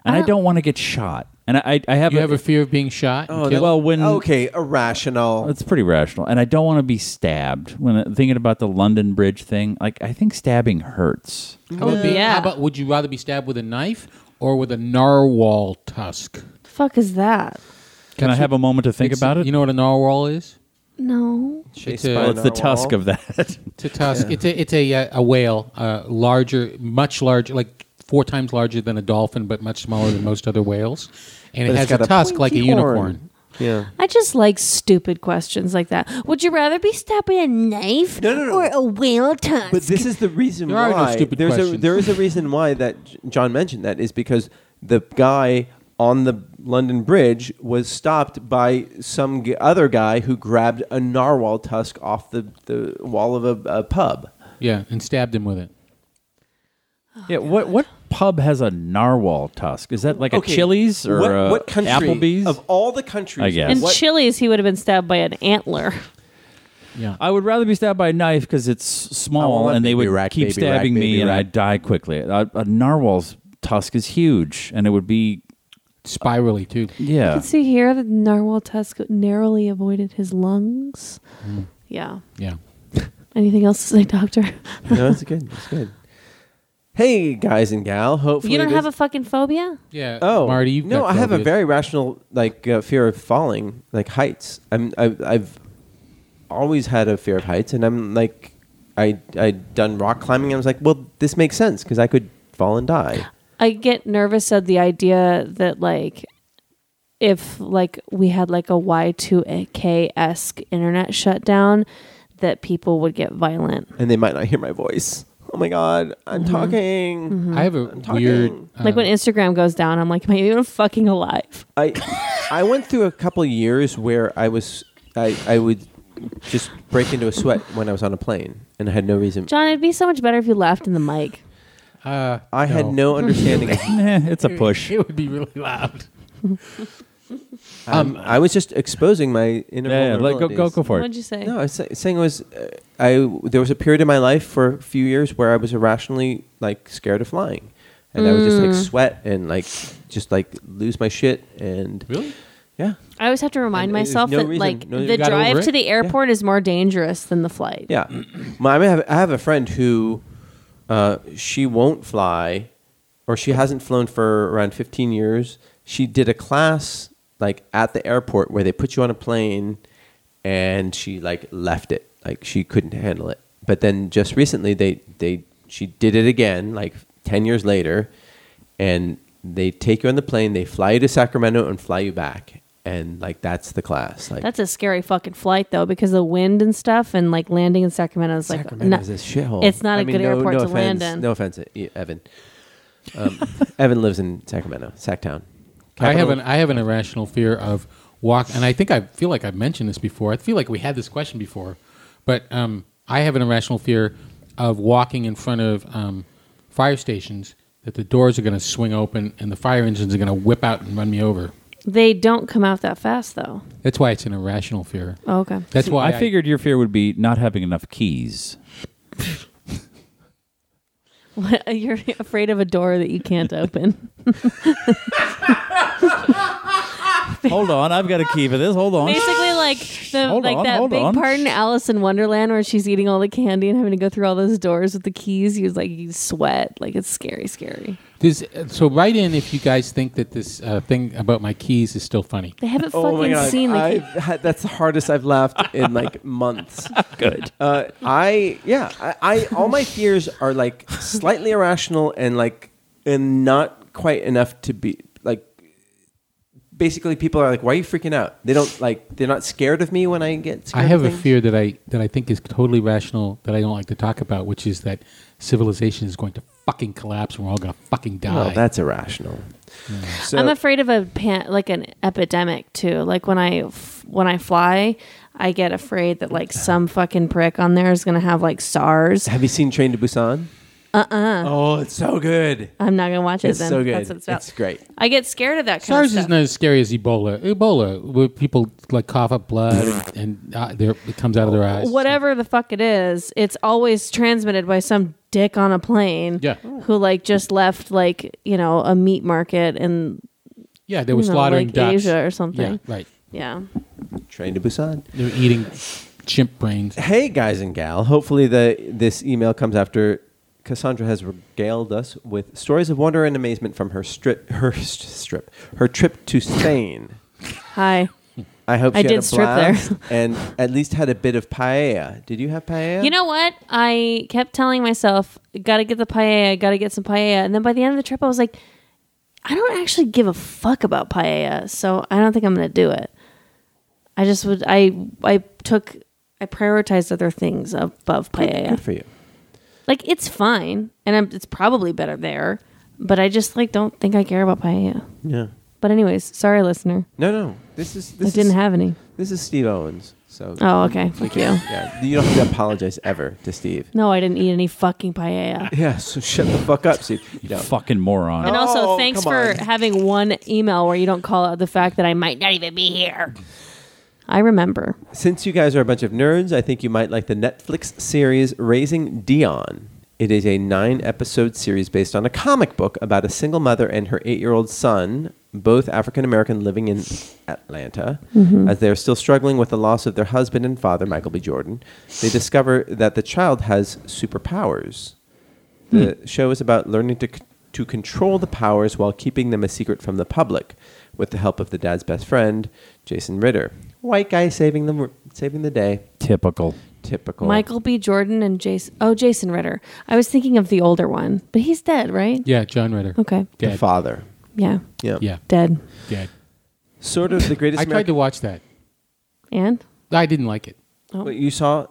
S2: and I
S4: don't-
S2: don't, want to get shot. And I, I, I have,
S6: You have a fear of being shot. and
S5: Oh,
S6: killed?
S2: well when
S5: Okay, irrational.
S2: it's pretty rational, and I don't want to be stabbed. When I- thinking about the London Bridge thing, like I think stabbing hurts.
S6: How about being-
S4: yeah.
S6: How about would you rather be stabbed with a knife or with a narwhal tusk?
S4: Fuck is that?
S2: Can I have a moment to think
S6: It's-
S2: about it?
S6: You know what a narwhal is?
S4: No.
S6: It's
S5: Chased
S6: a-
S5: by
S6: Well,
S5: a
S2: it's the
S5: narwhal.
S2: tusk of that.
S6: It's a tusk. It's a it's a, uh, a whale, uh, larger, much larger, like four times larger than a dolphin, but much smaller than most other whales, and it
S5: But it's
S6: has a
S5: got a
S6: tusk like a
S5: pointy
S6: unicorn.
S5: horn. Yeah.
S4: I just like stupid questions like that. Would you rather be stabbed by a knife
S5: No, no, no.
S4: or a whale tusk?
S5: But this is the reason
S6: There are
S5: why
S6: no stupid
S5: there's a,
S6: questions.
S5: there is a reason why that J- John mentioned that is because the guy on the London Bridge was stopped by some g- other guy who grabbed a narwhal tusk off the, the wall of a, a pub.
S6: Yeah, and stabbed him with it.
S2: yeah. What what pub has a narwhal tusk? Is that like a Chili's or
S5: what,
S2: a
S5: what country
S2: Applebee's?
S5: of all the countries?
S2: I guess.
S4: In
S5: what-
S4: Chili's, he would have been stabbed by an antler.
S6: Yeah.
S2: I would rather be stabbed by a knife because it's small
S5: want
S2: and they
S5: baby
S2: would
S5: rack,
S2: keep
S5: baby
S2: stabbing
S5: rack,
S2: me
S5: baby
S2: and
S5: rack.
S2: I'd die quickly. A, a narwhal's tusk is huge and it would be,
S6: Spirally too.
S4: You
S2: yeah.
S4: can see here that the narwhal tusk narrowly avoided his lungs. Yeah.
S6: Yeah.
S4: Anything else to say, Doctor?
S5: no, it's good. It's good. Hey, guys and gal. Hopefully
S4: you don't
S5: this-
S4: have a fucking phobia?
S6: Yeah.
S5: Oh,
S6: Marty, you've
S5: no,
S6: got
S5: I have a
S6: phobias.
S5: very rational like uh, fear of falling, like heights. I'm I, I've always had a fear of heights, and I'm like I I done rock climbing. and I was like, well, this makes sense because I could fall and die.
S4: I get nervous at the idea that like if like we had like a Y2K esque internet shutdown that people would get violent.
S5: And they might not hear my voice. Oh my god, I'm talking.
S6: I have a
S5: talking.
S6: weird.
S4: Like when Instagram goes down, I'm like, am I even fucking alive?
S5: I I went through a couple years where I was I I would just break into a sweat when I was on a plane, and I had no reason.
S4: John, it'd be so much better if you laughed in the mic.
S6: Uh,
S5: I had no understanding of
S2: Eh, it's a push.
S6: It would be really loud.
S5: Um, I was just exposing my inner
S2: Yeah, yeah, like, go, go,
S5: vulnerabilities.
S2: go for
S4: What'd
S2: it.
S4: you say?
S5: No, I was sa- saying I was uh, I there was a period in my life for a few years where I was irrationally like scared of flying, and I would just like sweat and like just like lose my shit and
S6: Really?
S5: yeah
S4: I always have to remind
S5: And uh, there's
S4: myself
S5: no
S4: that
S5: reason-
S4: like
S5: no-
S4: the
S5: you got
S6: over
S4: drive to
S6: it?
S4: the airport is more dangerous than the flight.
S5: yeah. My, I, mean, I, have, I have a friend who uh, she won't fly, or she hasn't flown for around 15 years. She did a class like at the airport where they put you on a plane, and she like left it. Like she couldn't handle it. But then just recently they they she did it again like 10 years later, and they take you on the plane, they fly you to Sacramento and fly you back, and like that's the class. Like
S4: That's a scary fucking flight though, because the wind and stuff, and like landing in Sacramento is like
S5: Sacramento
S4: no-
S5: is a shithole.
S4: It's not
S5: a
S4: a good airport to land in.
S5: No offense, e- Evan. Um, Evan lives in Sacramento, Sacktown.
S6: I have
S5: Capital-
S6: an I have an irrational fear of walk, and I think I feel like I've mentioned this before. I feel like we had this question before, but um, I have an irrational fear of walking in front of um, fire stations that the doors are going to swing open and the fire engines are going to whip out and run me over.
S4: They don't come out that fast though.
S6: That's why it's an irrational fear.
S4: Oh, okay.
S6: That's why
S2: I figured your fear would be not having enough keys.
S4: What, you're afraid of a door that you can't open.
S2: Hold on, I've got a key for this. Hold on.
S4: Basically, like the
S2: Hold
S4: like
S2: on,
S4: that
S2: hold
S4: big
S2: on.
S4: part in Alice in Wonderland where she's eating all the candy and having to go through all those doors with the keys. You like you sweat, like it's scary, scary.
S6: This, so write in if you guys think that this uh, thing about my keys is still funny.
S4: They haven't
S5: Oh my
S4: fucking
S5: god!
S4: seen the.
S5: I've
S4: key.
S5: had- that's the hardest I've laughed in like months.
S2: Good.
S5: Uh, I yeah, I, I all my fears are like slightly irrational and like and not quite enough to be like. Basically, people are like, "Why are you freaking out?" They don't like. They're not scared of me when I get.
S6: I
S5: Scared
S6: have
S5: of
S6: a
S5: things.
S6: fear that I that I think is totally rational that I don't like to talk about, which is that civilization is going to fucking collapse. We're all gonna fucking die.
S5: Well, Oh, that's irrational. So,
S4: I'm afraid of a pan- like an epidemic too. Like when I f- when I fly, I get afraid that like some fucking prick on there is gonna have like SARS.
S5: have you seen Train to Busan? Uh
S4: Uh-uh.
S5: uh Oh, it's so good.
S4: I'm not gonna watch it.
S5: It's
S4: then.
S5: so good.
S4: That's what it's, about.
S5: It's great.
S4: I get scared of that kind
S6: SARS
S4: of
S6: is
S4: stuff.
S6: not as scary as Ebola. Ebola, where people like cough up blood and uh, there it comes out of their eyes.
S4: Whatever the fuck it is, it's always transmitted by some dick on a plane.
S6: Yeah.
S4: Who like just left like you know a meat market in
S6: Yeah, they were
S4: you know,
S6: slaughtering
S4: like
S6: ducks.
S4: Asia or something.
S6: Yeah, right.
S4: Yeah.
S5: Train to Busan.
S6: They were eating chimp brains.
S5: Hey, guys and gal. Hopefully, the this email comes after Cassandra has regaled us with stories of wonder and amazement from her strip, her st- strip, her trip to Spain.
S4: Hi.
S5: I hope
S4: I
S5: she had
S4: did
S5: a
S4: strip
S5: blast
S4: there.
S5: and at least had a bit of paella. Did you have paella?
S4: You know what? I kept telling myself, gotta get the paella, gotta get some paella. And then by the end of the trip, I was like, I don't actually give a fuck about paella, so I don't think I'm gonna do it. I just would, I, I took, I prioritized other things above
S5: good
S4: paella.
S5: for you.
S4: Like, it's fine, and I'm, it's probably better there, but I just, like, don't think I care about paella.
S5: Yeah.
S4: But, anyways, sorry, listener.
S5: No, no. This is this
S4: I didn't
S5: is,
S4: have any.
S5: This is Steve Owens. So
S4: Oh, okay. Fuck you.
S5: yeah, you don't have to apologize ever to Steve.
S4: No, I didn't eat any fucking paella.
S5: Yeah. So shut the fuck up, Steve. No.
S2: Fucking moron.
S4: And
S5: Oh,
S4: also, thanks
S5: come
S4: for
S5: on.
S4: having one email where you don't call out the fact that I might not even be here. I remember.
S5: Since you guys are a bunch of nerds, I think you might like the Netflix series Raising Dion. It is a nine episode series based on a comic book about a single mother and her eight year old son, both African American living in Atlanta, as they are still struggling with the loss of their husband and father, Michael B. Jordan. They discover that the child has superpowers. The
S6: Hmm.
S5: show is about learning to, c- to control the powers while keeping them a secret from the public, with the help of the dad's best friend, Jason Ritter. White guy saving them, saving the day.
S2: Typical.
S5: Typical.
S4: Michael B. Jordan and Jason. Oh, Jason Ritter. I was thinking of the older one, but he's dead, right?
S6: Yeah, John Ritter.
S4: Okay.
S5: the
S6: Dead.
S5: father.
S4: Yeah.
S5: Yeah.
S6: Yeah,
S4: Dead.
S6: dead.
S5: Sort of the greatest.
S6: I tried to
S5: American-
S6: watch that.
S4: And
S6: I didn't like it.
S5: Wait, you saw?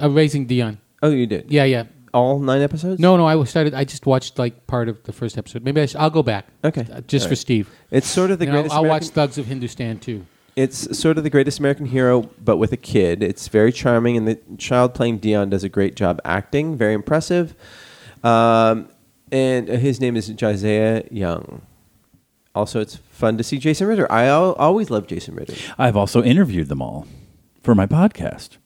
S6: Uh, Raising Dion.
S5: Oh, you did.
S6: Yeah, yeah.
S5: All nine episodes.
S6: No, no. I was started. I just watched like part of the first episode. Maybe I sh- I'll go back.
S5: Okay.
S6: Uh, just
S5: All
S6: for
S5: right.
S6: Steve.
S5: It's sort of the
S6: And I'll,
S5: greatest.
S6: I'll watch
S5: American-
S6: Thugs of Hindustan too.
S5: It's sort of the greatest American hero, but with a kid. It's very charming, and the child playing Dion does a great job acting. Very impressive. Um, and his name is Josiah Young. Also, it's fun to see Jason Ritter. I al- always love Jason Ritter.
S2: I've also interviewed them all for my podcast.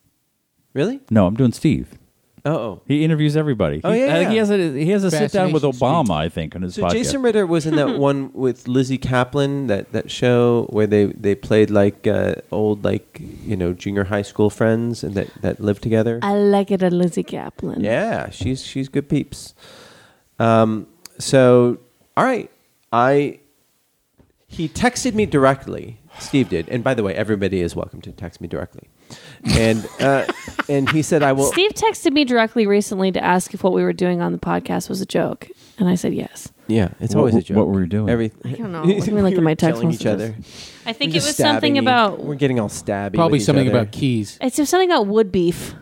S5: Really?
S2: No, I'm doing Steve.
S5: Oh.
S2: He interviews everybody.
S5: Oh,
S2: He-
S5: yeah,
S2: I think he
S5: yeah.
S2: has a he has a sit down with
S6: Fascination
S2: Obama. I think on his
S5: So
S2: podcast.
S5: Jason Ritter was in that one with Lizzie Kaplan, that, that show where they, they played like uh, old like you know junior high school friends and that, that lived together.
S4: I like it at Lizzie Kaplan.
S5: Yeah, she's she's good peeps. Um, so all right, I he texted me directly. Steve did, and by the way, everybody is welcome to text me directly. And uh, and he said, "I will."
S4: Steve texted me directly recently to ask if what we were doing on the podcast was a joke, and I said yes.
S5: Yeah, it's
S2: What-
S5: always a
S2: what
S5: joke.
S2: were we doing?
S5: Every,
S4: I don't know. Let me look at
S5: were
S4: my text
S5: telling each
S4: messages.
S5: other.
S4: I think it
S5: Just
S4: was
S5: stabbing
S4: something
S5: you.
S4: about.
S5: we're getting all stabby.
S6: Probably
S5: with each
S6: something
S5: other.
S6: about keys.
S4: It's something about wood beef.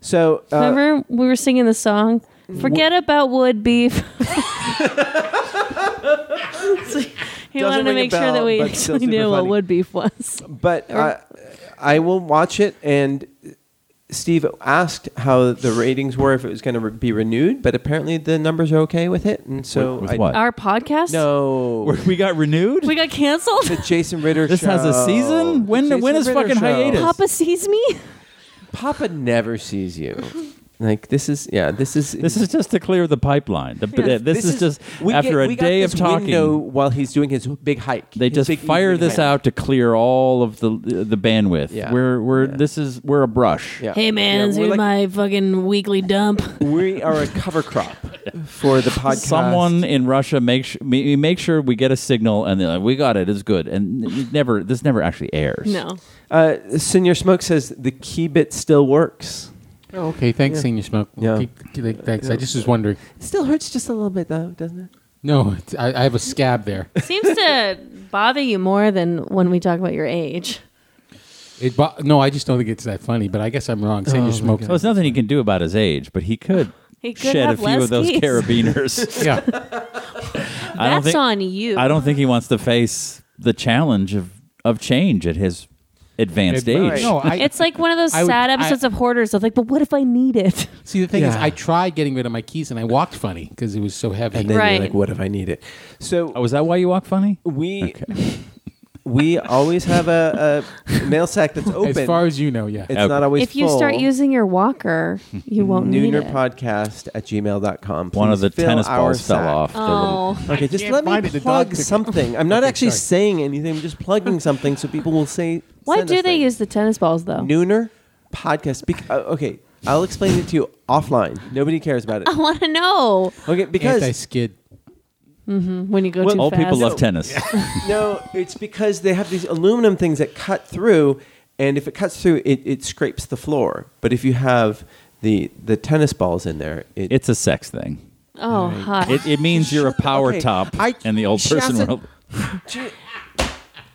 S5: So uh,
S4: Remember we were singing the song. Forget about wood beef. So he wanted
S5: Doesn't
S4: to
S5: ring a
S4: make sure
S5: bell,
S4: that we
S5: but still
S4: actually
S5: super
S4: knew what
S5: funny.
S4: wood beef was.
S5: but I, I will watch it. And Steve asked how the ratings were if it was going to re- be renewed, but apparently the numbers are okay with it. And so
S2: With- with
S5: I,
S2: what?
S4: Our podcast?
S5: No,
S2: we got renewed.
S4: We got canceled?
S5: the Jason Ritter.
S2: This has a
S5: show.
S2: season? When-
S5: The
S2: when
S5: Jason
S2: is
S5: Ritter
S2: fucking
S5: show.
S2: hiatus?
S4: Papa sees me?
S5: Papa never sees you. Like this is yeah. This is
S2: This is just to clear the pipeline. The- This, is, just
S5: we
S2: after
S5: get-
S2: a
S5: we got
S2: day of
S5: this
S2: talking.
S5: window while he's doing his big hike.
S2: They
S5: his
S2: just
S5: big
S2: fire
S5: evening
S2: this
S5: hike.
S2: out to clear all of the the bandwidth.
S5: Yeah.
S2: We're we're
S5: Yeah.
S2: this is we're a brush.
S5: Yeah.
S4: Hey
S5: Yeah,
S4: man, this
S5: we're
S4: is
S5: like-
S4: my fucking weekly dump.
S5: We are a cover crop for the podcast.
S2: Someone in Russia make su- ma- make sure we get a signal, and they're like, "We got it. It's good." And it never this never actually airs.
S4: No.
S5: Uh, Senior Smoke says the key bit still works.
S6: Oh, okay, thanks, Senior Smoke.
S5: Yeah.
S6: Keep- keep- thanks. I just was wondering.
S5: It still hurts just a little bit though, doesn't it?
S6: No, it's, I, I have a scab there.
S4: Seems to bother you more than when we talk about your age.
S6: It, Oh, bo- no, I just don't think it's that funny. But I guess I'm wrong. Senior Smoke.
S2: So there's nothing he can do about his age, but he could
S4: He could
S2: shed a
S4: have
S2: few
S4: less
S2: of those
S4: keys.
S2: carabiners.
S6: Yeah.
S2: I don't
S4: That's
S2: think,
S4: on you.
S2: I don't think he wants to face the challenge of, of change at his advanced
S5: Right.
S2: age.
S6: No, I,
S4: It's like one of those
S6: I would-
S4: sad episodes
S6: I-
S4: of Hoarders of like, but what if I need it?
S6: see the thing is,
S2: Yeah.
S6: I tried getting rid of my keys and I walked funny because it was so heavy.
S5: And then
S4: Right.
S5: you're like, what if I need it? So
S2: Oh, is that why you walk funny?
S5: we we always have a, a mail sack that's open.
S6: as far as you know, yeah.
S5: it's
S2: Okay.
S5: not always
S4: if you start
S5: full.
S4: using your walker, you won't need it.
S5: Noonerpodcast at gmail.com.
S2: One of
S5: Please
S2: the
S5: fill
S2: tennis
S5: our
S2: balls fell
S5: sack.
S2: off. the little-
S4: Oh,
S5: Okay, just
S6: can't
S5: let
S6: find
S5: me
S6: it. The dog
S5: plug
S6: took it.
S5: something. I'm not actually
S6: sorry.
S5: saying anything. I'm just plugging something so people will say.
S4: why
S5: send
S4: do
S5: us
S4: they
S5: things.
S4: use the tennis balls though?
S5: Nooner podcast? Bec- uh, okay, I'll explain it to you offline. Nobody cares about it.
S4: I want to know
S5: Okay, because
S6: Anti skid.
S4: when you go Oh, too
S2: Old
S4: fast.
S2: people love tennis.
S5: no, it's because they have these aluminum things that cut through, and if it cuts through, it, it scrapes the floor. But if you have the the tennis balls in there, it,
S2: It's a sex thing.
S4: Oh, hot.
S2: It, it means you're a power
S5: Okay,
S2: top
S5: I-
S2: in the old person
S5: Shasta-
S2: world.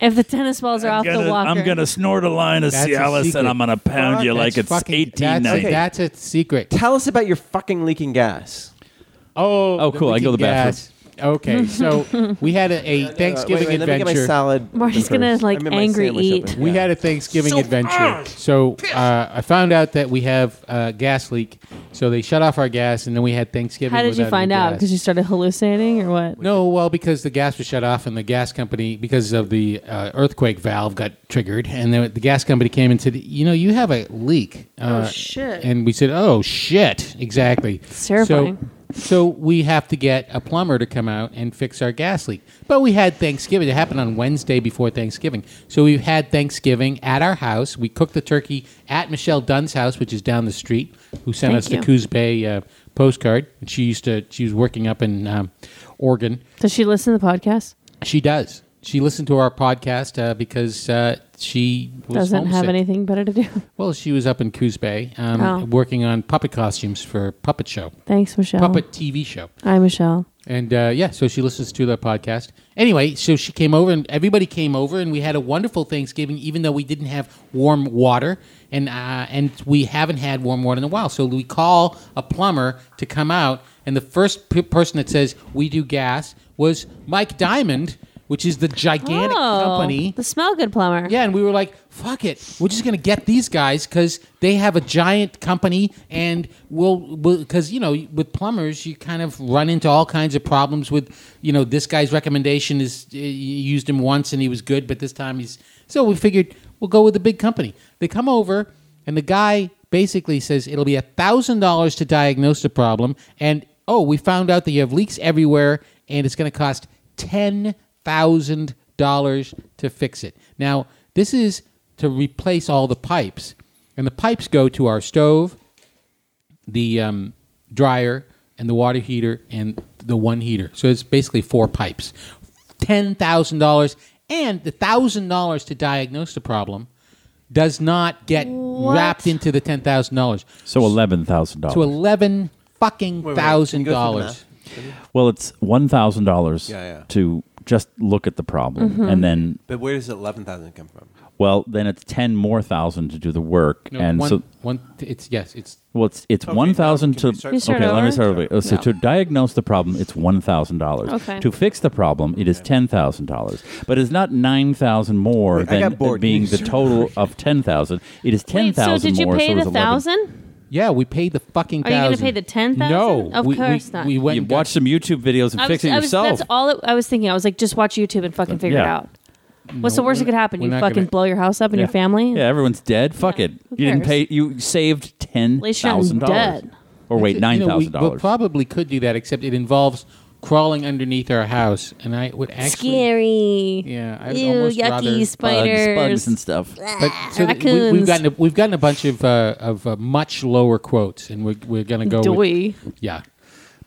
S4: if the tennis balls are off the walker,
S2: I'm gonna snort a line of
S6: That's a
S2: Cialis
S6: secret.
S2: and I'm gonna pound you
S6: That's
S2: like it's
S6: fucking-
S2: 1890.
S6: That's,
S5: Okay.
S6: that's a secret.
S5: Tell us about your fucking leaking gas.
S6: Oh,
S2: Oh, cool. I can go to the
S6: gas. Okay, so we had a, a Thanksgiving
S5: wait, wait,
S6: adventure.
S5: Let me get my salad.
S4: Marty's gonna,
S5: first.
S4: like,
S5: I meant my
S4: angry
S5: sandwich
S4: eat.
S5: open.
S6: We
S5: Yeah.
S6: had a Thanksgiving adventure. So uh, I found out that we have uh, gas leak. So they shut off our gas, and then we had Thanksgiving.
S4: how did you
S6: without
S4: find
S6: any
S4: out?
S6: gas.
S4: Because you started hallucinating or what?
S6: No, well, because the gas was shut off, and the gas company, because of the uh, earthquake valve, got triggered, and then the gas company came and said, "You know, you have a leak." Uh,
S4: shit.
S6: And we said, "Oh shit!" Exactly. It's
S4: terrifying.
S6: So, so we have to get a plumber to come out and fix our gas leak. But we had Thanksgiving. It happened on Wednesday before Thanksgiving. So we've had Thanksgiving at our house. We cooked the turkey at Michelle Dunn's house, which is down the street. Who sent
S4: Thank
S6: us the
S4: you.
S6: Coos Bay uh, postcard? And she used to. She was working up in um, Oregon.
S4: Does she listen to the podcast?
S6: She does. She listened to our podcast uh, because uh, she was
S4: Doesn't
S6: homesick.
S4: have anything better to do.
S6: Well, she was up in Coos Bay um,
S4: Oh.
S6: working on puppet costumes for puppet show,
S4: Thanks, Michelle.
S6: puppet TV show,
S4: Hi, Michelle.
S6: and uh, yeah, so she listens to the podcast. Anyway, so she came over, and everybody came over, and we had a wonderful Thanksgiving, even though we didn't have warm water, and uh, and we haven't had warm water in a while. So we call a plumber to come out, and the first p- person that says we do gas was Mike Diamond, which is the gigantic
S4: oh,
S6: company
S4: the smell good plumber.
S6: yeah, and we were like, "Fuck it, we're just gonna get these guys because they have a giant company, and we'll because you know with plumbers you kind of run into all kinds of problems with you know this guy's recommendation is uh, you used him once and he was good, but this time he's so we figured we'll go with the big company. They come over and the guy basically says it'll be a thousand dollars to diagnose the problem, and oh, we found out that you have leaks everywhere, and it's gonna cost ten thousand dollars to fix it. Now, this is to replace all the pipes, and the pipes go to our stove, the um, dryer, and the water heater, and the one heater. So it's basically four pipes. Ten thousand dollars, and the thousand dollars to diagnose the problem does not get wrapped into the ten thousand dollars.
S2: So eleven thousand
S6: To
S2: dollars.
S6: eleven fucking
S5: wait,
S6: thousand
S5: can you go through the
S6: dollars.
S5: math?
S2: Well, it's one thousand dollars
S5: Yeah, yeah.
S2: to just look at the problem,
S4: Mm-hmm.
S2: and then
S5: But where does eleven thousand come from?
S2: well, then it's ten more thousand to do the work, and
S6: one,
S2: so
S6: one, it's yes, it's
S2: well, it's it's one thousand
S5: now can
S2: to.
S5: we start You
S4: start
S2: okay, let
S4: over?
S2: me start over. Uh, So
S4: No.
S2: to diagnose the problem, it's one thousand dollars.
S4: Okay.
S2: To fix the problem, it is ten thousand dollars, but it's not nine thousand more
S5: Wait, I
S2: than
S5: got bored.
S2: it being the total of ten thousand. It is ten
S4: Wait, so
S2: thousand
S4: did you
S2: more.
S4: pay
S2: so it was
S4: the
S2: 11,000.
S4: thousand?
S6: Yeah, we paid the fucking.
S4: Are you gonna
S6: thousand.
S4: pay the 10,000?
S6: No,
S4: Of
S6: we, we-
S4: course not.
S6: We went
S2: You
S6: and got-
S2: watch some YouTube videos and
S4: I
S2: fix it
S4: was, I was,
S2: yourself.
S4: that's all it, I was thinking. I was like, just watch YouTube and fucking figure
S2: Yeah.
S4: it out. What's the worst that could happen?
S6: we're
S4: You
S6: not
S4: fucking
S6: gonna-
S4: blow your house up and your
S2: Yeah.
S4: family?
S2: Yeah, everyone's dead. Fuck
S4: Yeah,
S2: it.
S4: who
S2: You didn't
S4: cares?
S2: pay. You saved ten
S4: least you're not
S2: thousand dollars.
S4: dead.
S2: Or wait,
S6: You know, we-
S2: nine thousand
S6: We
S2: dollars.
S6: probably could do that, except it involves crawling underneath our house, and I would actually.
S4: Scary.
S6: Yeah, I'd
S4: Ew,
S6: almost
S4: yucky
S6: rather- Bugs,
S4: spiders.
S2: and stuff.
S6: But so that we,
S4: Ah, Raccoons.
S6: we've gotten a, we've gotten a bunch of uh, of uh, much lower quotes, and we're we're gonna go. with-
S4: Doy.
S6: Yeah.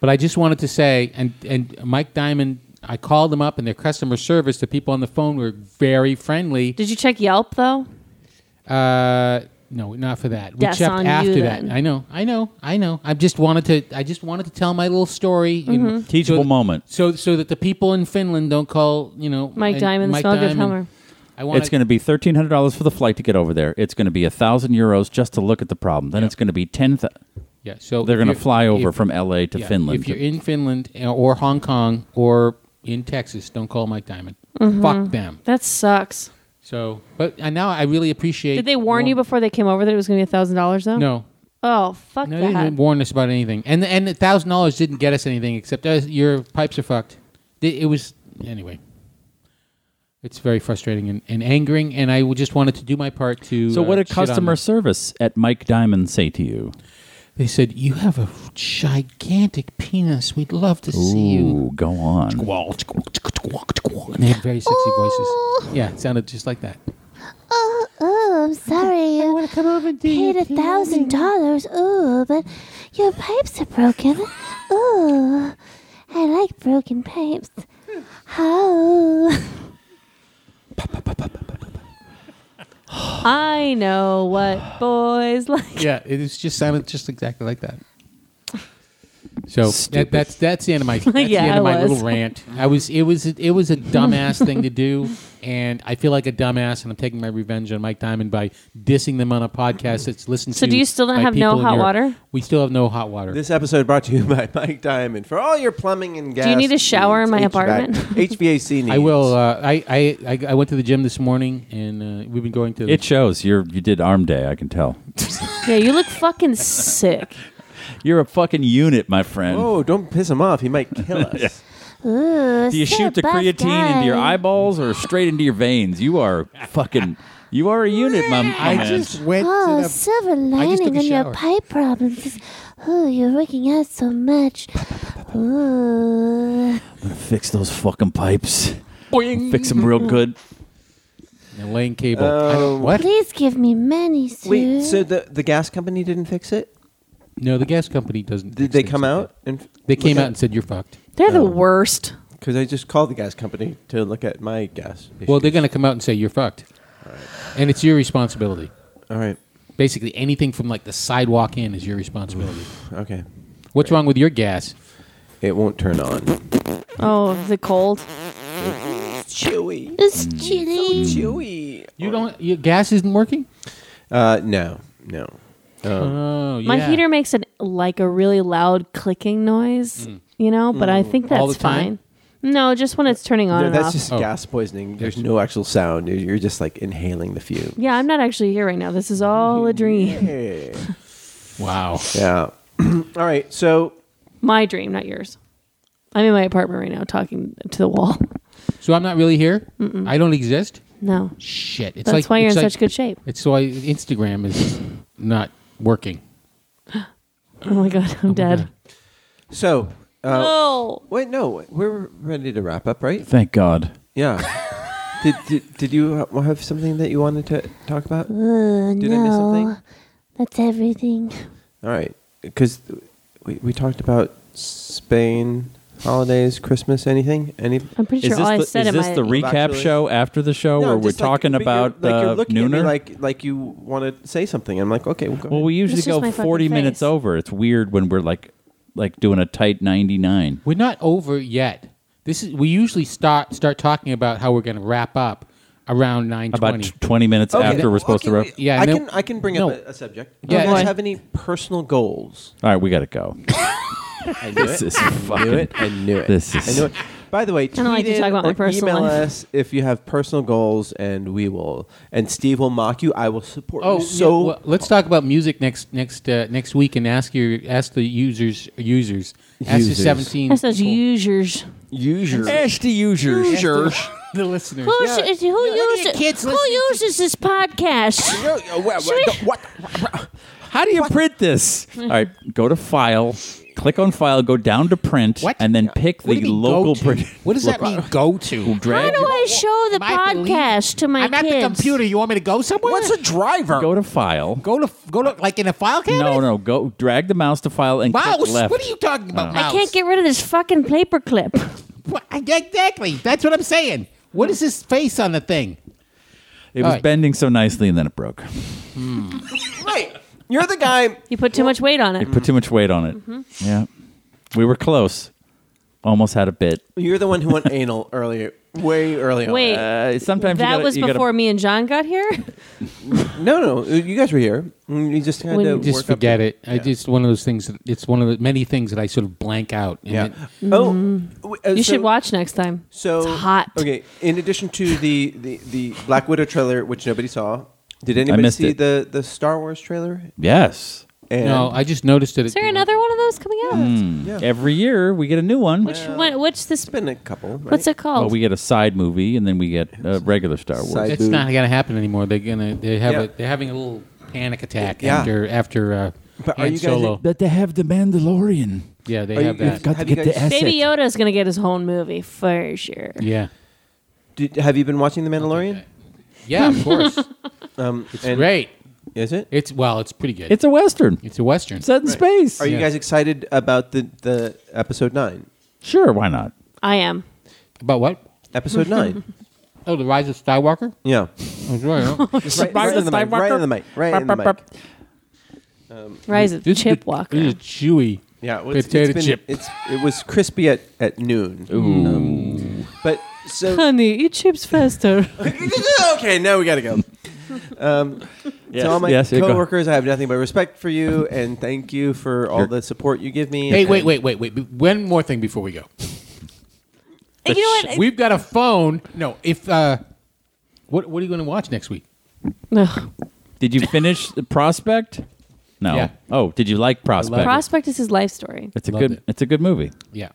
S6: But I just wanted to say, and, and Mike Diamond, I called them up, and their customer service, the people on the phone were very friendly.
S4: Did you check Yelp though?
S6: Uh, no, not for that. We
S4: That's
S6: checked
S4: on you
S6: after
S4: then.
S6: that. I know, I know, I know. I just wanted to. I just wanted to tell my little story. you know,
S4: Mm-hmm.
S2: Teachable
S6: so,
S2: moment.
S6: So, so that the people in Finland don't call you know
S4: Mike
S6: and
S4: Diamond, the
S6: Mike
S4: smell good
S6: Diamond.
S4: plumber.
S6: I want
S2: It's going to be thirteen hundred dollars for the flight to get over there. It's going to be thousand euros just to look at the problem. Then it's going to be ten.
S6: Yeah, so
S2: They're
S6: if
S2: going to
S6: you're-
S2: fly over
S6: if-
S2: from LA to
S6: yeah,
S2: Finland.
S6: If you're in Finland uh, or Hong Kong or in Texas, don't call Mike Diamond.
S4: Mm-hmm.
S6: Fuck them.
S4: That sucks.
S6: So, but I now I really appreciate.
S4: Did they warn you before they came over that it was going to be a thousand dollars though?
S6: No,
S4: Oh fuck
S6: no, they
S4: that.
S6: didn't warn us about anything. And and the thousand dollars didn't get us anything except uh, your pipes are fucked. It, it was anyway. It's very frustrating and, and angering, and I just wanted to do my part to.
S2: so,
S6: uh,
S2: what did
S6: shit on
S2: customer
S6: them.
S2: service at Mike Diamond say to you?
S6: They said you have a gigantic penis. We'd love to see you.
S2: Ooh, go on.
S6: And they had very sexy
S4: Oh.
S6: voices. Yeah, it sounded just like that.
S9: Oh, oh, I'm sorry. I want to come over and do paid a thousand dollars. Oh, but your pipes are broken. Oh, I like broken pipes. Oh,
S4: I know what boys like.
S6: Yeah, it is just sounded just exactly like that. So that, that's that's the end of my that's
S4: Yeah,
S6: the end
S4: it
S6: of my
S4: was.
S6: little rant. I was it was it was a dumbass thing to do, and I feel like a dumbass, and I'm taking my revenge on Mike Diamond by dissing them on a podcast that's listened
S4: So
S6: to.
S4: do you still not
S6: by
S4: have no
S6: people in
S4: hot
S6: Europe.
S4: water?
S6: We still have no hot water.
S5: This episode brought to you by Mike Diamond for all your plumbing and gas.
S4: you need a shower
S5: needs,
S4: in my
S5: HVAC
S4: apartment?
S5: HVAC needs.
S6: I will. Uh, I, I I I went to the gym this morning, and uh, we've been going to.
S2: It shows you're you did arm day. I can tell.
S4: Yeah, you look fucking sick.
S2: You're a fucking unit, my friend.
S5: Oh, don't piss him off. He might kill us.
S9: Ooh,
S2: Do you
S9: so
S2: shoot the
S9: buff
S2: creatine
S9: guy.
S2: into your eyeballs or straight into your veins? You are fucking. You are a unit, my, my
S6: I
S2: man.
S6: just went
S9: Oh,
S6: to the
S9: silver
S6: just took
S9: lining
S6: a
S9: on
S6: shower.
S9: your pipe problems. is- Oh, you're working out so much. Ooh.
S2: fix those fucking pipes. Fix them real good.
S6: and laying cable.
S5: Um,
S6: I don't- what?
S9: Please give me money, sir.
S5: Wait, so the, the gas company didn't fix it?
S6: No, the gas company doesn't.
S5: Did they come out? And
S6: They came out and said you're fucked.
S4: They're the worst.
S5: because I just called the gas company to look at my gas.
S6: Well,
S5: issues.
S6: they're going to come out and say you're fucked, and it's your responsibility.
S5: all right,
S6: Basically, anything from like the sidewalk in is your responsibility.
S5: okay.
S6: What's wrong with your gas?
S5: It won't turn on.
S4: Oh, the cold.
S5: Chewy,
S9: It's chilly.
S5: Mm. chewy.
S6: You don't. Your gas isn't working.
S5: Uh, no, no.
S6: Oh,
S4: My
S6: yeah.
S4: heater makes an like a really loud clicking noise, you know, but I think that's
S6: All the
S4: fine.
S6: time?
S4: No, just when it's turning on
S5: No,
S4: and
S5: that's
S4: off.
S5: just
S6: Oh.
S5: gas poisoning. There's no actual sound. You're- You're just like inhaling the fume.
S4: yeah, I'm not actually here right now. This is all a dream.
S5: Yeah.
S6: Wow.
S5: yeah. all right. So
S4: My dream, not yours. I'm in my apartment right now talking to the wall.
S6: So I'm not really here. I don't exist.
S4: No.
S6: Shit. It's
S4: That's
S6: like
S4: why you're
S6: it's
S4: in
S6: like-
S4: such good shape.
S6: It's why Instagram is not working.
S4: Oh my god, I'm dead.
S5: so. Uh,
S4: Oh.
S5: Wait, no, we're ready to wrap up, right?
S2: Thank God.
S5: Yeah. did, did did you ha- have something that you wanted to talk about?
S9: Uh,
S5: Did
S9: no.
S5: I miss something?
S9: That's everything.
S5: All right, because we, we talked about Spain holidays, Christmas, anything, any.
S4: I'm pretty sure all I
S2: the,
S4: said
S2: is
S4: in
S2: this
S4: my
S2: the recap
S5: Actually-
S2: show after the show where
S5: just
S2: Oh, we're
S5: like-
S2: talking
S5: but you're-
S2: about
S5: like you're
S2: uh,
S5: looking at me
S2: nooner?
S5: like like you want to say something. I'm like, okay, well, go
S2: well, we usually
S4: It's just
S2: go
S4: my fucking
S2: 40 minutes
S4: face.
S2: over. It's weird when we're like like doing a tight 99.
S6: We're not over yet. This is. We usually start start talking about how we're going to wrap up around nine
S2: About
S6: twenty.
S2: t- 20 minutes
S5: Okay,
S2: after we're
S5: well,
S2: supposed to
S5: okay,
S2: wrap.
S5: we-
S6: Yeah,
S5: I
S6: no-
S5: can I can bring
S6: no.
S5: up a, a subject. Do
S6: Yeah,
S5: you guys
S6: no.
S5: have any personal goals?
S2: All right, we got to go.
S5: I knew
S2: This is
S5: I knew
S2: fucking
S5: it. I knew it.
S2: This
S5: I
S2: is-
S5: knew it. By the way, tweet
S4: don't like to
S5: in
S4: talk about my
S5: or
S4: personal
S5: email
S4: life.
S5: us if you have personal goals, and we will. And Steve will mock you. I will support
S6: Oh,
S5: you. So
S6: yeah, well, let's talk about music next next uh, next week and ask your ask the users users ask the
S5: Users.
S6: seventeen
S4: That's those users.
S5: usual.
S2: the users.
S6: the listeners.
S9: Who, sh- who,
S6: at your
S9: uses,
S6: kids
S9: who
S6: listening to-
S9: uses this podcast?
S2: How do you print this? All right, go to file, click on file, go down to print,
S6: What?
S2: and then pick
S6: What do
S2: the
S6: you mean
S2: local
S6: go to?
S2: print.
S6: What does that mean? Go to?
S9: How
S2: Drag
S9: do I show the
S6: Am I have to leave?
S9: podcast to my
S6: I'm
S9: kids?
S6: at the computer. You want me to go somewhere?
S10: What's a driver?
S2: go to file.
S6: go to go to like in a file cabinet?
S2: no, no, go drag the mouse to file and click
S6: Mouse.
S2: left.
S6: What are you talking about?
S2: Oh.
S6: Mouse.
S4: I can't get rid of this fucking paper clip.
S6: What- exactly. That's what I'm saying. What is this face on the thing?
S2: it was
S6: All right.
S2: bending so nicely and then it broke.
S5: Right. You're the guy.
S4: You put too much weight on it.
S2: It put too much weight on it.
S4: Mm-hmm.
S2: Yeah. We were close. Almost had a bit.
S5: You're the one who went anal earlier way early on.
S4: Wait,
S2: Uh, sometimes you
S4: that
S2: gotta-
S4: was
S2: you gotta-
S4: before me and John got here.
S5: No, no, you guys were here. Mm, You just had
S4: When-
S5: to
S4: You
S5: work
S6: Just
S5: up
S6: forget
S5: to-
S6: it. I just one of those things. That, it's one of the many things that I sort of blank out. and
S5: Yeah.
S6: it-
S5: Oh, w- uh,
S4: You
S5: so-
S4: should watch next time.
S5: So
S4: it's hot.
S5: Okay. In addition to the the, the Black Widow trailer, which nobody saw, did anybody
S2: missed
S5: see
S2: it.
S5: the the Star Wars trailer?
S2: Yes.
S5: And
S6: no, mm, I just noticed it.
S4: Is there another one of those coming out?
S2: Hmm.
S5: Yeah.
S2: Every year we get a new one.
S4: Which one? What's this?
S5: it's been a couple. Right?
S4: What's it
S2: well,
S4: called?
S2: we get a side movie, and then we get a regular Star Wars.
S5: Side-
S6: It's not gonna happen anymore. They're gonna. They have
S5: Yeah.
S6: a. They're having a little panic attack
S5: Yeah.
S6: after after. Uh,
S5: But are
S6: Han
S5: you guys-
S6: Solo.
S2: But they have the Mandalorian.
S6: yeah, they
S5: Are
S6: have
S5: you-
S6: that.
S2: Got
S5: Have
S2: to
S5: you
S2: get the
S5: guys-
S2: asset.
S4: Baby Yoda's gonna get his own movie for sure.
S6: Yeah.
S5: Did, have you been watching The Mandalorian?
S6: Yeah, of course.
S5: Um, it's
S6: Great.
S5: Is it?
S6: It's well, it's pretty good.
S2: It's a western.
S6: it's a western.
S2: It's set in space.
S5: Are you
S6: Yeah.
S5: guys excited about the, the episode nine?
S2: sure, why not?
S4: I am.
S6: About what?
S5: Episode nine.
S6: Oh, the Rise of Skywalker.
S5: Yeah.
S6: Oh, right, huh?
S5: Just right, right in the mic. Right in the mic. Right in the mic.
S4: Rise of
S6: This is
S4: Chip
S6: good- this
S4: Walker.
S6: is chewy.
S5: Yeah, well,
S6: Potato chip.
S5: It's, it was crispy at, at noon. Ooh. but so
S7: Honey, eat chips faster.
S5: okay, now we gotta go. Um, To all my
S2: yes, yeah, go.
S5: coworkers, I have nothing but respect for you, and thank you for all the support you give me.
S6: Hey,
S5: And-
S6: wait, wait, wait, wait. But One more thing before we go.
S4: You know what?
S6: We've got a phone. No, if uh, what what are you going to watch next week?
S4: Ugh.
S2: Did you finish the Prospect? No.
S6: Yeah.
S2: Oh, did you like Prospect?
S4: Prospect is his life story.
S2: It's a
S6: Loved
S2: good.
S6: it.
S2: It's a good movie.
S6: Yeah.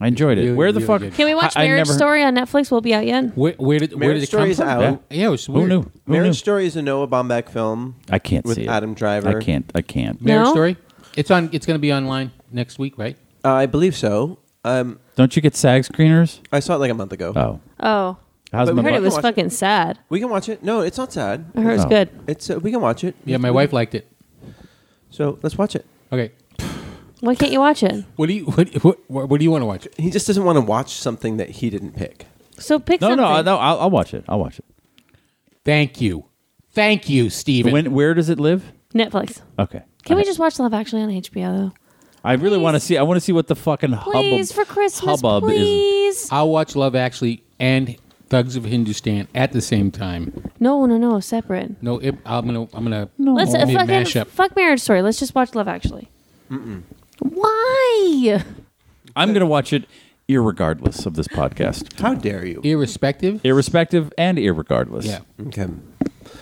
S2: I enjoyed it.
S6: Really,
S2: Where the
S6: really
S2: fuck?
S6: good.
S4: Can we watch
S2: I- I
S4: Marriage
S2: never-
S4: Story on Netflix? We'll be out yet.
S6: Where, where did where
S5: Marriage
S6: did it
S5: Story
S6: come
S5: is
S6: from?
S5: out.
S6: Yeah. Yeah, it was
S2: Who
S6: weird.
S2: knew? Who
S5: Marriage
S2: knew?
S5: Story is a Noah Baumbach film.
S2: I can't
S5: with
S2: see it.
S5: Adam Driver.
S2: I can't. I can't.
S6: Marriage
S4: No?
S6: Story. It's on. It's going to be online next week, right?
S5: Uh, I believe so. Um,
S2: Don't you get SAG screeners?
S5: I saw it like a month ago.
S2: Oh,
S4: Oh,
S2: how's
S4: I
S5: But
S2: my
S5: we
S4: heard
S5: can
S4: it was
S5: watch it.
S4: fucking sad.
S5: We can watch it. No, it's not sad.
S4: I heard it was
S2: Oh.
S4: good.
S5: It's uh, we can watch it.
S6: Yeah, my wife liked it.
S5: So let's watch it.
S6: Okay.
S4: Why can't you watch it?
S6: What do you what what, what, what do you want to watch?
S5: He just doesn't want to watch something that he didn't pick.
S4: So pick
S2: no,
S4: something.
S2: no, I- no. I'll, I'll watch it. I'll watch it.
S6: Thank you, thank you, Steven.
S2: When? Where does it live?
S4: Netflix.
S2: Okay.
S4: Can
S2: I,
S4: we just watch Love Actually on HBO though?
S2: I really want to see. I want to see what the fucking
S4: Please
S2: hubbub,
S4: for Christmas,
S2: hubbub is.
S4: please.
S6: I'll watch Love Actually and Thugs of Hindustan at the same time.
S4: No, no, no, separate.
S6: No, it, I'm gonna I'm gonna
S4: Let's
S6: it'll
S4: uh,
S6: be a
S4: fucking
S6: mashup.
S4: fuck Marriage Story. Let's just watch Love Actually. Why?
S2: I'm gonna watch it, irregardless of this podcast,
S5: How dare you?
S6: Irrespective.
S2: irrespective and irregardless.
S6: Yeah.
S5: Okay.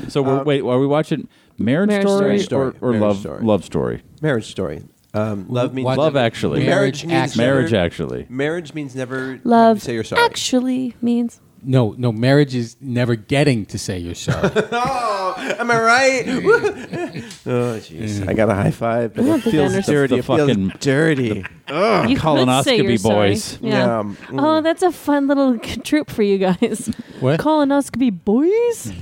S2: So we're, wait, are we watching Marriage,
S4: Marriage
S2: Story,
S5: Story.
S2: or, or
S5: Um, Marriage
S2: Love
S5: Story.
S2: Love Story?
S5: Marriage Story. Um, love means
S6: Watch-
S2: Love Actually.
S6: Marriage
S5: Marriage means
S6: Actually.
S2: Marriage
S5: never-
S2: Actually.
S5: Marriage means never
S4: Love
S5: say you're sorry.
S4: actually means
S6: No, no, marriage is never getting to say you're sorry.
S5: Am I right? oh jeez, I got a high five, but it
S4: think I
S5: feels
S4: understand.
S5: dirty.
S2: The
S5: It feels
S2: fucking-
S5: dirty.
S6: Uh,
S4: you could say
S2: colonoscopy
S4: you're sorry.
S2: boys.
S4: Yeah.
S5: Um,
S4: Oh, that's a fun little troop for you guys.
S6: What?
S4: Colonoscopy boys.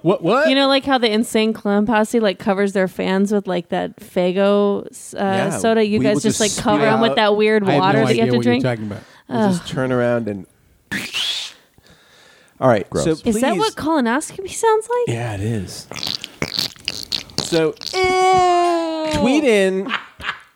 S6: what? What?
S4: You know, like how the insane clown posse like covers their fans with like that Fago uh,
S5: Yeah,
S4: soda. You
S5: we
S4: guys
S5: will
S4: just,
S5: just
S4: like
S5: spew
S4: cover them
S5: out-
S4: with that weird
S6: I have
S4: water
S6: no
S4: that
S6: idea
S4: you have to
S6: what
S4: drink. Uh,
S6: you're talking about.
S5: We'll just turn around and. All right. So
S2: Gross.
S5: please.
S4: Is that what colonoscopy sounds like?
S5: yeah, it is. So tweet in,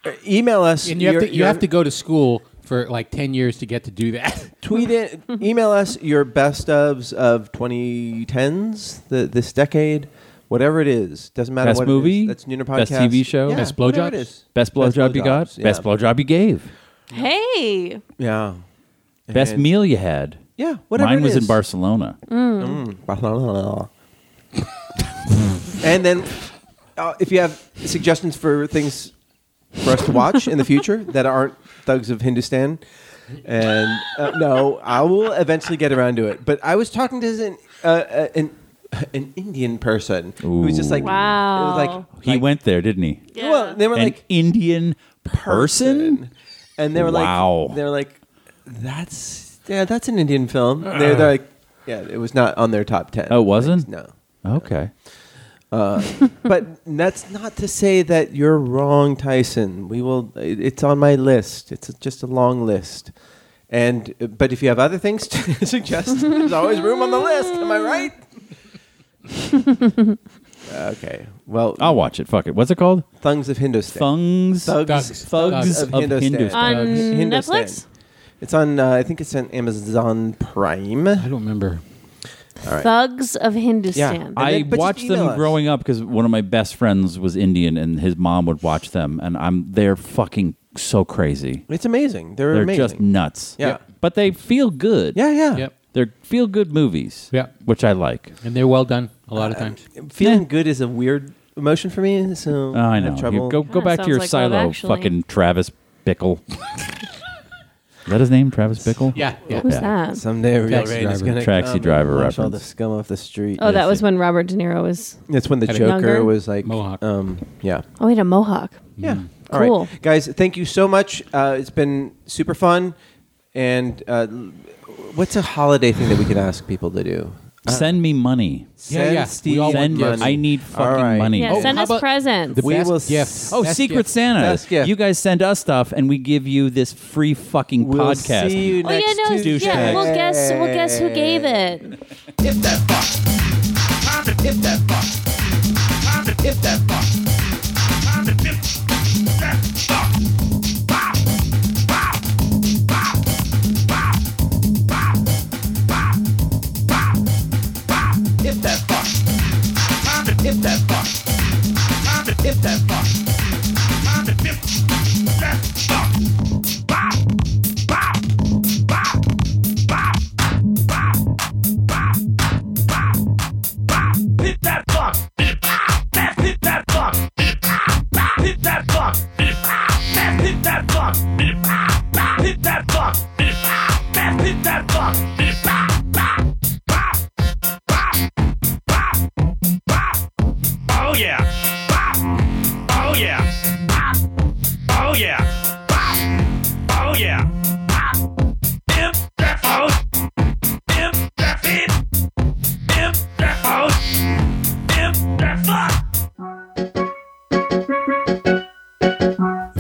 S5: or email us.
S6: And you have
S5: your-
S6: to you
S5: your-
S6: have to go to school for like ten years to get to do that.
S5: tweet in, email us your best ofs of 2010s, the, this decade, whatever it is. Doesn't matter
S2: Best
S5: what it
S2: movie?
S5: is. That's Nuna Podcast.
S2: Best TV show?
S5: Yeah,
S6: Best
S5: whatever
S6: blowjobs?
S5: it is.
S2: Best blowjob you got.
S5: blowjobs, yeah.
S2: Best blowjob you gave.
S4: Hey,
S5: Yeah.
S2: Best
S5: And-
S2: meal you had.
S5: Yeah, whatever.
S2: Mine
S5: it
S2: was in
S5: is.
S2: Barcelona.
S5: Barcelona. and then, uh, if you have suggestions for things for us to watch in the future that aren't thugs of Hindustan, and uh, no, I will eventually get around to it. But I was talking to an uh, uh, an, an Indian person who was just like,
S4: Wow.
S5: it was like
S2: He went there, didn't he?
S5: well, they were
S2: An
S5: like
S2: Indian person.
S5: and they were
S2: Wow.
S5: like, they were like, that's yeah, that's an Indian film. They're, they're like, yeah, it was not on their top ten.
S2: Oh, it wasn't?
S5: No.
S2: Okay.
S5: but that's not to say that you're wrong, Tyson. We will. it- It's on my list. It's just a long list. And but if you have other things to suggest, there's always room on the list. Am I right? okay. Well,
S2: I'll watch it. Fuck it. What's it called?
S5: Thongs of Hindustan.
S2: Thungs.
S5: Thugs,
S6: Thugs.
S5: thugs
S6: Thugs
S5: of
S2: of
S6: uh,
S5: Hindustan. Um,
S2: Hindustan.
S4: on Mm,
S5: Hindustan.
S4: Netflix.
S5: It's on. Uh, I think it's on Amazon Prime.
S6: I don't remember.
S4: Thugs of
S5: Yeah,
S4: Hindustan.
S5: And
S2: I
S5: then- but just
S2: watched
S5: email
S2: them
S5: us.
S2: growing up because one of my best friends was Indian, and his mom would watch them, and I'm they're fucking so crazy.
S5: It's amazing. They're,
S2: They're
S5: amazing.
S2: just nuts.
S5: Yeah.
S2: but they feel good.
S5: yeah, yeah.
S6: Yep.
S2: they're feel good movies.
S6: Yeah.
S2: which I like.
S6: And they're well done a lot of times.
S5: Feeling good is a weird emotion for me. So
S2: Oh, I know.
S5: have
S2: You
S5: trouble.
S2: go go
S4: Kinda
S2: back to your
S4: sounds like
S2: silo,
S4: Love Actually.
S2: fucking Travis Bickle. is that his name, Travis Bickle?
S6: Yeah, yeah.
S4: Who's
S2: Yeah.
S4: that?
S5: Someday real
S6: Taxi
S5: rain is
S6: driver.
S5: gonna
S2: Taxi
S5: come and
S2: driver
S5: wash all the
S2: reference.
S5: scum off the street.
S4: Oh, that was when Robert De Niro was.
S5: That's when the
S6: Had a-
S5: Joker
S4: Younger?
S5: was like
S6: Mohawk. Mm.
S5: Um, yeah.
S4: Oh, he had a mohawk.
S5: Yeah. All
S4: Cool.
S5: right. Guys, thank you so much. Uh, it's been super fun. And uh, l- what's a holiday thing that we could ask people to do?
S2: Uh, Send me money.
S6: Yeah,
S5: Send
S6: yeah. We
S5: Steve
S6: all want
S5: money.
S2: Send I need fucking
S5: All right.
S2: money.
S4: Yeah,
S6: Oh,
S4: send
S6: how
S4: us
S6: about
S4: presents.
S6: The
S5: We
S6: best
S5: will
S6: gift.
S5: s-
S2: Oh,
S6: Best
S2: Secret
S6: gift.
S2: Santa.
S5: Best gift.
S2: You guys send us stuff, and we give you this free fucking
S5: We'll
S2: podcast.
S5: see you
S4: oh yeah,
S5: next
S4: no,
S5: Tuesday.
S4: yeah. We'll guess. We'll guess who gave it.
S3: If that fuck. Time to dip that fuck. Time to dip that fuck. Time to dip that fuck. Bow. Bow. Bow. Bow. Bow. Bow. Bow. Bow. If that fuck. Time to dip that fuck. Time to dip that fuck. Time to dip that fuck. Bow. Bow. Bow. Bow. Bow. Bow. Bow. Bow. Hit that fuck. Bow. That's hit that fuck. Bow. Bow. Hit that fuck. Bow. That's hit that fuck. Bow. Bow. Hit that fuck. Bow. That's hit that fuck. Bow. Bow. Bow. Bow. Bow. Bow. Oh yeah. Bow. Oh yeah. Bow. Oh yeah. Bow. Oh yeah. Bow. Imp that fuck. Imp that fit. Imp that house. Imp that fuck.